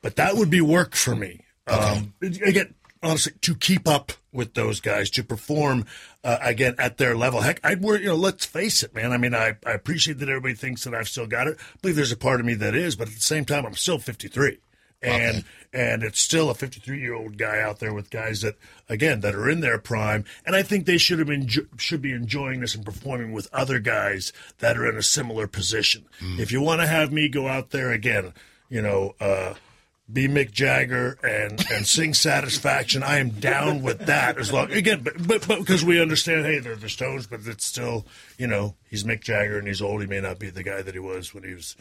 S9: But that would be work for me. Um, again, honestly, to keep up with those guys, to perform uh, again at their level. Heck, I'd worry, you know, let's face it, man. I mean, I, I appreciate that everybody thinks that I've still got it. I believe there's a part of me that is, but at the same time, I'm still 53. And and it's still a 53 year old guy out there with guys that again that are in their prime, and I think they should have been should be enjoying this and performing with other guys that are in a similar position. If you want to have me go out there again, you know, uh, be Mick Jagger and and sing Satisfaction. I am down with that as long again, but but but because we understand, hey, they're the Stones, but it's still you know he's Mick Jagger and he's old. He may not be the guy that he was when he was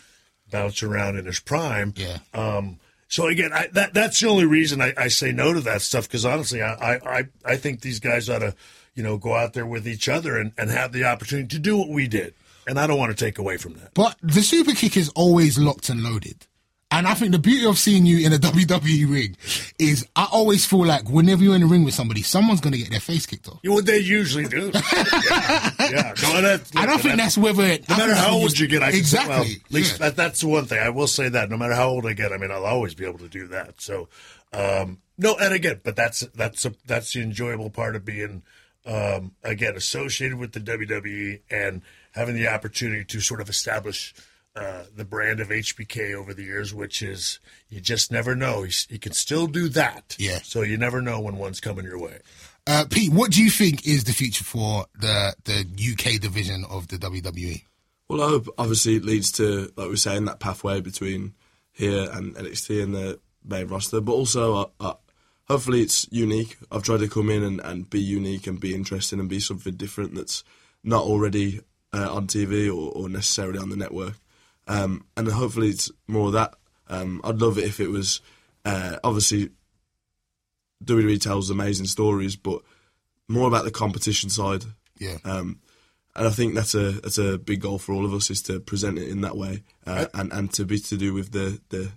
S9: bouncing around in his prime. Yeah. Um. So again, I, that that's the only reason I, I say no to that stuff because honestly, I, I I I think these guys ought to you know go out there with each other and and have the opportunity to do what we did, and I don't want to take away from that.
S3: But the super kick is always locked and loaded. And I think the beauty of seeing you in a WWE ring is I always feel like whenever you're in a ring with somebody, someone's going to get their face kicked off.
S9: You know what they usually do. yeah, yeah. No, that,
S3: I don't think that's whether it-
S9: No
S3: I
S9: matter
S3: think
S9: how
S3: that's
S9: old you get, I can say- well,
S3: Exactly,
S9: at least that, that's the one thing I will say that no matter how old I get, I mean, I'll always be able to do that. So, um, no, and again, but that's that's a, that's the enjoyable part of being um, again associated with the WWE and having the opportunity to sort of establish. Uh, the brand of HBK over the years, which is you just never know. He, s- he can still do that. Yeah. So you never know when one's coming your way.
S3: Uh, Pete, what do you think is the future for the the UK division of the
S12: E?
S3: WWE?
S10: Well, I hope obviously it leads to, like we were saying, that pathway between here and NXT and the main roster, but also uh, uh, hopefully it's unique. I've tried to come in and, and be unique and be interesting and be something different that's not already uh, on TV or, or necessarily on the network. Um, and hopefully it's more of that. Um, I'd love it if it was uh, obviously WWE tells amazing stories, but more about the competition side.
S3: Yeah.
S12: Uh,
S10: Um, and I think that's a that's a big goal for all of us is to present it in that way, uh, and and to be to do with the the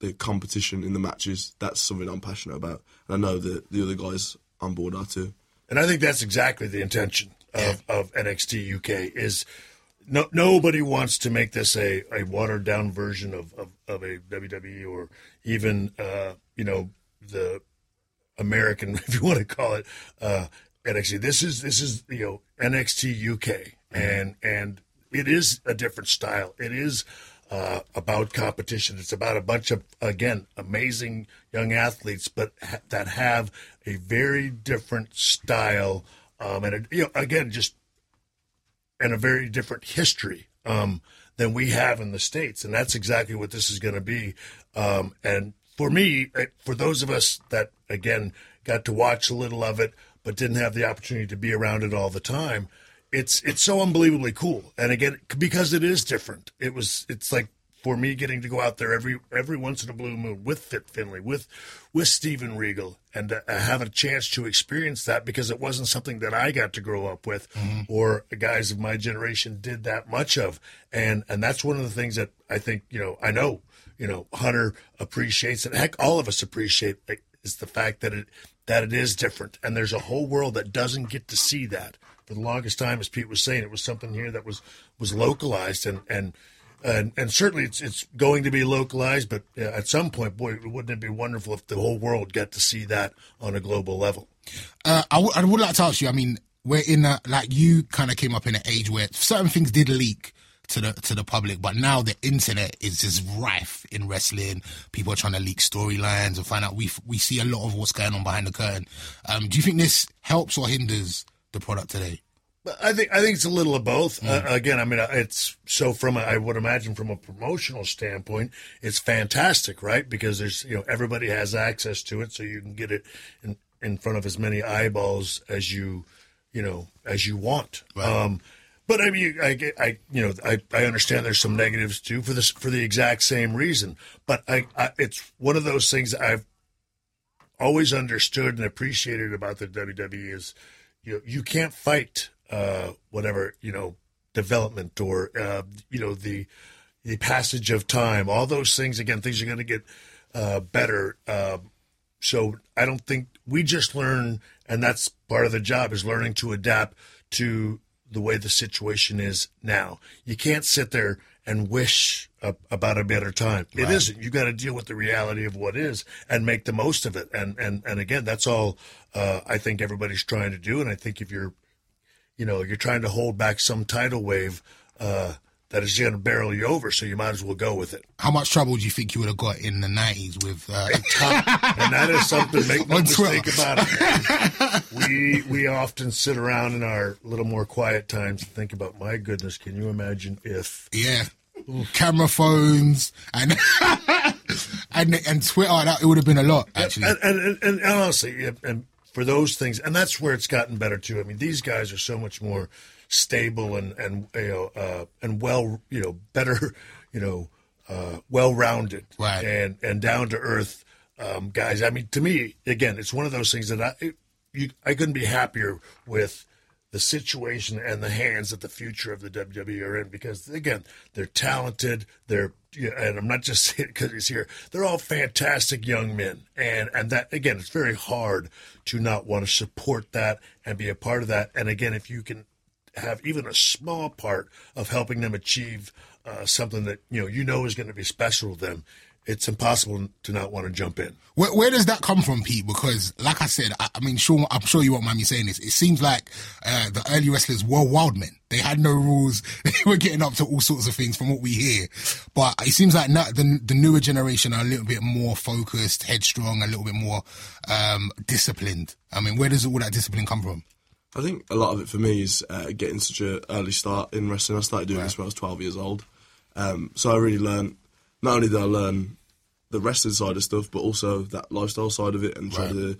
S10: the competition in the matches. That's something I'm passionate about, and I know that the other guys on board are too.
S9: And I think that's exactly the intention of, of NXT UK is no, nobody wants to make this a, a watered down version of, of, of a WWE or even uh, you know the American if you want to call it uh, NXT. This is this is you know NXT UK and and it is a different style. It is uh, about competition. It's about a bunch of again amazing young athletes, but ha- that have a very different style, um, and it, you know, again, just and a very different history um, than we have in the states, and that's exactly what this is going to be. Um, and for me, eh, for those of us that again got to watch a little of it, but didn't have the opportunity to be around it all the time, it's it's so unbelievably cool. And again, c- because it is different, it was it's like for me getting to go out there every every once in a blue moon with Fit Finley, with with Steven Regal, and uh, have a chance to experience that because it wasn't something that I got to grow up with, or guys of my generation did that much of, and and that's one of the things that I think you know I know you know Hunter appreciates, and heck, all of us appreciate like, is the fact that it that it is different, and there's a whole world that doesn't get to see that for the longest time, as Pete was saying, it was something here that was was localized and and. And, and certainly it's it's going to be localized, but uh, at some point, boy, wouldn't it be wonderful if the whole world got to see that on a global level?
S12: Uh, I, w- I would like to ask you. I mean, we're in a, like you kind of came up in an age where certain things did leak to the to the public, but now the internet is just rife in wrestling. People are trying to leak storylines and find out. We f- we see a lot of what's going on behind the curtain. Um, do you think this helps or hinders the product today?
S9: But I think I think it's a little of both. Uh, again, I mean, uh, it's so from a, I would imagine from a promotional standpoint, it's fantastic, right? Because there's you know everybody has access to it, so you can get it in in front of as many eyeballs as you you know as you want. Um, but I mean, I, get- I you know I, I understand there's some negatives too for this for the exact same reason. But I, I it's one of those things I've always understood and appreciated about the WWE is you you can't fight uh, whatever you know development or uh, you know the the passage of time. All those things again, things are going to get uh, better. Um, so I don't think we just learn, and that's part of the job is learning to adapt to the way the situation is now. You can't sit there and wish a, about a better time. It
S13: Right.
S9: isn't. You got to deal with the reality of what is and make the most of it. And and and again, that's all uh, I think everybody's trying to do. And I think if you're you know, you're trying to hold back some tidal wave uh, that is going to barrel you over, so you might as well go with it.
S12: How much trouble do you think you would have got in the nineties with? Uh,
S9: and that is something. Make no
S12: On
S9: mistake
S12: Twitter.
S9: about it. man. we we often sit around in our little more quiet times and think about, my goodness, can you imagine if?
S12: Yeah. Camera phones and and and Twitter. That, it would have been a lot actually.
S9: And, and, and, and honestly, yeah, and for those things, and that's where it's gotten better too. I mean, these guys are so much more stable and and you know uh, and well you know better you know uh, well rounded
S12: Right.
S9: and and down to earth um, guys. I mean, to me, again, it's one of those things that I it, you, I couldn't be happier with the situation and the hands that the future of the WWE are in because again they're talented they're yeah, and I'm not just saying because he's here they're all fantastic young men and and that again it's very hard to not want to support that and be a part of that and again if you can have even a small part of helping them achieve uh, something that you know you know is going to be special to them it's impossible to not want to jump in
S12: Where, where does that come from, Pete? Because, like I said, I, I mean, sure, I'm sure you won't mind me saying this. It seems like uh, the early wrestlers were wild men. They had no rules. They were getting up to all sorts of things, from what we hear. But it seems like now the, the newer generation are a little bit more focused, headstrong, a little bit more um, disciplined. I mean, where does all that discipline come from?
S10: I think a lot of it for me is uh, getting such an early start in wrestling. I started doing this when I was 12 years old. Um, so I really learned, not only did I learn the wrestling side of stuff, but also that lifestyle side of it and try
S13: Right.
S10: to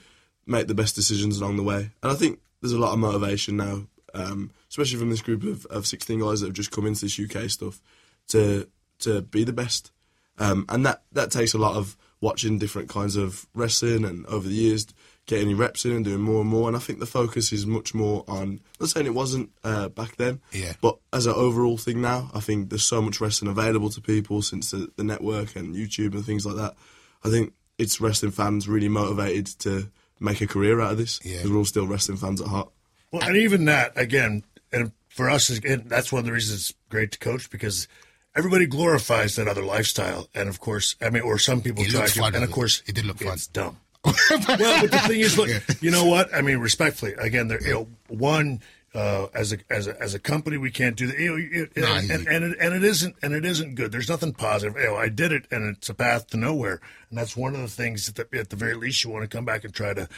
S10: make the best decisions along the way. And I think there's a lot of motivation now, um, especially from this group of, of 16 guys that have just come into this UK stuff, to to be the best. Um, and that, that takes a lot of watching different kinds of wrestling and over the years getting your reps in and doing more and more. And I think the focus is much more on, not saying it wasn't uh, back then,
S12: Yeah.
S10: but as an overall thing now, I think there's so much wrestling available to people since the, the network and YouTube and things like that. I think it's wrestling fans really motivated to make a career out of this because we're all still wrestling fans at heart.
S9: Well, and even that again, and for us, is- and that's one of the reasons it's great to coach because everybody glorifies that other lifestyle, and of course, I mean, or some people
S12: It
S9: try
S12: looked
S9: to,
S12: fun,
S9: and of
S12: doesn't it?
S9: course,
S12: it did look fun. It's
S9: dumb. well, but the thing is, look, you know what? I mean, respectfully, again, there, you know, one uh, as a as a as a company, we can't do that. You know, it,
S13: Nah,
S9: and,
S13: you-
S9: and, and it, and it isn't and it isn't good. There's nothing positive. You know, I did it, and it's a path to nowhere. And that's one of the things that, the, at the very least, you want to come back and try to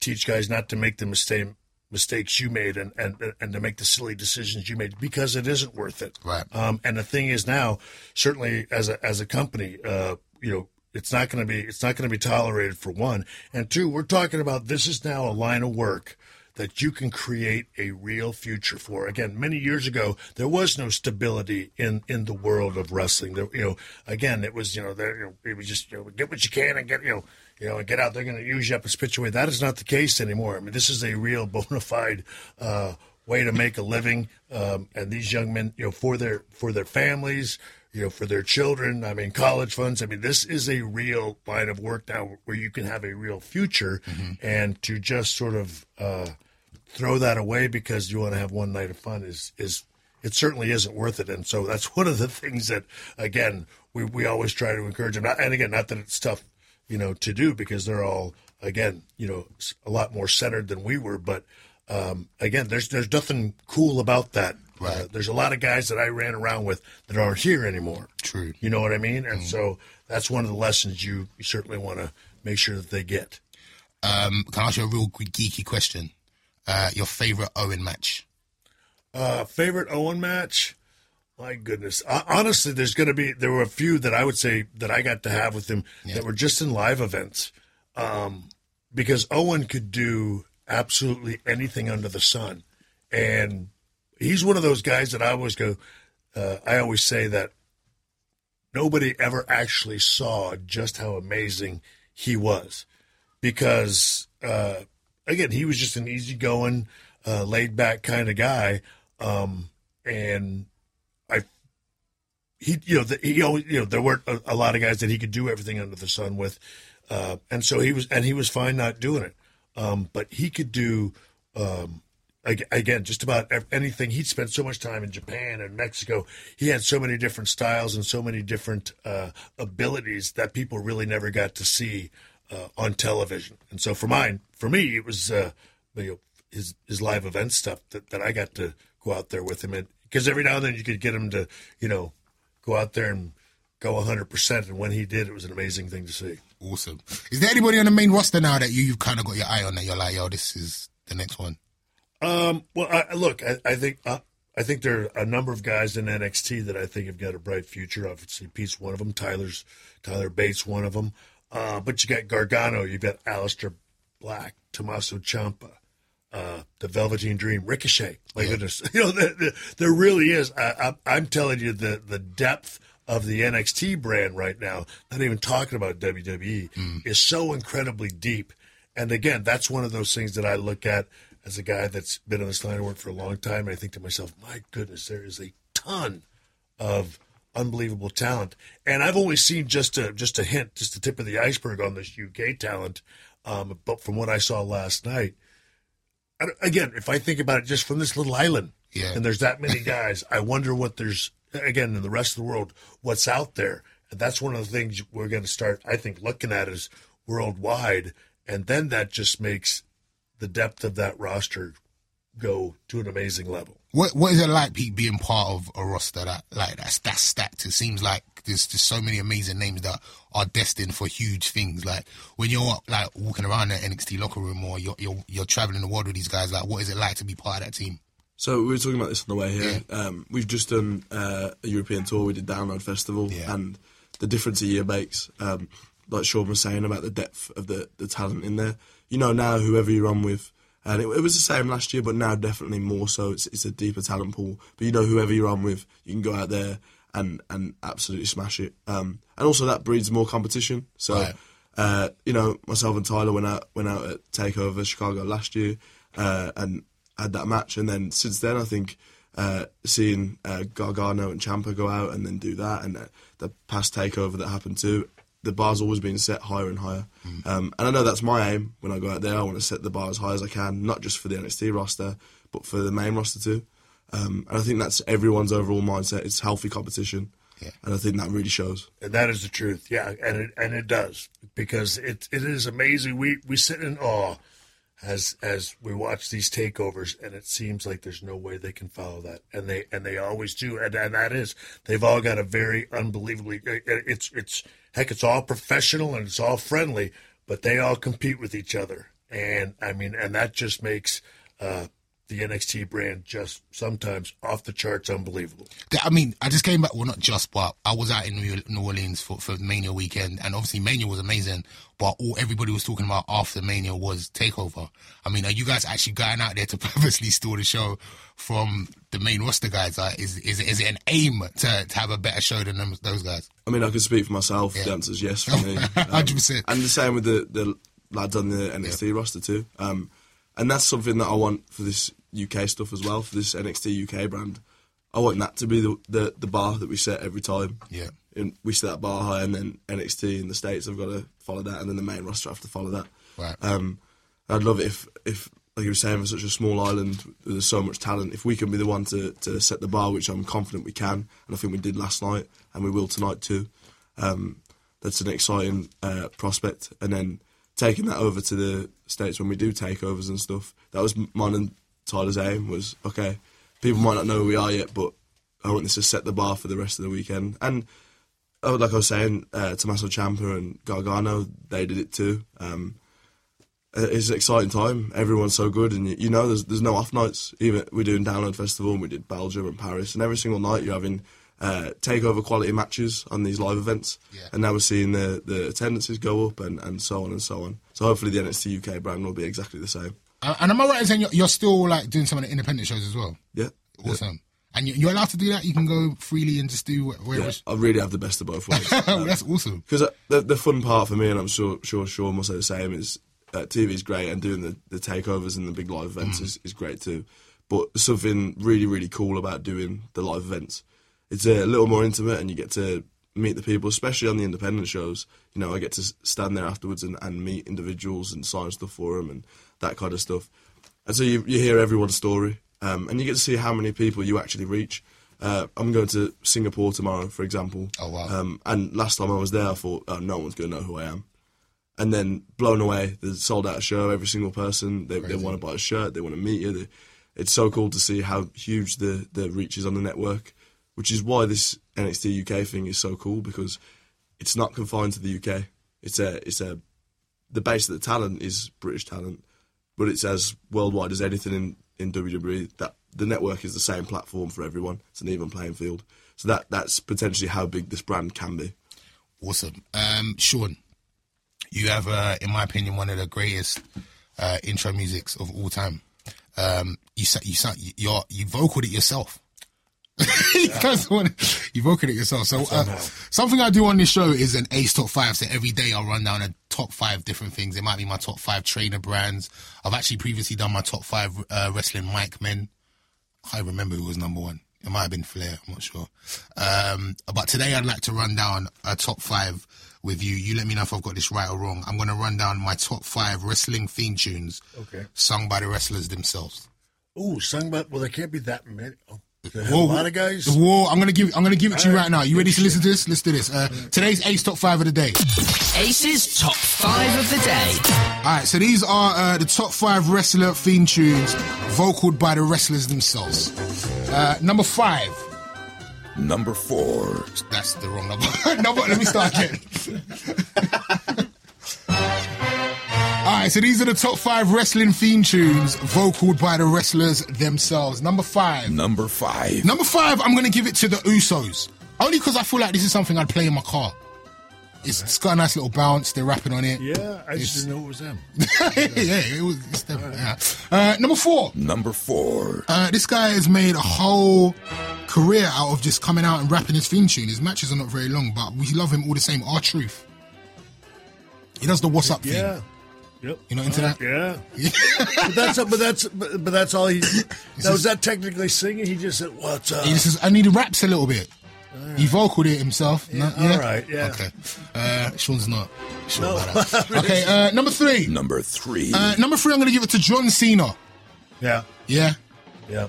S9: teach guys not to make the mistake mistakes you made and, and and to make the silly decisions you made because it isn't worth it
S12: right
S9: um and the thing is now certainly as a as a company uh you know it's not going to be it's not going to be tolerated for one and two we're talking about this is now a line of work that you can create a real future for again many years ago there was no stability in in the world of wrestling there you know again it was you know there you know, it was just you know, get what you can and get you know you know, and get out. They're going to use you up and spit you away. That is not the case anymore. I mean, this is a real bona fide uh, way to make a living. Um, and these young men, you know, for their for their families, you know, for their children. I mean, college funds. I mean, this is a real line of work now where you can have a real future. And to just sort of uh, throw that away because you want to have one night of fun is is it certainly isn't worth it. And so that's one of the things that again we, we always try to encourage them. Not- And again, not that it's tough, you know, to do because they're all again, you know, s- a lot more centered than we were. But um, again, there's there's nothing cool about that. Uh, there's a lot of guys that I ran around with that aren't here anymore. True. You know what I mean? And so that's one of the lessons you, you certainly want to make sure that they get.
S12: Um, can I ask you a real g- geeky question? Uh, your favorite Owen match?
S9: Uh, favorite Owen match? My goodness. Uh, honestly, there's going to be, there were a few that I would say that I got to have with him that were just in live events. Um, because Owen could do absolutely anything under the sun. And he's one of those guys that I always go, uh, I always say that nobody ever actually saw just how amazing he was because uh, again he was just an easygoing uh, laid back kind of guy um, and I he you know the, he always you know there weren't a, a lot of guys that he could do everything under the sun with uh, and so he was and he was fine not doing it um, but he could do um, ag- again just about ev- anything he'd spent so much time in japan and mexico he had so many different styles and so many different uh, abilities that people really never got to see uh, on television and so for mine for me it was uh, you know, his his live event stuff that, that i got to go out there with him and because every now and then you could get him to you know go out there and go 100% and when he did it was an amazing thing to see
S12: awesome Is there anybody on the main roster now that you, you've kind of got your eye on that you're like, yo, this is the next one?
S9: Um, well, I, I- look, I, I think uh, I think there are a number of guys in NXT that I think have got a bright future. Obviously, Pete's one of them. Tyler's Tyler Bates one of them. Uh, but you got Gargano, you've got Alistair Black, Tommaso Ciampa, uh, the Velveteen Dream, Ricochet. My goodness, you know there, there, there really is. I, I, I'm telling you, the the depth of the NXT brand right now, not even talking about WWE, is so incredibly deep. And again, that's one of those things that I look at as a guy that's been on this line of work for a long time. And I think to myself, my goodness, there is a ton of unbelievable talent. And I've only seen just a just a hint, just the tip of the iceberg on this UK talent. Um, but from what I saw last night, I don't- again, if I think about it just from this little island,
S12: Yeah.
S9: and there's that many guys, I wonder what there's again in the rest of the world, what's out there. And that's one of the things we're going to start, I think, looking at is worldwide, and then that just makes the depth of that roster go to an amazing level.
S12: What What is it like, Pete, being part of a roster that like that's that's stacked? It seems like there's just so many amazing names that are destined for huge things. Like when you're like walking around that NXT locker room or you're you're, you're traveling the world with these guys. Like, what is it like to be part of that team?
S10: So we were talking about this on the way here. Um, we've just done uh, a European tour. We did Download Festival, and the difference a year makes. Um, like Sean was saying about the depth of the, the talent in there. You know now whoever you're on with, and it, it was the same last year, but now definitely more so. It's it's a deeper talent pool. But you know whoever you're on with, you can go out there and and absolutely smash it. Um, and also that breeds more competition. So
S12: Right.
S10: uh, you know, myself and Tyler went out went out at Takeover Chicago last year uh, and had that match, and then since then I think uh, seeing uh, Gargano and Champa go out and then do that, and uh, the past Takeover that happened too, the bar's always been set higher and higher. Um, and I know that's my aim when I go out there. I want to set the bar as high as I can, not just for the NXT roster, but for the main roster too. Um, and I think that's everyone's overall mindset. It's healthy competition, and I think that really shows.
S9: And that is the truth. Yeah, and it and it does because it it is amazing. We we sit in awe as as we watch these takeovers, and it seems like there's no way they can follow that, and they and they always do, and and that is they've all got a very unbelievably it- it's it's heck it's all professional and it's all friendly, but they all compete with each other, and I mean, and that just makes. Uh, the NXT brand just sometimes off the charts unbelievable.
S12: Th- I mean, I just came back. Well, not just, but I was out in New New Orleans for, for Mania weekend, and obviously Mania was amazing. But all everybody was talking about after Mania was Takeover. I mean, are you guys actually going out there to purposely steal the show from the main roster guys? Like, is is is it an aim to, to have a better show than them, those guys?
S10: I mean, I could speak for myself. The answer's yes for me. Hundred
S12: percent.
S10: And the same with the, the lads on the NXT roster too. Um, and that's something that I want for this UK stuff as well, for this NXT UK brand. I want that to be the the, the bar that we set every time.
S12: Yeah.
S10: And we set that bar high, and then NXT in the states have got to follow that, and then the main roster have to follow that.
S12: Right.
S10: Um, I'd love it if if like you were saying, for such a small island, there's so much talent. If we can be the one to, to set the bar, which I'm confident we can, and I think we did last night, and we will tonight too, um, that's an exciting uh, prospect. And then taking that over to the States when we do takeovers and stuff, that was mine and Tyler's aim was, okay, people might not know who we are yet, but I want this to set the bar for the rest of the weekend. And oh, like I was saying, uh, Tommaso Ciampa and Gargano, they did it too. Um, uh, it's an exciting time. Everyone's so good, and you, you know there's there's no off nights. Even we're doing Download Festival, and we did Belgium and Paris, and every single night you're having uh, takeover quality matches on these live events.
S3: Yeah.
S10: And now we're seeing the the attendances go up, and, and so on and so on. So hopefully the NXT UK brand will be exactly the same.
S3: Uh, and am I right in saying you're, you're still like doing some of the independent shows as well?
S10: Yeah.
S3: Awesome. And you- you're allowed to do that. You can go freely and just do wh- where.
S10: Yeah, I really have the best of both worlds.
S3: that's awesome.
S10: Because uh, the, the fun part for me, and I'm sure sure Sean will say the same, is uh, TV is great, and doing the, the takeovers and the big live
S3: Mm-hmm.
S10: events is, is great too. But something really really cool about doing the live events, it's a little more intimate, and you get to meet the people, especially on the independent shows. You know, I get to s- stand there afterwards and, and meet individuals and sign stuff for them and that kind of stuff. And so you, you hear everyone's story, um, and you get to see how many people you actually reach. Uh, I'm going to Singapore tomorrow, for example.
S3: Oh wow!
S10: Um, and last time I was there, I thought, oh, no one's going to know who I am. And then blown away, they sold out a show. Every single person they, they
S3: Crazy.
S10: want to buy a shirt, they want to meet you. They, it's so cool to see how huge the the reach is on the network, which is why this NXT UK thing is so cool because it's not confined to the UK. It's a it's a the base of the talent is British talent, but it's as worldwide as anything in, in WWE. That the network is the same platform for everyone. It's an even playing field. So that that's potentially how big this brand can be.
S3: Awesome, um, Sean. You have, uh, in my opinion, one of the greatest uh, intro musics of all time. Um, you sa- you sa- you're, you vocaled it yourself. you guys wanna- you vocaled it yourself. So
S14: That's
S3: uh,
S14: unreal.
S3: something I do on this show is an Ace Top Five. So every day I'll run down a top five different things. It might be my top five trainer brands. I've actually previously done my top five uh, wrestling mic men. I can't remember who was number one. It might have been Flair. I'm not sure. Um, but today I'd like to run down a top five with you. You let me know if I've got this right or wrong. I'm going to run down my top five wrestling theme tunes
S9: Okay.
S3: sung by the wrestlers themselves.
S9: Ooh, sung by. Well, there can't be that many. Oh, they have
S3: Whoa,
S9: a lot of guys.
S3: Whoa, I'm gonna give I'm gonna give it to you right now. You ready to listen to this? Let's do this. Uh, today's ace top five of the day.
S15: Ace's top five of the day.
S3: All right, so these are uh, the top five wrestler theme tunes vocaled by the wrestlers themselves. Uh, number five.
S16: Number four.
S3: That's the wrong number. number. Let me start again. All right, so these are the top five wrestling theme tunes vocaled by the wrestlers themselves. Number five.
S16: Number five.
S3: Number five, I'm going to give it to the Usos. Only because I feel like this is something I'd play in my car. It's, it's got a nice little bounce. They're rapping on it.
S9: Yeah, I
S3: It's-
S9: just didn't know it was them.
S3: yeah, it was. It's them, yeah. Uh, number four.
S16: Number four.
S3: Uh, this guy has made a whole career out of just coming out and rapping his theme tune. His matches are not very long, but we love him all the same. Our truth. He does the what's up
S9: Yeah.
S3: thing.
S9: Yep. Uh,
S3: You know, into that?
S9: Yeah. but that's but that's but, but that's all he. Now, was that technically singing? He just said, "What's up?"
S3: He just says, I need raps a little bit. He vocaled it himself.
S9: Oh, Yeah,
S3: no, yeah?
S9: All right. Yeah.
S3: Okay. Uh, Sean's not sure
S9: No.
S3: about that. Okay, uh, number three.
S16: Number three.
S3: Uh, number three, I'm going to give it to John Cena.
S9: Yeah.
S3: Yeah.
S9: Yeah.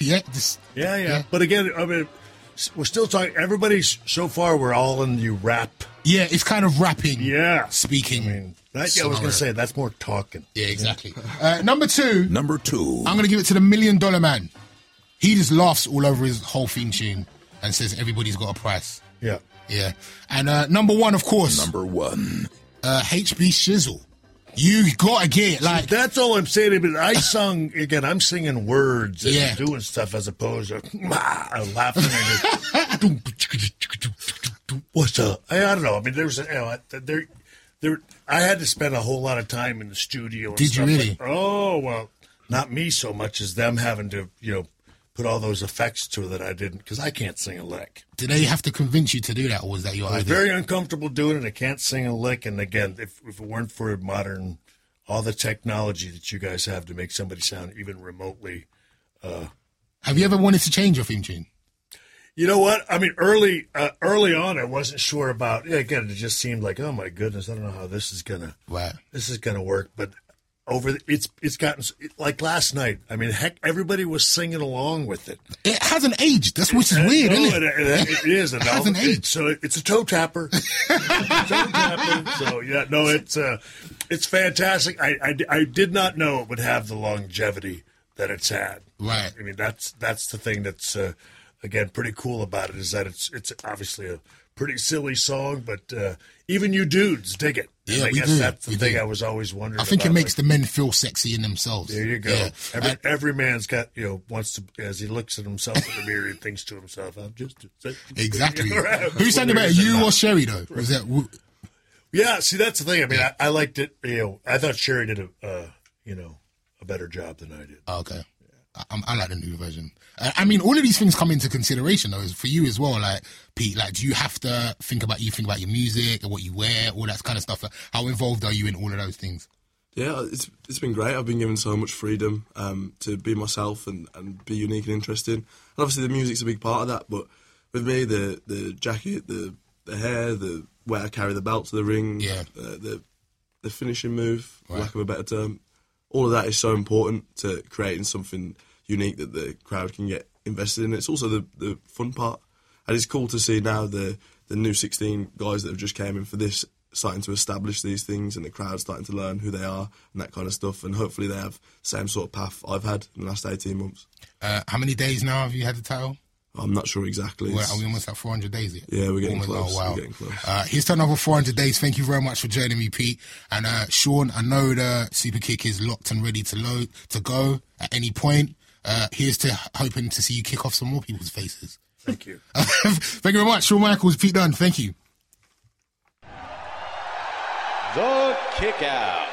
S3: yeah. This,
S9: Yeah. Yeah. But again, I mean, s- we're still talking. Everybody's so far. We're all in the rap.
S3: Yeah, it's kind of rapping.
S9: Yeah.
S3: Speaking.
S9: I mean, that, yeah, I was
S3: Somewhere.
S9: gonna say that's more talking.
S3: Yeah. Exactly. Uh, number two,
S16: Number two.
S3: I'm going to give it to the Million Dollar Man. He just laughs all over his whole theme tune and says everybody's got a price.
S9: Yeah.
S3: Yeah. And uh, number one, of course,
S16: Number one.
S3: uh, HB Shizzle. You gotta get it. Like
S9: that's all I'm saying. But I sung again. I'm singing words and
S3: Yeah.
S9: doing stuff as opposed to laughing. And just, What's up? I, I don't know. I mean, there was a, you know, I- there, there. I had to spend a whole lot of time in the studio. And
S3: Did you
S9: stuff
S3: really?
S9: like- oh well, not me so much as them having to you know put all those effects to it that I didn't because I can't sing a lick.
S3: Did they have to convince you to do that, or was that your
S9: I was
S3: idea?
S9: very uncomfortable doing it. I can't sing a lick. And again, if, if it weren't for modern, all the technology that you guys have to make somebody sound even remotely, uh,
S3: Have you ever wanted to change your theme tune?
S9: you know what? I mean, early uh, early on, I wasn't sure about. yeah, Again, it just seemed like, oh my goodness, I don't know how this is gonna
S3: Right.
S9: this is gonna work. But over the, it's it's gotten s- it- like last night. I mean, heck, everybody was singing along with it.
S3: It hasn't aged. That's which is weird,
S9: No,
S3: isn't it?
S9: it- it- it is.
S3: It
S9: Adolfo.
S3: hasn't
S9: It-
S3: aged.
S9: so it's a toe tapper. toe tapper. So yeah, no, it's uh, it's fantastic. I, I I did not know it would have the longevity that it's had.
S3: Right.
S9: I mean, that's that's the thing that's uh, again pretty cool about it is that it's it's obviously a pretty silly song, but uh, even you dudes dig it. And
S3: Yeah,
S9: I
S3: we
S9: guess
S3: do.
S9: that's the
S3: We
S9: thing
S3: do.
S9: I was always wondering.
S3: I think it
S9: about,
S3: makes the men feel sexy in themselves.
S9: there you go.
S3: Yeah.
S9: Every,
S3: I-
S9: every man's got you know wants to as he looks at himself in the mirror, he thinks to himself, "I'm just a sexy
S3: exactly.
S9: thing."
S3: Who sang about it,
S9: Whether
S3: you
S9: it's
S3: or Sherry though? Was that who-
S9: Yeah, see that's the thing. I mean, I, I liked it. You know, I thought Sherry did a uh, you know a better job than I did.
S3: Oh, okay? I, I like the new version. I, I mean, all of these things come into consideration though, is for you as well. Like Pete, like do you have to think about you think about your music and what you wear, all that kind of stuff? Like, how involved are you in all of those things?
S10: Yeah, it's it's been great. I've been given so much freedom um, to be myself and, and be unique and interesting. And obviously, the music's a big part of that. But with me, the the jacket, the the hair, the where I carry the belt to the ring,
S3: Yeah.
S10: uh, the the finishing move, for lack of a better term, all of that is so important to creating something unique that the crowd can get invested in. It's also the the fun part, and it's cool to see now the the new sixteen guys that have just came in for this starting to establish these things, and the crowd starting to learn who they are and that kind of stuff. And hopefully, they have the same sort of path I've had in the last eighteen months.
S3: Uh, how many days now have you had the title?
S10: I'm not sure exactly.
S3: We're,
S10: It's-
S3: are we almost at 400 days yet?
S10: Yeah, we're getting
S3: Almost,
S10: close.
S3: Oh, wow.
S10: We're getting close.
S3: Uh, he's turned over 400 days. Thank you very much for joining me, Pete. And uh, Sean, I know the super kick is locked and ready to load to go at any point. Uh, here's to hoping to see you kick off some more people's faces.
S9: Thank you.
S3: Thank you very much, Sean Michaels, Pete Dunn. Thank you.
S17: The kick out.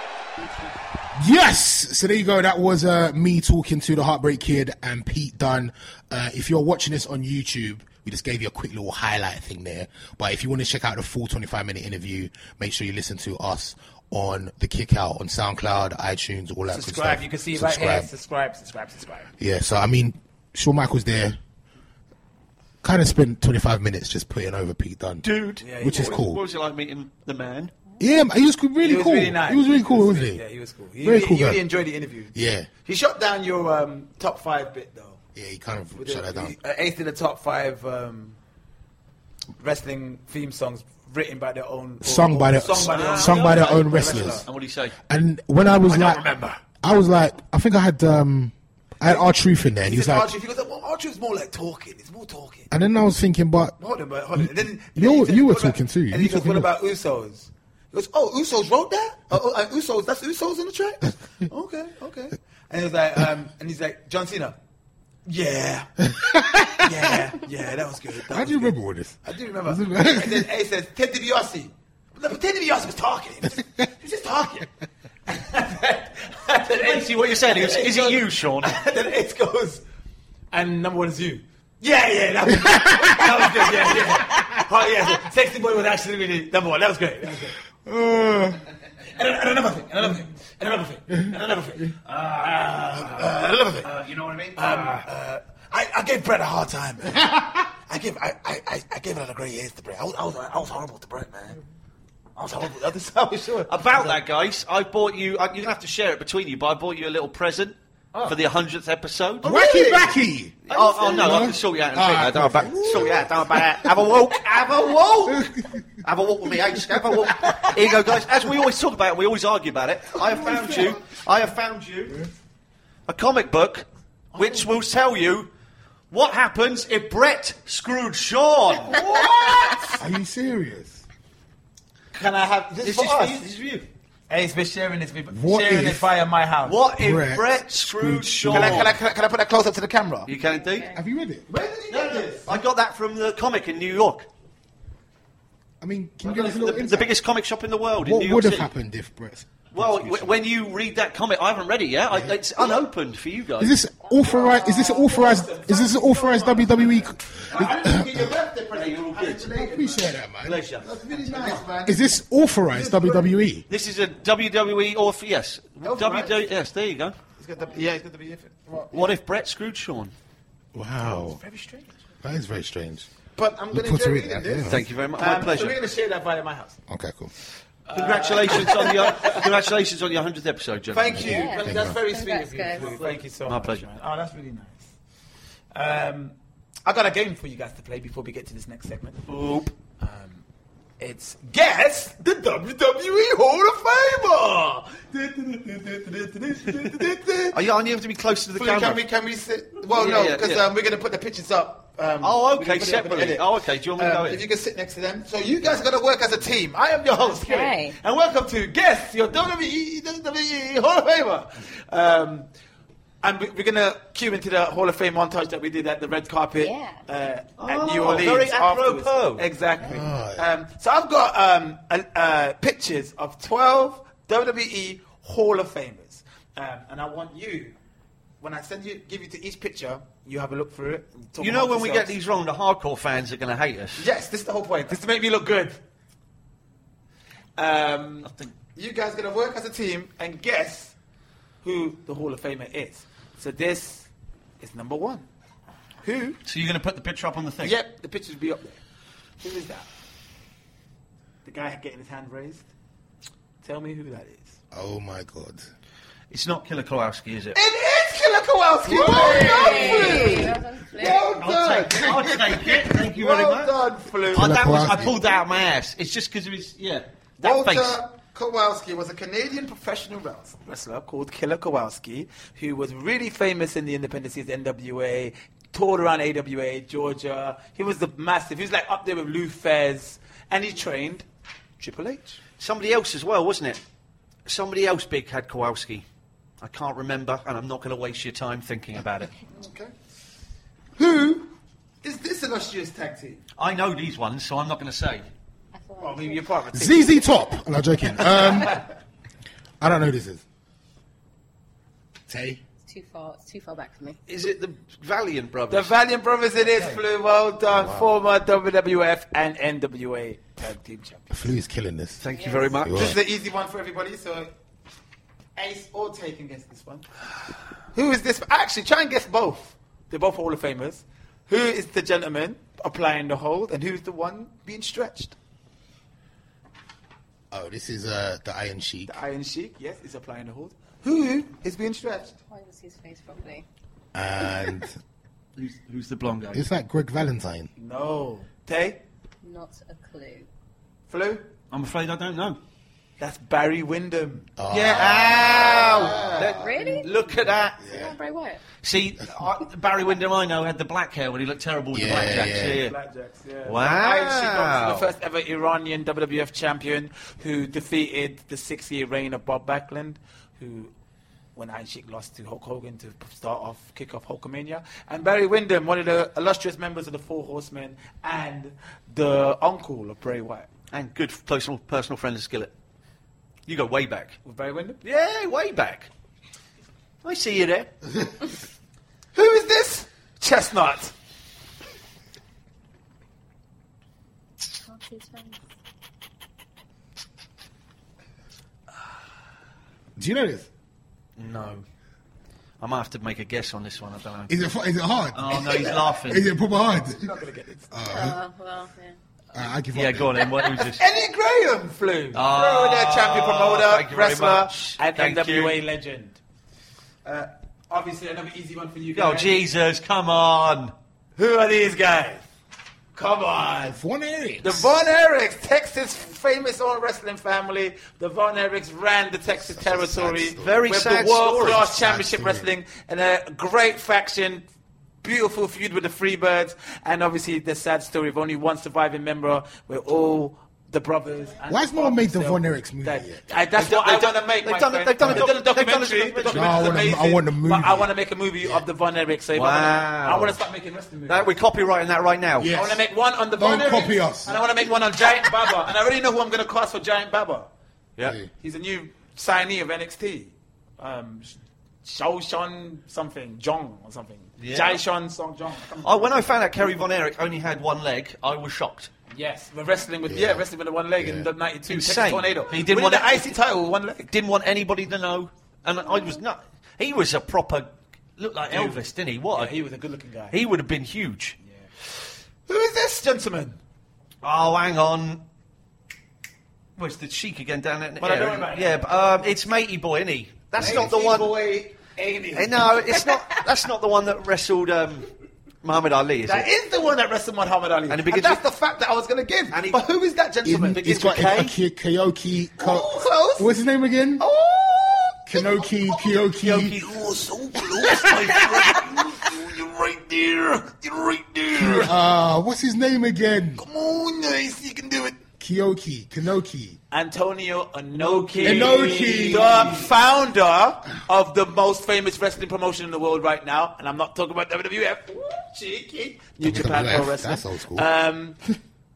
S3: Yes. So there you go. That was uh, me talking to the Heartbreak Kid and Pete Dunn. Uh, if you're watching this on YouTube, we just gave you a quick little highlight thing there. But if you want to check out the full 25 minute interview, make sure you listen to us on the kick out on SoundCloud, iTunes, all that good
S2: Subscribe.
S3: stuff.
S2: You can see it right
S3: subscribe.
S2: here. Subscribe, subscribe, subscribe.
S3: Yeah. So I mean, Shawn Michaels there. Kind of spent 25 minutes just putting over Pete Dunn,
S5: dude,
S3: which is
S5: What was-
S3: cool.
S5: What was it like meeting the man?
S3: Yeah, man, he was really
S7: He was
S3: cool.
S7: really nice.
S3: He was really cool,
S7: He was
S3: wasn't
S7: really-
S3: he?
S7: yeah, he was cool. He
S3: Very
S7: really-
S3: cool
S7: he
S3: guy.
S7: really enjoyed the interview.
S3: Yeah.
S7: He shot down your um, top five bit though.
S3: Yeah, he kind of
S7: With
S3: shut
S7: the-
S3: that down.
S7: uh, Eight of the top five um, wrestling theme songs written by their own,
S3: Sung by their-
S7: sung by their, own-
S3: sung by their own wrestlers.
S5: Ah. And what do you say?
S3: And when I was
S7: I don't
S3: like,
S7: remember.
S3: I was like, I think I had, um, I had R Truth in there, and he was
S7: Archie,
S3: like,
S7: if you look at- well, Archie was more like talking. It's more talking.
S3: and then I was thinking, but
S7: Hold on, but hold on. And then, and
S3: you
S7: then
S3: know
S7: he
S3: what-
S7: said,
S3: you were
S7: what about-
S3: talking too.
S7: And
S3: You
S7: he goes,
S3: talking
S7: "What
S3: to-
S7: about Usos?" He goes, "Oh, Usos wrote that. Oh, oh, and Usos. That's Usos in the track. okay, okay." And he was like, um, and he's like, "John Cena." Yeah, yeah, yeah. That was good. That
S3: how
S7: was
S3: do you remember all this?
S7: I do remember. and then A says, Ted DiBiase. But look, Ted DiBiase was talking. He was just, he was just talking.
S5: See what you're saying is, is it you, Sean?
S7: And then Ace goes, and number one is you. Yeah, yeah, that was, that was good. Yeah, yeah. Oh, yeah. Sexy boy was actually really number one. That was great. That was great. Uh. And, and another thing, and another thing, and another thing, and another thing. Uh, uh, and another thing.
S2: you know what I mean?
S7: Um, uh, I, I gave Brett a hard time, man. I gave I, I, I- I gave it a great years to Brett. I was, I was I was horrible to Brett, man. I was horrible. That's how we sure.
S5: About that, guys, I bought you. I, you're gonna have to share it between you, but I bought you a little present for the hundredth episode.
S3: Wacky Wacky!
S5: Oh, oh, no, I can sort Oh, you out. In a
S3: All
S5: bit.
S3: right,
S5: I don't know about- sort you out. Don't know about that. Have a walk. Have a walk. Have a walk with me, Ace. Have a walk. Here you go, guys. As we always talk about, it, we always argue about it. I have found you. I have found you a comic book, which will tell you. What happens if Brett screwed Sean? What?
S3: Are you serious?
S7: Can I have this,
S5: This
S7: for
S5: is
S7: us?
S5: for you, this is for you.
S2: Ace, we're sharing this. We're
S3: What
S2: sharing
S3: if-
S2: this via my house.
S5: What if
S3: Brett
S5: Brett, screwed,
S3: screwed
S5: Sean?
S7: Can I, can, I, can, I, can I put that close up to the camera?
S5: You can indeed.
S3: Have you read it?
S5: I got that from the comic in New York.
S3: I mean, can you give us a
S5: The,
S3: little
S5: the
S3: insight?
S5: biggest comic shop in the world in New
S3: What
S5: York
S3: would have
S5: City.
S3: happened if Brett?
S5: Well, w- when you read that comic, I haven't read it yet. I, it's unopened for you guys.
S3: Is this authorized? Is this authorized? Is this an authorized E? WWE? Appreciate that, man.
S5: Pleasure.
S3: Is this authorized E? WWE?
S5: This is a WWE author. Yes,
S7: Authorised.
S5: WWE. Yes, there you go.
S7: It's got the, yeah, it's got the BF.
S5: What if Brett screwed Sean?
S3: Wow,
S7: Very strange.
S3: that is very strange.
S7: But I'm going to
S3: Look forward
S7: enjoy
S3: to
S7: reading
S3: reading that,
S7: this. Um,
S3: yeah.
S5: Thank you very much. My
S7: So
S5: pleasure.
S7: we're going to share that via my house.
S3: Okay, cool.
S5: Congratulations on your congratulations on your hundredth episode, gentlemen.
S18: Thank you. Yeah.
S2: That's very sweet of you.
S18: Congrats, guys.
S2: Thank you so
S5: My
S2: much.
S5: pleasure.
S2: man. Oh, that's really nice. Um, I got a game for you guys to play before we get to this next segment. Um, it's guess the
S7: E
S2: WWE Hall of Famer.
S5: Are you? I need to be closer to the
S7: Please,
S5: camera.
S7: Can we? Can we sit? Well,
S5: Yeah,
S7: no,
S5: yeah,
S7: because
S5: yeah.
S7: um, we're going to put the pictures up. Um,
S5: Oh,
S7: we're gonna
S5: okay,
S7: put it up in
S5: separately.
S7: edit.
S5: Oh, okay. Do you want me to
S7: Um,
S5: go in?
S7: If you can sit next to them, so you guys got to work as a team. I am your host, Kenny, and welcome to Guess Your WWE, WWE E Hall of Famer. Um, and we- we're going to cue into the Hall of Fame montage that we did at the red carpet uh, at New
S5: Oh,
S7: Orleans.
S5: very
S7: afterwards.
S5: apropos.
S7: Exactly. Um, so I've got um, uh, uh, pictures of 12 WWE Hall of Famers. Um, and I want you, when I send you, give you to each picture, you have a look through it. and talk
S5: You know
S7: amongst
S5: when we get
S7: yourselves.
S5: these wrong, the hardcore fans are going to hate us.
S7: Yes, this is the whole point. This is to make me look good. Um, you guys going to work as a team and guess who the Hall of Famer is. So this is number one. Who?
S5: So you're going to put the picture up on the thing.
S7: Yep, the pictures will be up there. Who is that? The guy getting his hand raised. Tell me who that is.
S5: Oh my god. It's not Killer Kowalski, is it?
S7: It is Killer Kowalski. Well done, Flu. Well done.
S5: I'll take, I'll take it. Thank you very
S7: Well
S5: much.
S7: done, Flu.
S5: Oh, that was, I pulled that out of my ass. It's just because of his yeah. That
S7: Walter
S5: face.
S7: Kowalski was a Canadian professional wrestler. wrestler called Killer Kowalski, who was really famous in the Independencies, NWA, toured around AWA, Georgia. He was the massive. He was like up there with Lou Fez, and he trained Triple H.
S5: Somebody else as well, wasn't it? Somebody else big had Kowalski. I can't remember, and I'm not going to waste your time thinking about it.
S7: Okay. Who is this illustrious tag team?
S5: I know these ones, so I'm not going to say.
S7: Well, I mean, you're part of a team.
S3: ZZ Top. No, joking. Um, I don't know who this is.
S7: Tay.
S4: It's too far. It's too far back for me.
S5: Is it the Valiant brothers?
S7: The Valiant Brothers, it is. Flew well done,
S3: Wow.
S7: former WWF and NWA tag team champion.
S3: Flu is killing this.
S5: Thank you very much.
S3: You are.
S7: This is the easy one for everybody, so ace or take against this one. Who is this? Actually, try and guess both. They're both Hall of Famers. Who is the gentleman applying the hold, and who's the one being stretched?
S19: Oh, this is uh, the Iron Sheik.
S7: The Iron Sheik, yes, is applying the hold. Who is being stretched?
S4: I can see his face properly.
S19: And
S5: who's, who's the blonde guy?
S19: Is that Greg Valentine?
S7: No. Tay?
S4: Not a clue.
S7: Flu?
S5: I'm afraid I don't know.
S7: That's Barry Windham. Oh,
S5: Yeah. Ow! That-
S4: Really?
S5: Look at that.
S4: Not Bray Wyatt.
S5: See, I, Barry Windham I know had the black hair when he looked terrible with the
S7: Yeah,
S5: blackjacks.
S7: yeah.
S5: Yeah.
S7: Blackjacks, yeah. Iron Sheik,
S5: Wow.
S7: obviously the first ever Iranian WWF champion who defeated the six-year reign of Bob Backlund, who, when Iron Sheik lost to Hulk Hogan to start off, kick off Hulkamania, and Barry Windham, one of the illustrious members of the Four Horsemen, and the uncle of Bray Wyatt.
S5: And good personal personal friend of Skillet. You go way back.
S7: With Barry Windham?
S5: Yeah, way back. I see you there.
S7: Who is this? Chestnut.
S4: Can't see his face.
S19: Do you know this?
S5: No. I might have to make a guess on this one. I don't know.
S3: Is it fu- is it hard?
S5: Oh, no, he's laughing.
S3: is it proper hard?
S4: Oh, well, yeah.
S3: I give
S5: yeah, go on then. What, who's this?
S7: Eddie Graham flew.
S5: Ah,
S7: Throw their champion
S5: thank
S7: promoter,
S5: you very
S7: wrestler,
S5: much.
S7: and
S5: Thank
S7: NWA
S5: you.
S7: legend. Uh, obviously, another easy one for you
S5: Oh,
S7: guys.
S5: Jesus, come on.
S7: Who are these guys? Come on.
S3: Von Eric.
S7: The Von Erichs, Texas famous own wrestling family. The Von Erichs ran the Texas territory.
S5: Very
S7: with
S5: sad
S7: the world class
S5: story.
S7: championship
S5: Sad story.
S7: wrestling and a great faction. Beautiful feud with the Freebirds, and obviously the sad story of only one surviving member. We're all the brothers. and
S3: Why has no one made the
S7: themselves
S3: Von Erichs movie
S7: dead.
S3: yet?
S7: I, that's
S5: They've
S7: what
S5: done-
S7: I want to make.
S5: they've
S7: my
S5: done a-
S7: friend.
S5: they've done a doc-
S7: They've done a
S5: they've done a
S7: documentary. The
S5: documentary.
S7: documentary is
S3: No, I wanna- I
S7: amazing,
S3: want a
S7: But I
S3: movie.
S7: want to make a movie of the Von Erichs. So if
S5: Wow.
S7: I want to start making wrestling movies.
S5: That, we're copyrighting that right now.
S7: I want to make one on the
S3: Don't
S7: Von Erichs,
S3: copy us.
S7: and I want to make one on Giant Baba, and I already know who I'm going to cast for Giant Baba.
S5: Yeah.
S7: He's a new signee of NXT, um, Shaoshon something, Jong or something,
S5: Yeah.
S7: Jai Shon Song Jong. I can't remember.
S5: Oh, when I found out Kerry Von Erich only had one leg, I was shocked.
S7: Yes, we're wrestling with yeah, wrestling with the one leg in the '92 Texas
S5: Insane.
S7: Tornado.
S5: He
S7: Winning
S5: didn't want
S7: the
S5: it-
S7: IC title, with one leg.
S5: Didn't want anybody to know. And I was not. He was a proper. Looked like
S7: Dude.
S5: Elvis, didn't Oh, he? What?
S7: Yeah,
S5: a-
S7: he was a good-looking guy.
S5: He would have been huge.
S7: Who is this gentleman?
S5: Oh, hang on. Well, it's the cheek again down there. in the
S7: Well, I
S5: air,
S7: don't
S5: isn't
S7: know
S5: it? Yeah, but um, it's matey boy, isn't he? That's not the one. Eh, no, it's not. That's not the one that wrestled um, Muhammad Ali. Is
S7: That
S5: it?
S7: is the one that wrestled Muhammad Ali.
S5: And
S7: And,
S5: it begins
S7: that's the fact that I was going to give. but who is that gentleman?
S3: He's got a Kyoki.
S7: close.
S3: What's his name again?
S7: Oh,
S3: Kinoki, Kyoki.
S20: You're so close, my friend. You, are right there. You're right there.
S3: Uh, what's his name again?
S20: Come on, nice. You can do it.
S3: Kyoki, Kinoki.
S7: Antonio Inoki.
S3: Inoki.
S7: The founder of the most famous wrestling promotion in the world right now. And I'm not talking about WWF. Ooh, Cheeky. New Japan Pro
S3: WWF,
S7: Wrestling.
S3: that's old school.
S7: Um,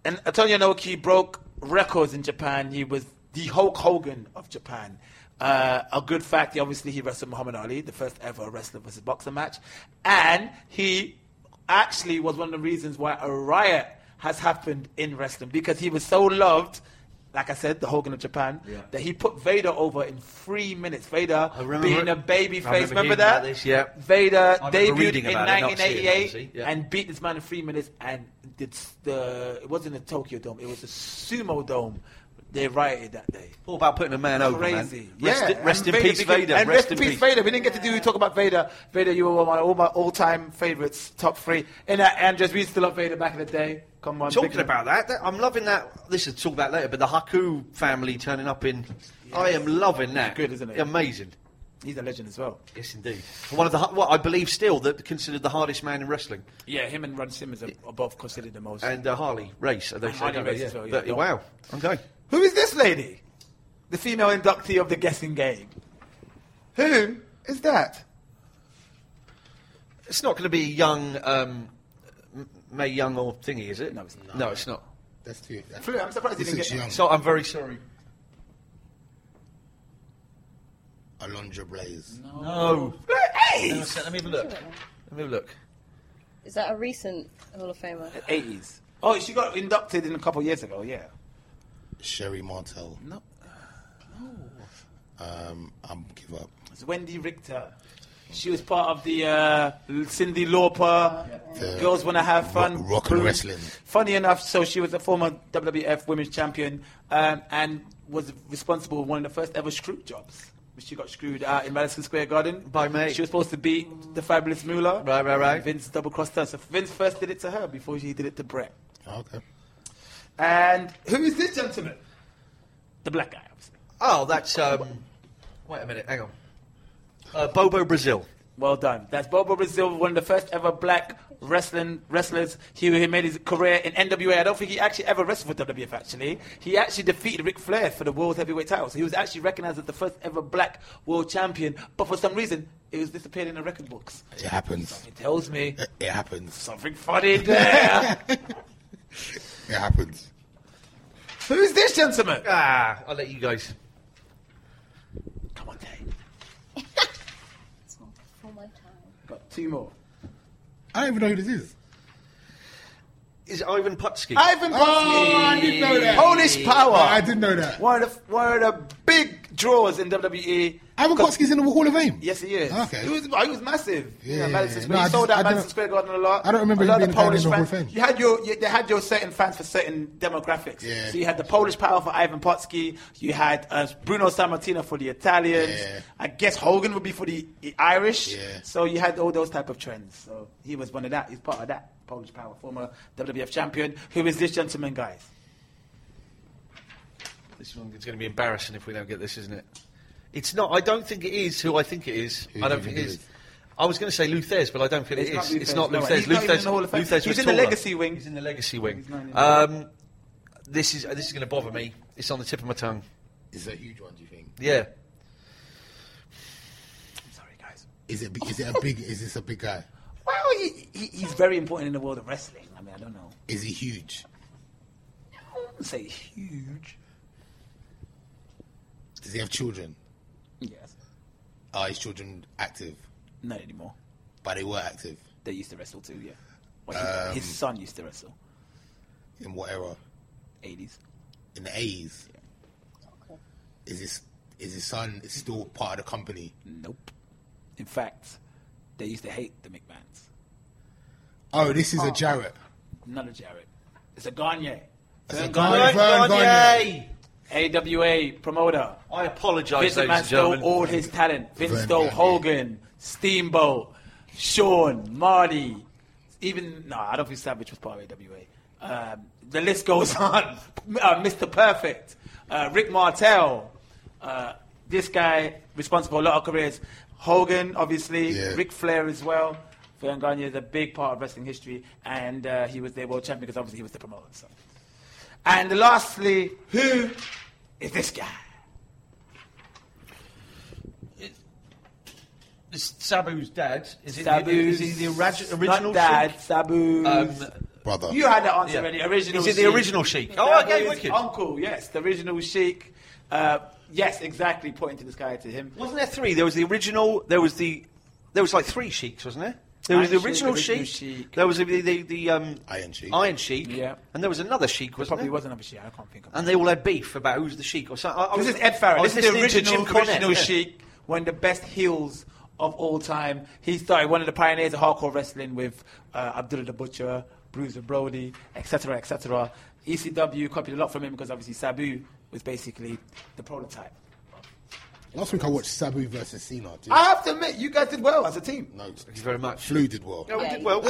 S7: and Antonio Inoki broke records in Japan. He was the Hulk Hogan of Japan. Uh, a good fact, he obviously, he wrestled Muhammad Ali, the first ever wrestler versus boxer match. And he actually was one of the reasons why a riot has happened in wrestling because he was so loved. Like I said, the Hogan of Japan,
S5: Yeah.
S7: that he put Vader over in three minutes. Vader
S5: remember
S7: being
S5: it.
S7: a baby
S5: I remember
S7: face. Remember
S5: hearing
S7: that?
S5: about this, yeah.
S7: Vader
S5: I remember
S7: debuted
S5: reading
S7: in
S5: about it, not seeing it,
S7: 1988
S5: obviously. Yeah.
S7: and beat this man in three minutes. And did s- the it wasn't the Tokyo Dome; it was the Sumo Dome. They rioted that day.
S5: All about putting a man over, man.
S7: Crazy.
S5: Rest,
S7: yeah.
S5: rest in
S7: and
S5: peace,
S7: became-
S5: Vader.
S7: And
S5: rest in
S7: peace, Vader. We didn't get to do talk about Vader. Vader, you were one of my, all my all-time favorites, top three. And uh, Andres, we used to love Vader back in the day. Come on,
S5: Talking
S7: big-
S5: about that, that- I'm loving that. This is talk about later, but the Haku family turning up in. I am loving that.
S7: good, isn't it?
S5: Amazing.
S7: He's a legend as well.
S5: Yes, indeed. One of the, ha- what I believe still that considered the hardest man in wrestling,
S7: Yeah, him and Ron Simmons are both considered the most.
S5: and uh, Harley Race. Are they
S7: And Harley
S5: don't they?
S7: Race as well, yeah.
S5: But,
S7: Don't-
S5: wow. Okay.
S7: Who is this lady? The female inductee of the guessing game. Who is that?
S5: It's not going to be young, um, M- May Young or thingy, is it? No, it's not. No, it's not.
S3: That's too.
S7: Flew, I'm surprised you
S3: This
S7: didn't
S3: is
S7: get
S3: young.
S5: So I'm very sorry.
S3: Alondra Blaze.
S5: No.
S7: Hey!
S5: Hang on a sec, Let me have a look. Let me have a look.
S4: Is that a recent Hall of Famer?
S7: 80s. Oh, she got inducted in a couple of years ago, yeah.
S3: Sherry Martel.
S7: No.
S3: Um, I'm give up.
S7: It's Wendy Richter. She was part of the uh, Cindy Lauper,
S3: The
S7: Girls Wanna Have Fun.
S3: rock- rock and
S7: group.
S3: wrestling.
S7: Funny enough, so she was a former WWF Women's Champion um, and was responsible for one of the first ever screw jobs. She got screwed out in Madison Square Garden.
S5: By me.
S7: She was supposed to beat the fabulous Moolah.
S5: Right, right, right.
S7: And Vince double crossed her. So Vince first did it to her before he did it to Brett.
S3: Okay.
S7: And who is this gentleman? The black guy, obviously.
S5: Oh, that's. Um, wait a minute. Hang on. Uh, Bobo Brazil.
S7: Well done. That's Bobo Brazil, one of the first ever black wrestling wrestlers. He, he made his career in NWA. I don't think he actually ever wrestled for WWF, actually. He actually defeated Ric Flair for the World Heavyweight title. So he was actually recognized as the first ever black world champion. But for some reason, it was disappeared in the record books.
S3: It happens.
S7: It tells me
S3: It happens.
S7: something funny there.
S3: It happens.
S7: Who's this gentleman?
S5: Ah, I'll let you guys.
S7: Come on, Dave.
S4: It's not before my time.
S7: Got two more.
S3: I don't even know who this is.
S5: Is it Ivan Putski?
S7: Ivan Putski.
S3: Oh, I didn't know that.
S7: Polish power.
S3: Oh, I didn't know that.
S7: one of the, one of the big draws in WWE.
S3: Ivan Koski's in the Hall of Fame.
S7: Yes, he is.
S3: Okay.
S7: He was, he was massive.
S3: Yeah,
S7: Yeah,
S3: yeah,
S7: Madison
S3: yeah.
S7: Square.
S3: No, I
S7: he sold
S3: just- I
S7: out Madison
S3: don't-
S7: Square Garden a lot.
S3: I don't remember
S7: a
S3: him
S7: lot of
S3: being a guy in
S7: Polish
S3: the Hall of
S7: fans-
S3: Fame.
S7: You had your, you, they had your certain fans for certain demographics.
S3: Yeah.
S7: So you had the Polish power for Ivan Potsky. You had uh, Bruno Sammartino for the Italians.
S3: Yeah.
S7: I guess Hogan would be for the I- Irish.
S3: Yeah.
S7: So you had all those type of trends. So he was one of that. He's part of that Polish power, former WWF champion. Who is this gentleman, guys?
S5: This one's going to be embarrassing if we don't get this, isn't it? It's not. I don't think it is who I think it is.
S3: Who
S5: I
S3: do
S5: don't
S3: you think
S5: think it
S3: it
S5: is.
S3: is?
S5: I was going to say Luthes, but I don't think it's
S7: Luthes,
S5: It's not
S7: no way.
S5: Luthes.
S7: He's not even
S5: Luthes.
S7: in the Hall of Fame.
S5: Luthes
S7: He's
S5: was
S7: in the
S5: taller.
S7: legacy wing.
S5: He's in the legacy wing.
S7: He's not in the-
S5: Um, this is this is going to bother me. It's on the tip of my tongue.
S3: Is it a huge one? Do you think?
S5: Yeah.
S7: I'm sorry, guys.
S3: Is it? Is it a big? is this a big guy?
S7: Well, he, he, he's very important in the world of wrestling. I mean, I don't know.
S3: Is he huge?
S7: I wouldn't say huge.
S3: Does he have children?
S7: Yes.
S3: Are his children active?
S7: Not anymore.
S3: But they were active
S7: They used to wrestle too, yeah. Well, he- his
S3: Um,
S7: son used to wrestle.
S3: in what era?
S7: 80s.
S3: In the eighties. Is his is his son still part of the company?
S7: Nope. In fact, they used to hate the McMahons.
S3: Oh, this is a Jarrett.
S7: Not a Jarrett. It's a Gagne.
S3: It's a
S7: Gagne.
S3: Vern Gagne.
S7: AWA promoter.
S5: I apologise,
S7: Vince
S5: ladies
S7: Man
S5: and gentlemen.
S7: stole all his talent. Vince
S5: Vince.
S7: stole Hogan, Steamboat, Sean, Marty. Even no, I don't think Savage was part of AWA. Um, the list goes on. Uh, Mr. Perfect, uh, Rick Martel. Uh, this guy responsible for a lot of careers. Hogan, obviously. Rick Flair as well. Fern Gagne is a big part of wrestling history, and uh, he was their world champion because obviously he was the promoter. So. And lastly, who is this guy?
S5: It's Sabu's dad. Is it
S7: Sabu's-
S5: the, is he the origi- original
S7: not dad,
S5: Sheik?
S7: Sabu's
S5: brother.
S7: You had the answer
S5: Um, Yeah.
S7: already. Original.
S5: Is it the
S7: Sheik.
S5: original Sheik?
S7: Sabu's
S5: Oh, okay, wicked.
S7: Uncle, yes, the original Sheik. Uh, yes, exactly. Pointing to this guy to him.
S5: Wasn't there three? There was the original. There was the. There was like three sheiks, wasn't there? There was the
S7: Iron Sheik,
S5: original
S7: original
S5: sheik.
S7: Sheik.
S5: There was the the, the, the um,
S3: Iron Sheik.
S5: Iron Sheik. Yeah. And there was another sheik, wasn't
S7: Probably
S5: there?
S7: wasn't a Sheik. I can't think of.
S5: And they all had beef about who's the sheik or something. I- I
S7: This
S5: was-
S7: is Ed
S5: I
S7: Farrell.
S5: was
S7: This is the
S5: listening to
S7: original,
S5: Jim Cornette,
S7: original
S5: yeah.
S7: Sheik, one of the best heels of all time. He started one of the pioneers of hardcore wrestling with uh, Abdullah the Butcher, Bruiser Brody, etc., etc. ECW E copied a lot from him because obviously Sabu was basically the prototype.
S3: Last week I watched Sabu versus Cena. dude.
S7: I have to admit, you guys did well as a team.
S3: No, thank
S5: you very much.
S3: Flu did well.
S7: Yeah, we did well.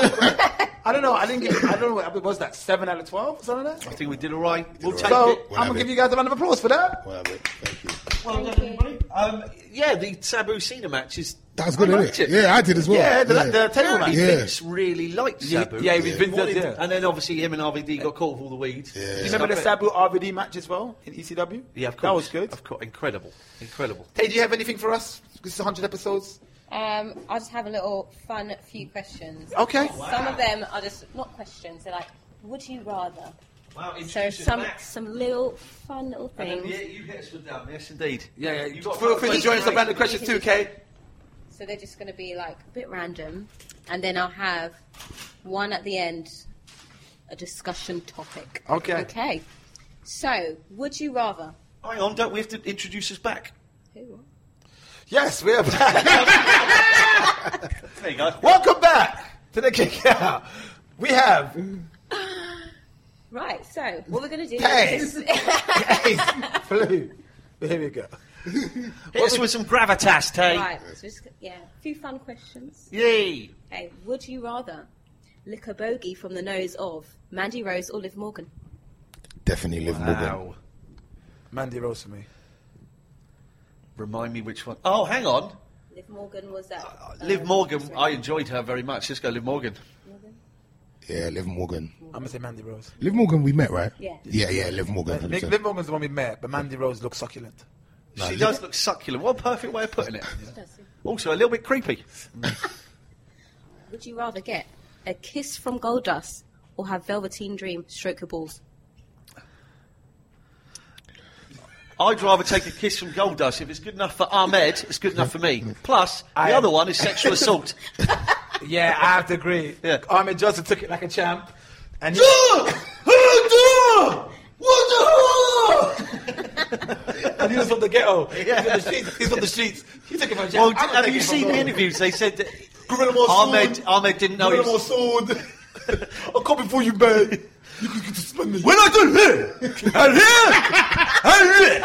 S7: I don't know. I didn't. Give, I don't know. What, what was that seven out of twelve? Something like that.
S5: I think we did all right. We'll take
S7: so
S5: it.
S7: I'm gonna give you guys a round of applause for that.
S5: Well done, everybody. Um, yeah, the Sabu Cena match is.
S12: That was good,
S5: I
S12: innit?
S5: liked it.
S12: Yeah, I did as well.
S5: Yeah, the,
S12: Yeah.
S5: the table match.
S12: Yeah.
S5: Vince really liked
S7: Yeah,
S5: Sabu.
S7: yeah, he was Vince does,
S5: Wanted-
S7: yeah.
S5: And then obviously him and RVD got caught for all the weed.
S7: Do you remember the Sabu RVD match as well in ECW?
S5: Yeah, of course.
S7: That was good.
S5: Of course, incredible, incredible.
S7: Hey, do you have anything for us? This is 100 episodes.
S4: Um, I'll just have a little fun few questions.
S7: Okay.
S4: Some of them are just not questions. They're like, would you rather?
S5: Wow,
S4: So
S5: introduce us
S4: some
S5: back.
S4: some little fun little
S5: And then,
S4: things.
S5: yeah, you hit us with that. Yes, indeed.
S7: Yeah, yeah. You
S5: got
S7: feel free to join us on random questions too, Kay.
S4: So they're just going to be like a bit random, and then I'll have one at the end, a discussion topic.
S5: Okay.
S4: Okay. So, would you rather?
S5: Hang on, don't we have to introduce us back?
S4: Who?
S7: Yes, we are back.
S5: there you go.
S7: Welcome back to the kick out. We have
S4: Right. So, what we're going to do
S7: Yes.
S4: is
S7: flu. Here we go.
S5: Hit us with some gravitas, Tay.
S4: right. So just, yeah, a few fun questions.
S5: Yay!
S4: Okay. Would you rather lick a bogey from the nose of Mandy Rose or Liv Morgan?
S3: Definitely Liv Morgan.
S7: Mandy Rose for me.
S5: Remind me which one. Oh, hang on.
S4: Liv Morgan was that.
S5: Uh,
S4: uh,
S5: Liv Morgan. I enjoyed her very much. Let's go, Liv Morgan.
S3: Yeah, Liv Morgan.
S7: I'm gonna say Mandy Rose.
S3: Liv Morgan, we met, right?
S7: Yeah.
S3: Yeah, yeah, Liv Morgan.
S7: Nick, Liv Morgan's the one we met, but Mandy Rose looks succulent.
S5: she does look succulent. What a perfect way of putting it. Also, a little bit creepy.
S4: Would you rather get a kiss from Goldust or have Velveteen Dream stroke your balls?
S5: I'd rather take a kiss from Goldust. If it's good enough for Ahmed, it's good enough for me. Plus, the other one is sexual assault.
S7: Yeah, I have to agree. Yeah. Armin Johnson took it like a champ. And What the hell? and he was from the ghetto. He's on the streets. He's on the streets. He took it from a
S5: Well,
S7: champ.
S5: d- have you seen the interviews? They said that
S7: Gorilla more
S5: Ahmed,
S7: soon.
S5: Ahmed didn't know. he
S7: Gorilla more
S5: was-
S7: sword. I'll come before you, man.
S21: When I do here, and here, and here.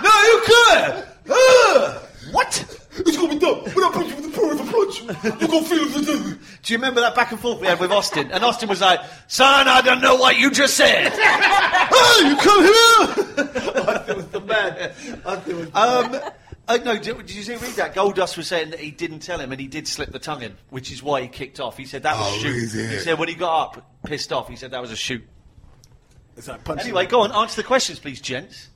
S21: No, you can't. Ah.
S5: What?
S21: It's gonna be done. When I punch you with the power of the punch, you're gonna feel the thing.
S5: Do you remember that back and forth we had with Austin? And Austin was like, "Son, I don't know what you just said."
S21: hey, you come here.
S5: the man. Um, uh, no, did, did you see, read that? Goldust was saying that he didn't tell him, and he did slip the tongue in, which is why he kicked off. He said that was
S21: Oh,
S5: a shoot.
S21: is it?
S5: He said when he got up, pissed off, he said that was a shoot.
S7: It's like punching.
S5: Anyway, go on, answer the questions, please, gents.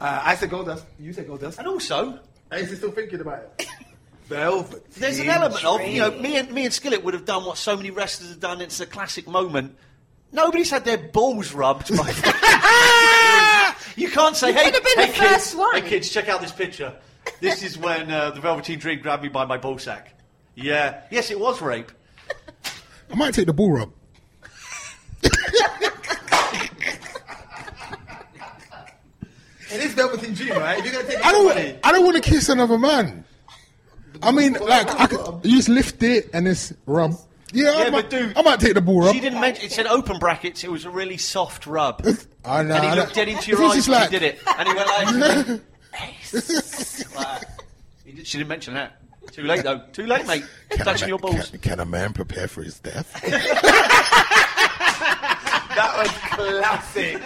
S7: Uh, I said Goldust. You said Goldust. And
S5: also,
S7: is he still thinking about it? Velvet.
S5: There's an element of you know me and me and Skillet would have done what so many wrestlers have done. It's a classic moment. Nobody's had their balls rubbed. By you can't say,
S21: You
S5: "Hey,
S21: could have been
S5: hey
S21: the
S5: kids,
S21: first one."
S5: hey kids, check out this picture. This is when uh, the Velveteen Dream grabbed me by my ball sack." Yeah, yes, it was rape.
S12: I might take the ball rub.
S7: It is Velveteen Dream, right? If you're gonna take
S12: I
S5: Oh!
S7: anybody-
S12: don't. I don't want to kiss another man. I mean, like, I could, you just lift it and it's rub.
S3: Yeah, I, might, I might take the ball up.
S5: She didn't mention. It said open brackets. It was a really soft rub.
S3: I know.
S5: and
S3: I
S5: he
S3: know.
S5: looked dead into
S3: It's
S5: your eyes
S3: just
S5: when
S3: like-
S5: he did it, and he went like, "Ace." Like, he did- she didn't mention that. Too late though. Too late, mate. Touching your balls.
S22: Can, can a man prepare for his death?
S5: That was classic.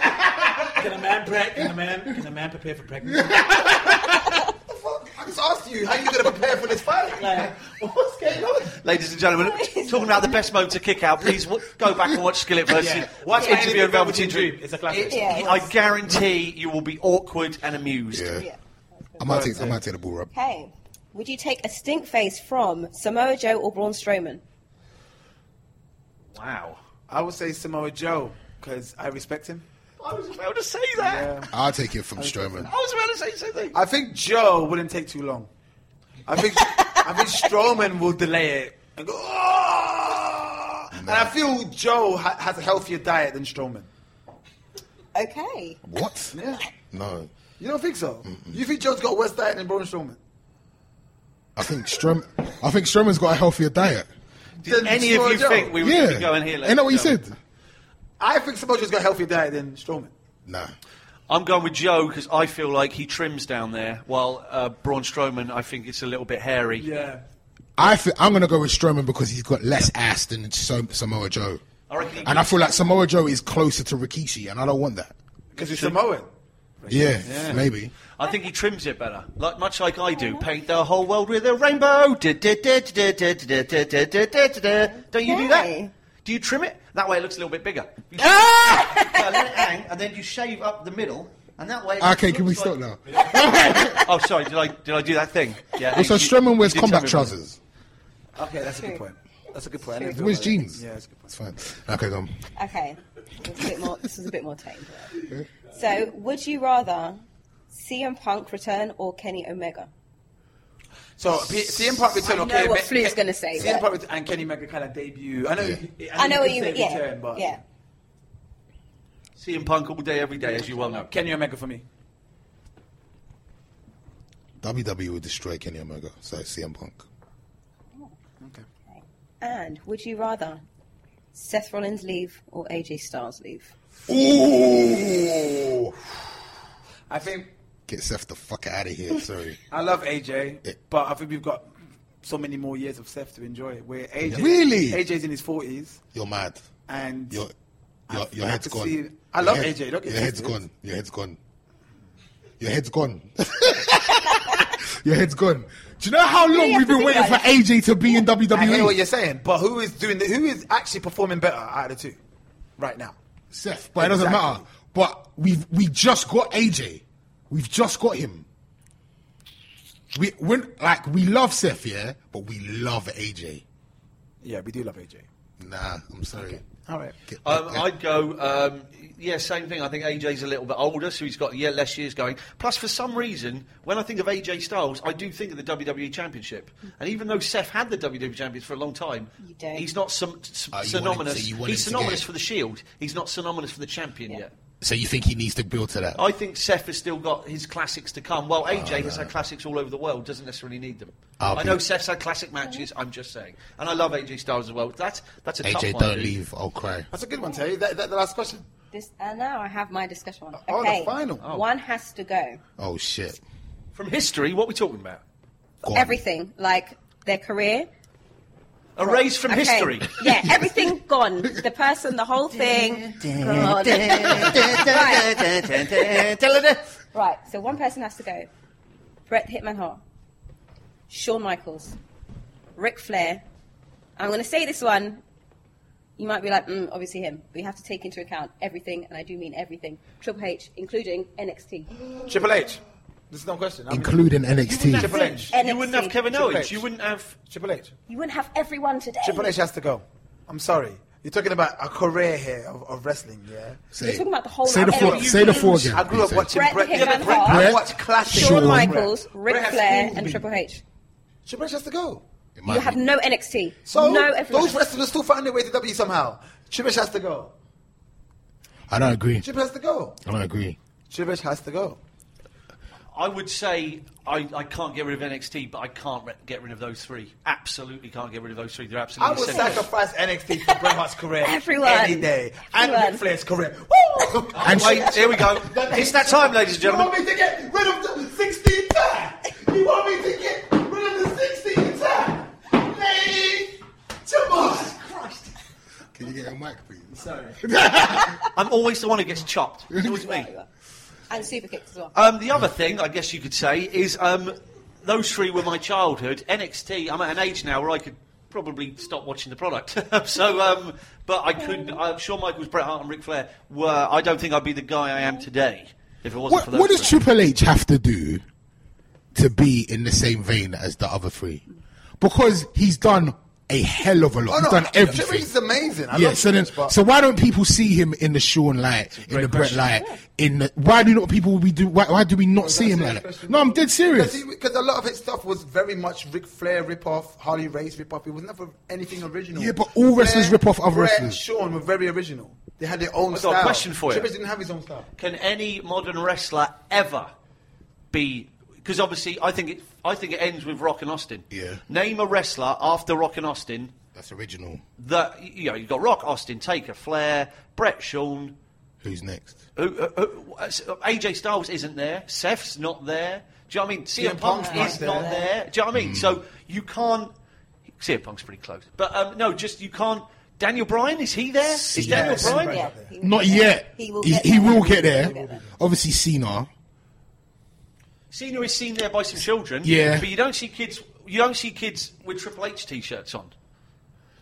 S2: can a man pre- can a man can a man prepare for pregnancy?
S7: I just asked you how you going to prepare for this fight. Like, what's going on?
S5: Ladies and gentlemen, talking about the best mode to kick out, please w- go back and watch Skillet versus
S2: Yeah.
S5: watch
S2: Yeah.
S5: Interview and Velveteen Dream.
S2: It's a classic.
S5: It-
S2: Yeah,
S5: I guarantee you will be awkward and amused.
S3: I might take. I might take the ball up.
S4: Okay. Would you take a stink face from Samoa Joe or Braun Strowman?
S5: Wow.
S7: I would say Samoa Joe because I respect him.
S5: I was about to say that.
S3: I'll take it from Strowman.
S5: I was about to say something.
S7: I think Joe wouldn't take too long. I think I think Strowman will delay it and go. "Ah!" And I feel Joe ha- has a healthier diet than Strowman.
S4: Okay.
S3: What?
S7: Yeah.
S3: No,
S7: You don't think so? You think Joe's got a worse diet than Braun Strowman?
S3: I think Strom. I think Strowman's got a healthier diet.
S5: Did any of
S7: Samoa
S5: you
S7: Joe.
S5: think we were
S3: yeah,
S5: going to go in here?
S3: ain't that what you said?
S7: I think Samoa Joe's got a healthier diet than Strowman.
S3: Nah.
S5: I'm going with Joe because I feel like he trims down there, while uh, Braun Strowman, I think it's a little bit hairy.
S7: Yeah.
S3: I feel, I'm going to go with Strowman because he's got less ass than Sam- Samoa Joe.
S5: I reckon he-
S3: And I feel like Samoa Joe is closer to Rikishi, and I don't want that.
S7: Because he's Samoan.
S3: Yeah, maybe.
S5: I think he trims it better, like much like I do. Paint the whole world with a rainbow. Du- du- du- du- du- du- du- du- du- du- du- du- du. Don't you do that? Do you trim it? That way it looks a little bit bigger. You Uh, let it hang, and then you shave up the middle, and that way. it
S3: Okay,
S5: looks
S3: can we
S5: like-
S3: stop now?
S5: oh, sorry. Did I did I do that thing? Yeah.
S3: Also,
S5: you-
S3: Strowman wears
S5: you did tell
S3: combat
S5: me about it.
S3: trousers.
S7: Okay, that's a good point. That's a good point. I didn't
S3: He
S7: feel
S3: wears
S7: like that.
S3: jeans.
S7: Yeah, that's a good point.
S3: It's fine. Okay, go on.
S4: Okay. It's a bit more, this is a bit more tame. So, would you rather CM Punk return or Kenny Omega?
S7: So P- CM Punk return.
S4: I
S7: okay,
S4: know what
S7: but-
S4: Flu's gonna say,
S7: CM
S4: but-
S7: Punk return and Kenny Omega kind of debut. I know. he-
S4: I know what
S7: he
S4: you
S7: can
S4: mean.
S7: say
S4: Yeah.
S7: return, but
S4: yeah.
S5: CM Punk all day, every day, as you well know.
S7: Kenny Omega for me.
S3: WWE will E destroy Kenny Omega, so CM Punk.
S4: And would you rather Seth Rollins leave or AJ Styles leave?
S3: Ooh!
S7: I think
S3: Get Seth the fuck out of here, sorry.
S7: I love AJ, but I think we've got so many more years of Seth to enjoy. Where AJ,
S3: Really?
S7: AJ's in his forties,
S3: You're mad.
S7: and
S3: Your, your,
S7: I-
S3: your
S7: I
S3: head's
S7: could
S3: gone.
S7: see- I
S3: Your
S7: love
S3: head-
S7: AJ, don't get
S3: Your head's
S7: twisted.
S3: gone. Your head's gone. Your head's gone. your head's gone. Do you know how long
S7: have
S3: we've
S7: to
S3: been
S7: be
S3: waiting for
S7: like-
S3: AJ to be in E? WWE?
S7: I hear what you're saying, but who is doing the, who is actually performing better out of the two right now?
S3: Seth, but it doesn't
S7: Exactly.
S3: matter. But we've we just got AJ. We've just got him. We when like we love Seth, yeah, but we love AJ.
S7: Yeah, we do love AJ.
S3: Nah, I'm sorry.
S7: All right.
S5: Um, I'd go, um, yeah, same thing. I think AJ's a little bit older, so he's got yeah, less years going. Plus, for some reason, when I think of AJ Styles, I do think of the WWE Championship. And even though Seth had the WWE Championship for a long time, he's not some, s-
S3: Oh, you
S5: synonymous.
S3: want him to- you want
S5: he's
S3: him to get
S5: synonymous
S3: it.
S5: for the Shield. He's not synonymous for the champion yet.
S3: So you think he needs to build to that?
S5: I think Seth has still got his classics to come. Well, AJ
S3: Ah,
S5: has had classics all over the world, doesn't necessarily need them. i
S3: I'll be-
S5: know Seth's had classic matches, I'm just saying. And I love AJ Styles as well. That's, that's a tough
S3: AJ,
S5: one,
S3: don't
S5: dude.
S3: leave. I'll cry.
S7: That's a good one, Terry. That, that, the last question.
S4: This, and now I have my discussion. Okay.
S7: oh, the final. Oh.
S4: One has to go.
S3: Oh shit.
S5: From history, what are we talking about?
S4: Everything, like their career.
S5: Erased from
S4: Okay.
S5: history.
S4: Yeah, everything gone. The person, the whole thing. gone. right. right, so one person has to go. Brett Hitman Hart, Shawn Michaels, Ric Flair. I'm going to say this one. You might be like, mm, obviously him. But you have to take into account everything, and I do mean everything. Triple H, including NXT.
S7: Triple H. There's no question. I mean-
S3: Including NXT.
S7: Triple H.
S4: NXT.
S5: You wouldn't have Kevin
S7: Triple
S5: Owens.
S7: H.
S5: You wouldn't have.
S7: Triple H.
S4: You wouldn't have everyone today.
S7: Triple H has to go. I'm sorry. You're talking about a career here of, of wrestling, yeah?
S4: We're talking about the whole
S3: say the
S4: lot.
S3: four-
S4: Anyway,
S3: say the four again,
S7: I grew up
S3: please.
S7: watching
S4: Bret
S7: Brett.
S4: Hitman
S7: yeah, but Brett
S4: Hart.
S7: I
S3: Brett,
S7: watched classic.
S4: Shawn
S7: Brett.
S4: Michaels, Ric
S7: Brett has
S4: Flair,
S7: schooled
S4: and
S7: me.
S4: Triple H.
S7: Triple H has to go.
S4: You have no NXT.
S7: So,
S4: no everyone.
S7: those wrestlers still find their way to W E somehow. Triple H has to go.
S3: I don't agree.
S7: Triple H has to go.
S3: I don't agree.
S7: Triple H has to go.
S5: I would say I, I can't get rid of NXT, but I can't re- get rid of those three. Absolutely can't get rid of those three. They're
S23: I
S5: absolutely
S23: would
S5: essential.
S23: sacrifice NXT for Bret Hart's career
S5: Everyone.
S23: any day. And Ric Flair's career. Woo!
S5: And wait, here we go. It's that time, ladies and
S23: You
S5: gentlemen.
S23: want me to get rid of the 16 time? You want me to get rid of the 16 time? Ladies, Jesus Christ.
S3: Can you get a mic, please?
S23: Sorry.
S5: I'm always the one who gets chopped. It's always me.
S4: And super kicks as well.
S5: Um, the other thing, I guess you could say, is um, those three were my childhood. NXT, I'm at an age now where I could probably stop watching the product. so, um, but I couldn't. I'm sure Michaels, Bret Hart, and Ric Flair were. I don't think I'd be the guy I am today if it wasn't
S3: What,
S5: for those.
S3: what does
S5: three.
S3: Triple H have to do to be in the same vein as the other three? Because he's done a hell of a lot.
S23: Oh,
S3: he's
S23: no,
S3: done
S23: Triple H is
S3: everything.
S23: amazing. I
S3: yeah.
S23: love
S3: So then,
S23: Triple H, but-
S3: so why don't people see him in the Sean light, in the Brett light, in the why do not people we do why, why do we not see him like that? No, I'm dead serious.
S23: Because a lot of his stuff was very much Ric Flair rip-off, Harley Race rip-off. It was never anything original.
S3: Yeah, but all wrestlers rip off other
S23: Bret,
S3: wrestlers.
S23: Shawn were very original. They had their own
S5: I've
S23: style.
S5: got a question for you.
S23: Triple H didn't have his own style.
S5: Can any modern wrestler ever be? Because obviously, I think it. I think it ends with Rock and Austin. Yeah. Name a wrestler after Rock and Austin
S3: That's original.
S5: that you know. You have got Rock, Austin, Taker, Flair, Brett, Shawn.
S3: Who's next?
S5: Who, who, who, uh, AJ Styles isn't there. Seth's not there. Do you know what I mean? CM Punk
S23: Punk's
S5: is not
S23: not there. Hmm.
S5: there. Do you know what I mean? So you can't. CM Punk's pretty close, but um, no, just you can't. Daniel Bryan is he there? Is Daniel
S3: Yes.
S5: Bryan?
S3: Not yet. He will, get, he will get there. Obviously, Cena.
S5: Cena is seen there by some children.
S3: Yeah.
S5: but you don't see kids. You don't see kids with Triple H t-shirts on.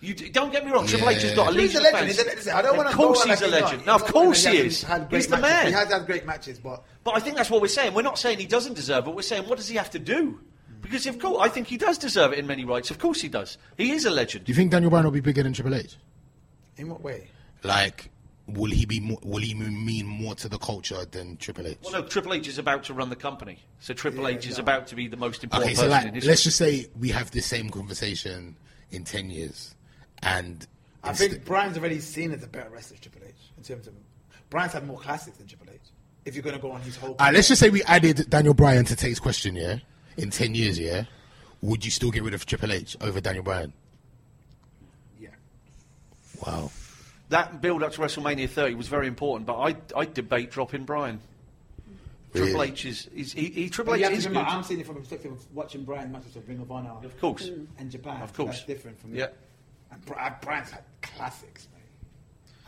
S5: You d- don't get me wrong. Triple H has got a
S23: He's
S5: legion
S23: a
S5: of
S23: legend.
S5: fans.
S23: He's a- listen, I don't
S5: of
S23: want to
S5: course, he's a legend. No, of course he is. He's the man.
S23: He has had great matches, but
S5: But I think that's what we're saying. We're not saying he doesn't deserve it. We're saying what does he have to do? Because of course, I think he does deserve it in many rights. Of course, he does. He is a legend.
S3: Do you think Daniel Bryan will be bigger than Triple H?
S23: in what way?
S3: Like, will he be? More, will he mean more to the culture than Triple H?
S5: Well, no, Triple H is about to run the company, so Triple H is about to be the most important
S3: Okay, so
S5: person
S3: like,
S5: in history.
S3: let's just say we have the same conversation in ten years, and
S23: I think Brian's already seen as a better wrestler than Triple H in terms of Brian's had more classics than Triple H. If you're going to go on his whole,
S3: All right, Ah, let's just say we added Daniel Bryan to Tate's question, yeah? In 10 years, yeah? Would you still get rid of Triple H over Daniel Bryan?
S23: Yeah.
S3: Wow.
S5: That build up to WrestleMania 30 was very important, but I I debate dropping Brian. Triple
S23: Really?
S5: H is, is he, he Triple
S23: But
S5: H
S23: you have to
S5: is good.
S23: remember, I'm seeing it from the perspective of watching Brian's matches of Ring of Honor, of
S5: course. Mm.
S23: and Japan.
S5: Of course.
S23: that's different from me.
S5: Yeah.
S23: And Bri- Brian's had classics, mate.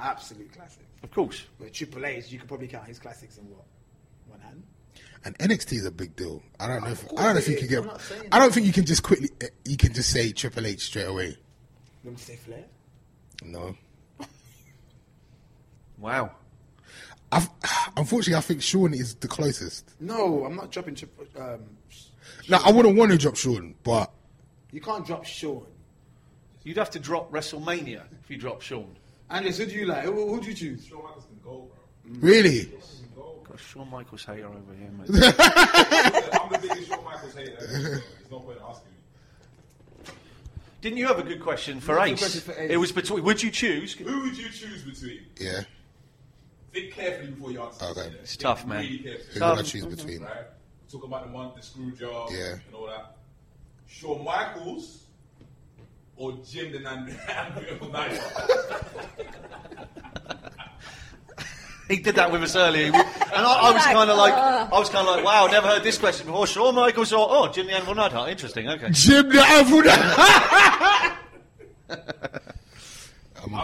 S23: Absolute classics.
S5: Of course.
S23: With Triple H, you could probably count his classics in what one hand.
S3: And NXT is a big deal. I don't know if
S23: course
S3: I don't know
S23: it
S3: if you
S23: is.
S3: can get.
S23: I'm not saying
S3: I don't think you can just quickly. eh, You can just say Triple H straight away.
S23: Let me say Flair.
S3: No.
S5: Wow.
S3: I've, unfortunately, I think Sean is the closest.
S23: No, I'm not dropping Triple. Um,
S3: Now, I wouldn't want to drop Sean, but
S23: you can't drop Shawn.
S5: You'd have to drop WrestleMania if you drop Shawn.
S23: Andres, who do you like? Who, who do you choose?
S10: Shawn Michaels can go,
S23: Mm.
S3: really,
S10: bro.
S5: Got a Shawn Michaels hater over here, mate.
S10: I'm the biggest Shawn Michaels hater. so There's no point asking me.
S5: Didn't you have a good question for
S10: Good
S5: Ace?
S10: question for Ace.
S5: It was between. Would you choose?
S10: Who would you choose between?
S3: yeah.
S10: Think carefully before you answer.
S3: Okay.
S10: this,
S5: It's
S10: Think
S5: tough, man.
S10: Really carefully.
S3: Who would I choose between?
S10: Right? We Talk about the month, the screw job,
S3: Yeah.
S10: and all that. Shawn Michaels or Jim the Nan- Anvil
S5: He did that with us earlier, He w- and I, I was
S10: Like,
S5: kind of like,
S10: uh.
S5: I was kind of like, wow, never heard this question before. Shawn Michaels or oh, Jim the Anvil Neidhart. Interesting. Okay.
S3: Jim the Anvil I'm
S10: I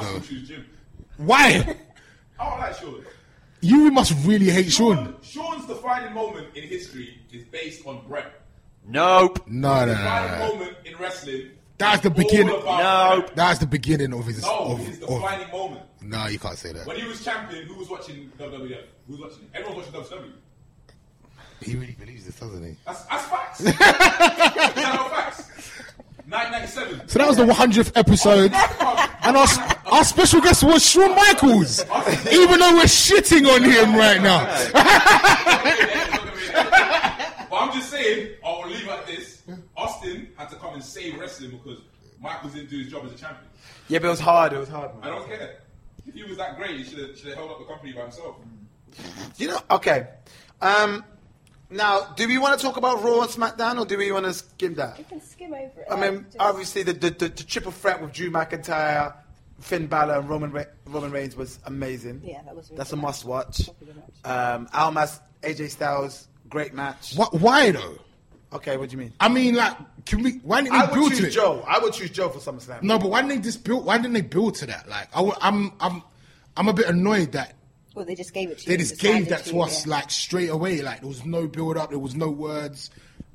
S3: going.
S10: would choose Jim.
S3: Why?
S10: I don't like Shawn.
S3: You must really hate Sean.
S10: Shawn's defining moment in history is based on Brett.
S5: Nope.
S3: No, no, no. no,
S10: Defining
S3: no.
S10: moment in wrestling.
S3: That's the beginning.
S10: All about Brett.
S3: That's the beginning of his.
S10: No,
S3: of,
S10: his
S3: of-
S10: defining moment.
S3: no, you can't say that.
S10: When he was champion, who was watching WWF? Who was watching? Everyone watching WWE.
S3: He really believes this, doesn't he?
S10: That's, that's facts. These are no facts. 1997.
S3: So that was the 100th episode, and our, our special guest was Shawn Michaels. Even though we're shitting on him right now.
S10: But I'm just saying, I will leave at this. Austin had to come and save wrestling because Michaels didn't do his job as a champion.
S23: Yeah, but it was hard. It was hard, man.
S10: I don't care. If he was that great, he should have, should have held up the company by himself.
S23: You know, okay. Um,
S7: Now, do we want to talk about Raw and SmackDown, or do we want to skim that?
S4: You can skim over it.
S7: I mean, obviously, the, the, the, the triple threat with Drew McIntyre, Finn Balor, and Roman, Re- Roman Reigns was amazing.
S4: Yeah, that was really
S7: That's a
S4: good
S7: must watch. Um, Almas, AJ Styles, great match.
S3: What, why though?
S7: Okay, what do you mean?
S3: I mean, like, can we? Why didn't
S7: I
S3: they
S7: would
S3: build to
S7: choose
S3: it?
S7: Joe. I would choose Joe for SummerSlam.
S3: No, but why didn't they just build? Why didn't they build to that? Like, I, w- I'm, I'm, I'm a bit annoyed that
S4: Well, they just gave it to
S3: they
S4: you.
S3: just
S4: handed
S3: gave that to
S4: you,
S3: us
S4: yeah.
S3: like straight away. Like there was no build up, there was no words,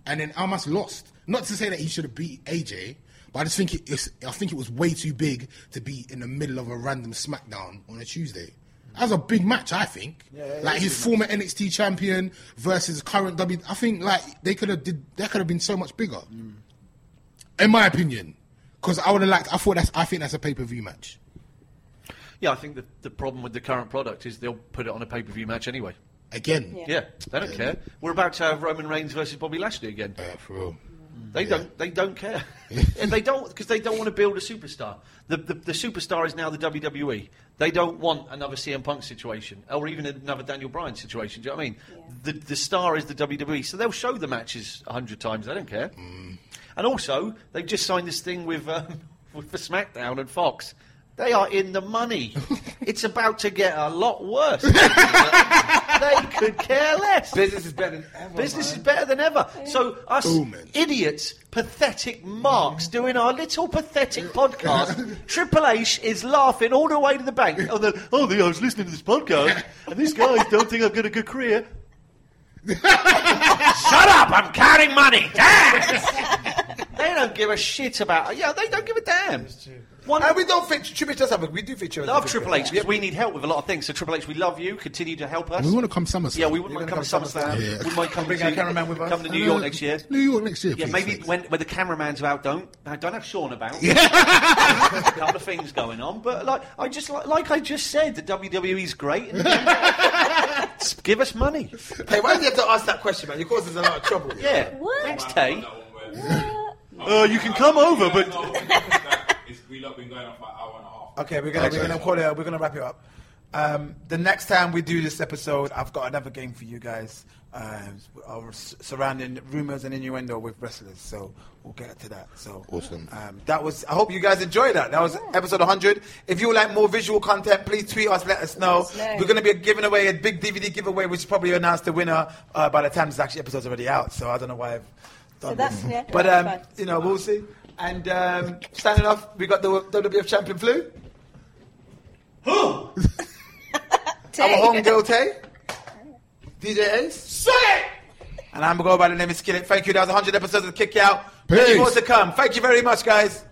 S3: and then Almas lost. Not to say that he should have beat AJ, but I just think it, it's, I think it was way too big to be in the middle of a random SmackDown on a Tuesday. That was a big match, I think.
S7: Yeah, yeah,
S3: like
S7: yeah.
S3: his former NXT champion versus current W. I think like they could have did that could have been so much bigger, in my opinion. Because I would have liked. I thought that's. I think that's a pay per view match.
S5: Yeah, I think the, the problem with the current product is they'll put it on a pay per view match anyway.
S3: Again.
S5: Yeah, they don't care. We're about to have Roman Reigns versus Bobby Lashley again.
S3: Uh,
S5: They don't. They don't care. and they don't because they don't want to build a superstar. The, the the superstar is now the WWE. They don't want another CM Punk situation or even another Daniel Bryan situation. Do you know what I mean? The the star is the WWE, so they'll show the matches a hundred times. They don't care. And also, they've just signed this thing with um, with the SmackDown and Fox. They are in the money. it's about to get a lot worse. they could care less.
S7: Business is better than ever.
S5: Business is better than ever. So us idiots, pathetic marks, doing our little pathetic podcast. Triple H is laughing all the way to the bank. Oh, the, oh the, I was listening to this podcast, and these guys don't think I've got a good career. Shut up! I'm counting money. They don't give a shit about. Yeah, they don't give a damn.
S23: Uh,
S7: and we don't think Triple H does have a. We do think Triple H
S5: Love
S7: has a
S5: Triple
S7: good
S5: H because we need help with a lot of things. So Triple H, we love you. Continue to help us.
S3: We want to come SummerSlam.
S5: Yeah, we wouldn't mind coming to SummerSlam.
S3: Yeah.
S5: We might come
S7: Bring
S5: to,
S7: our cameraman with us.
S5: Come to New
S7: Uh,
S5: York next year.
S3: New York next year.
S5: Yeah,
S3: please,
S5: maybe
S3: thanks.
S5: when, when the cameraman's out, don't I don't have Sean about. a couple of things going on, but like I just like, like I just said, the WWE's great. And give us money.
S7: Hey, why do you have to ask that question, man? You cause us a lot of trouble.
S5: Yeah.
S4: What?
S5: Next day. Uh, you can come over, but
S10: It's we look been going on for an hour and a half.
S7: Okay, we're gonna we're gonna call it. We're gonna wrap it up. Um, the next time we do this episode, I've got another game for you guys um, uh, surrounding rumors and innuendo with wrestlers. So we'll get to that. So
S3: Awesome.
S7: um, that was. I hope you guys enjoyed that. That was episode 100. If you would like more visual content, please tweet us. Let us know.
S24: us know.
S7: We're going to be giving away a big DVD giveaway, which is probably announced the winner uh, by the time this actually episode's already out. So I don't know why I've done
S24: So that's-
S7: this.
S24: yeah,
S7: but
S24: that's
S7: um,
S24: fine.
S7: you know, we'll see. And um, standing off, we got the WWF champion flu. Who? Our homegirl Tay. DJ Ace. Say it. And I'm gonna go by the name of Skillet. Thank you. That was 100 episodes of the Kick Out. Many
S24: Peace.
S7: more to come. Thank you very much, guys.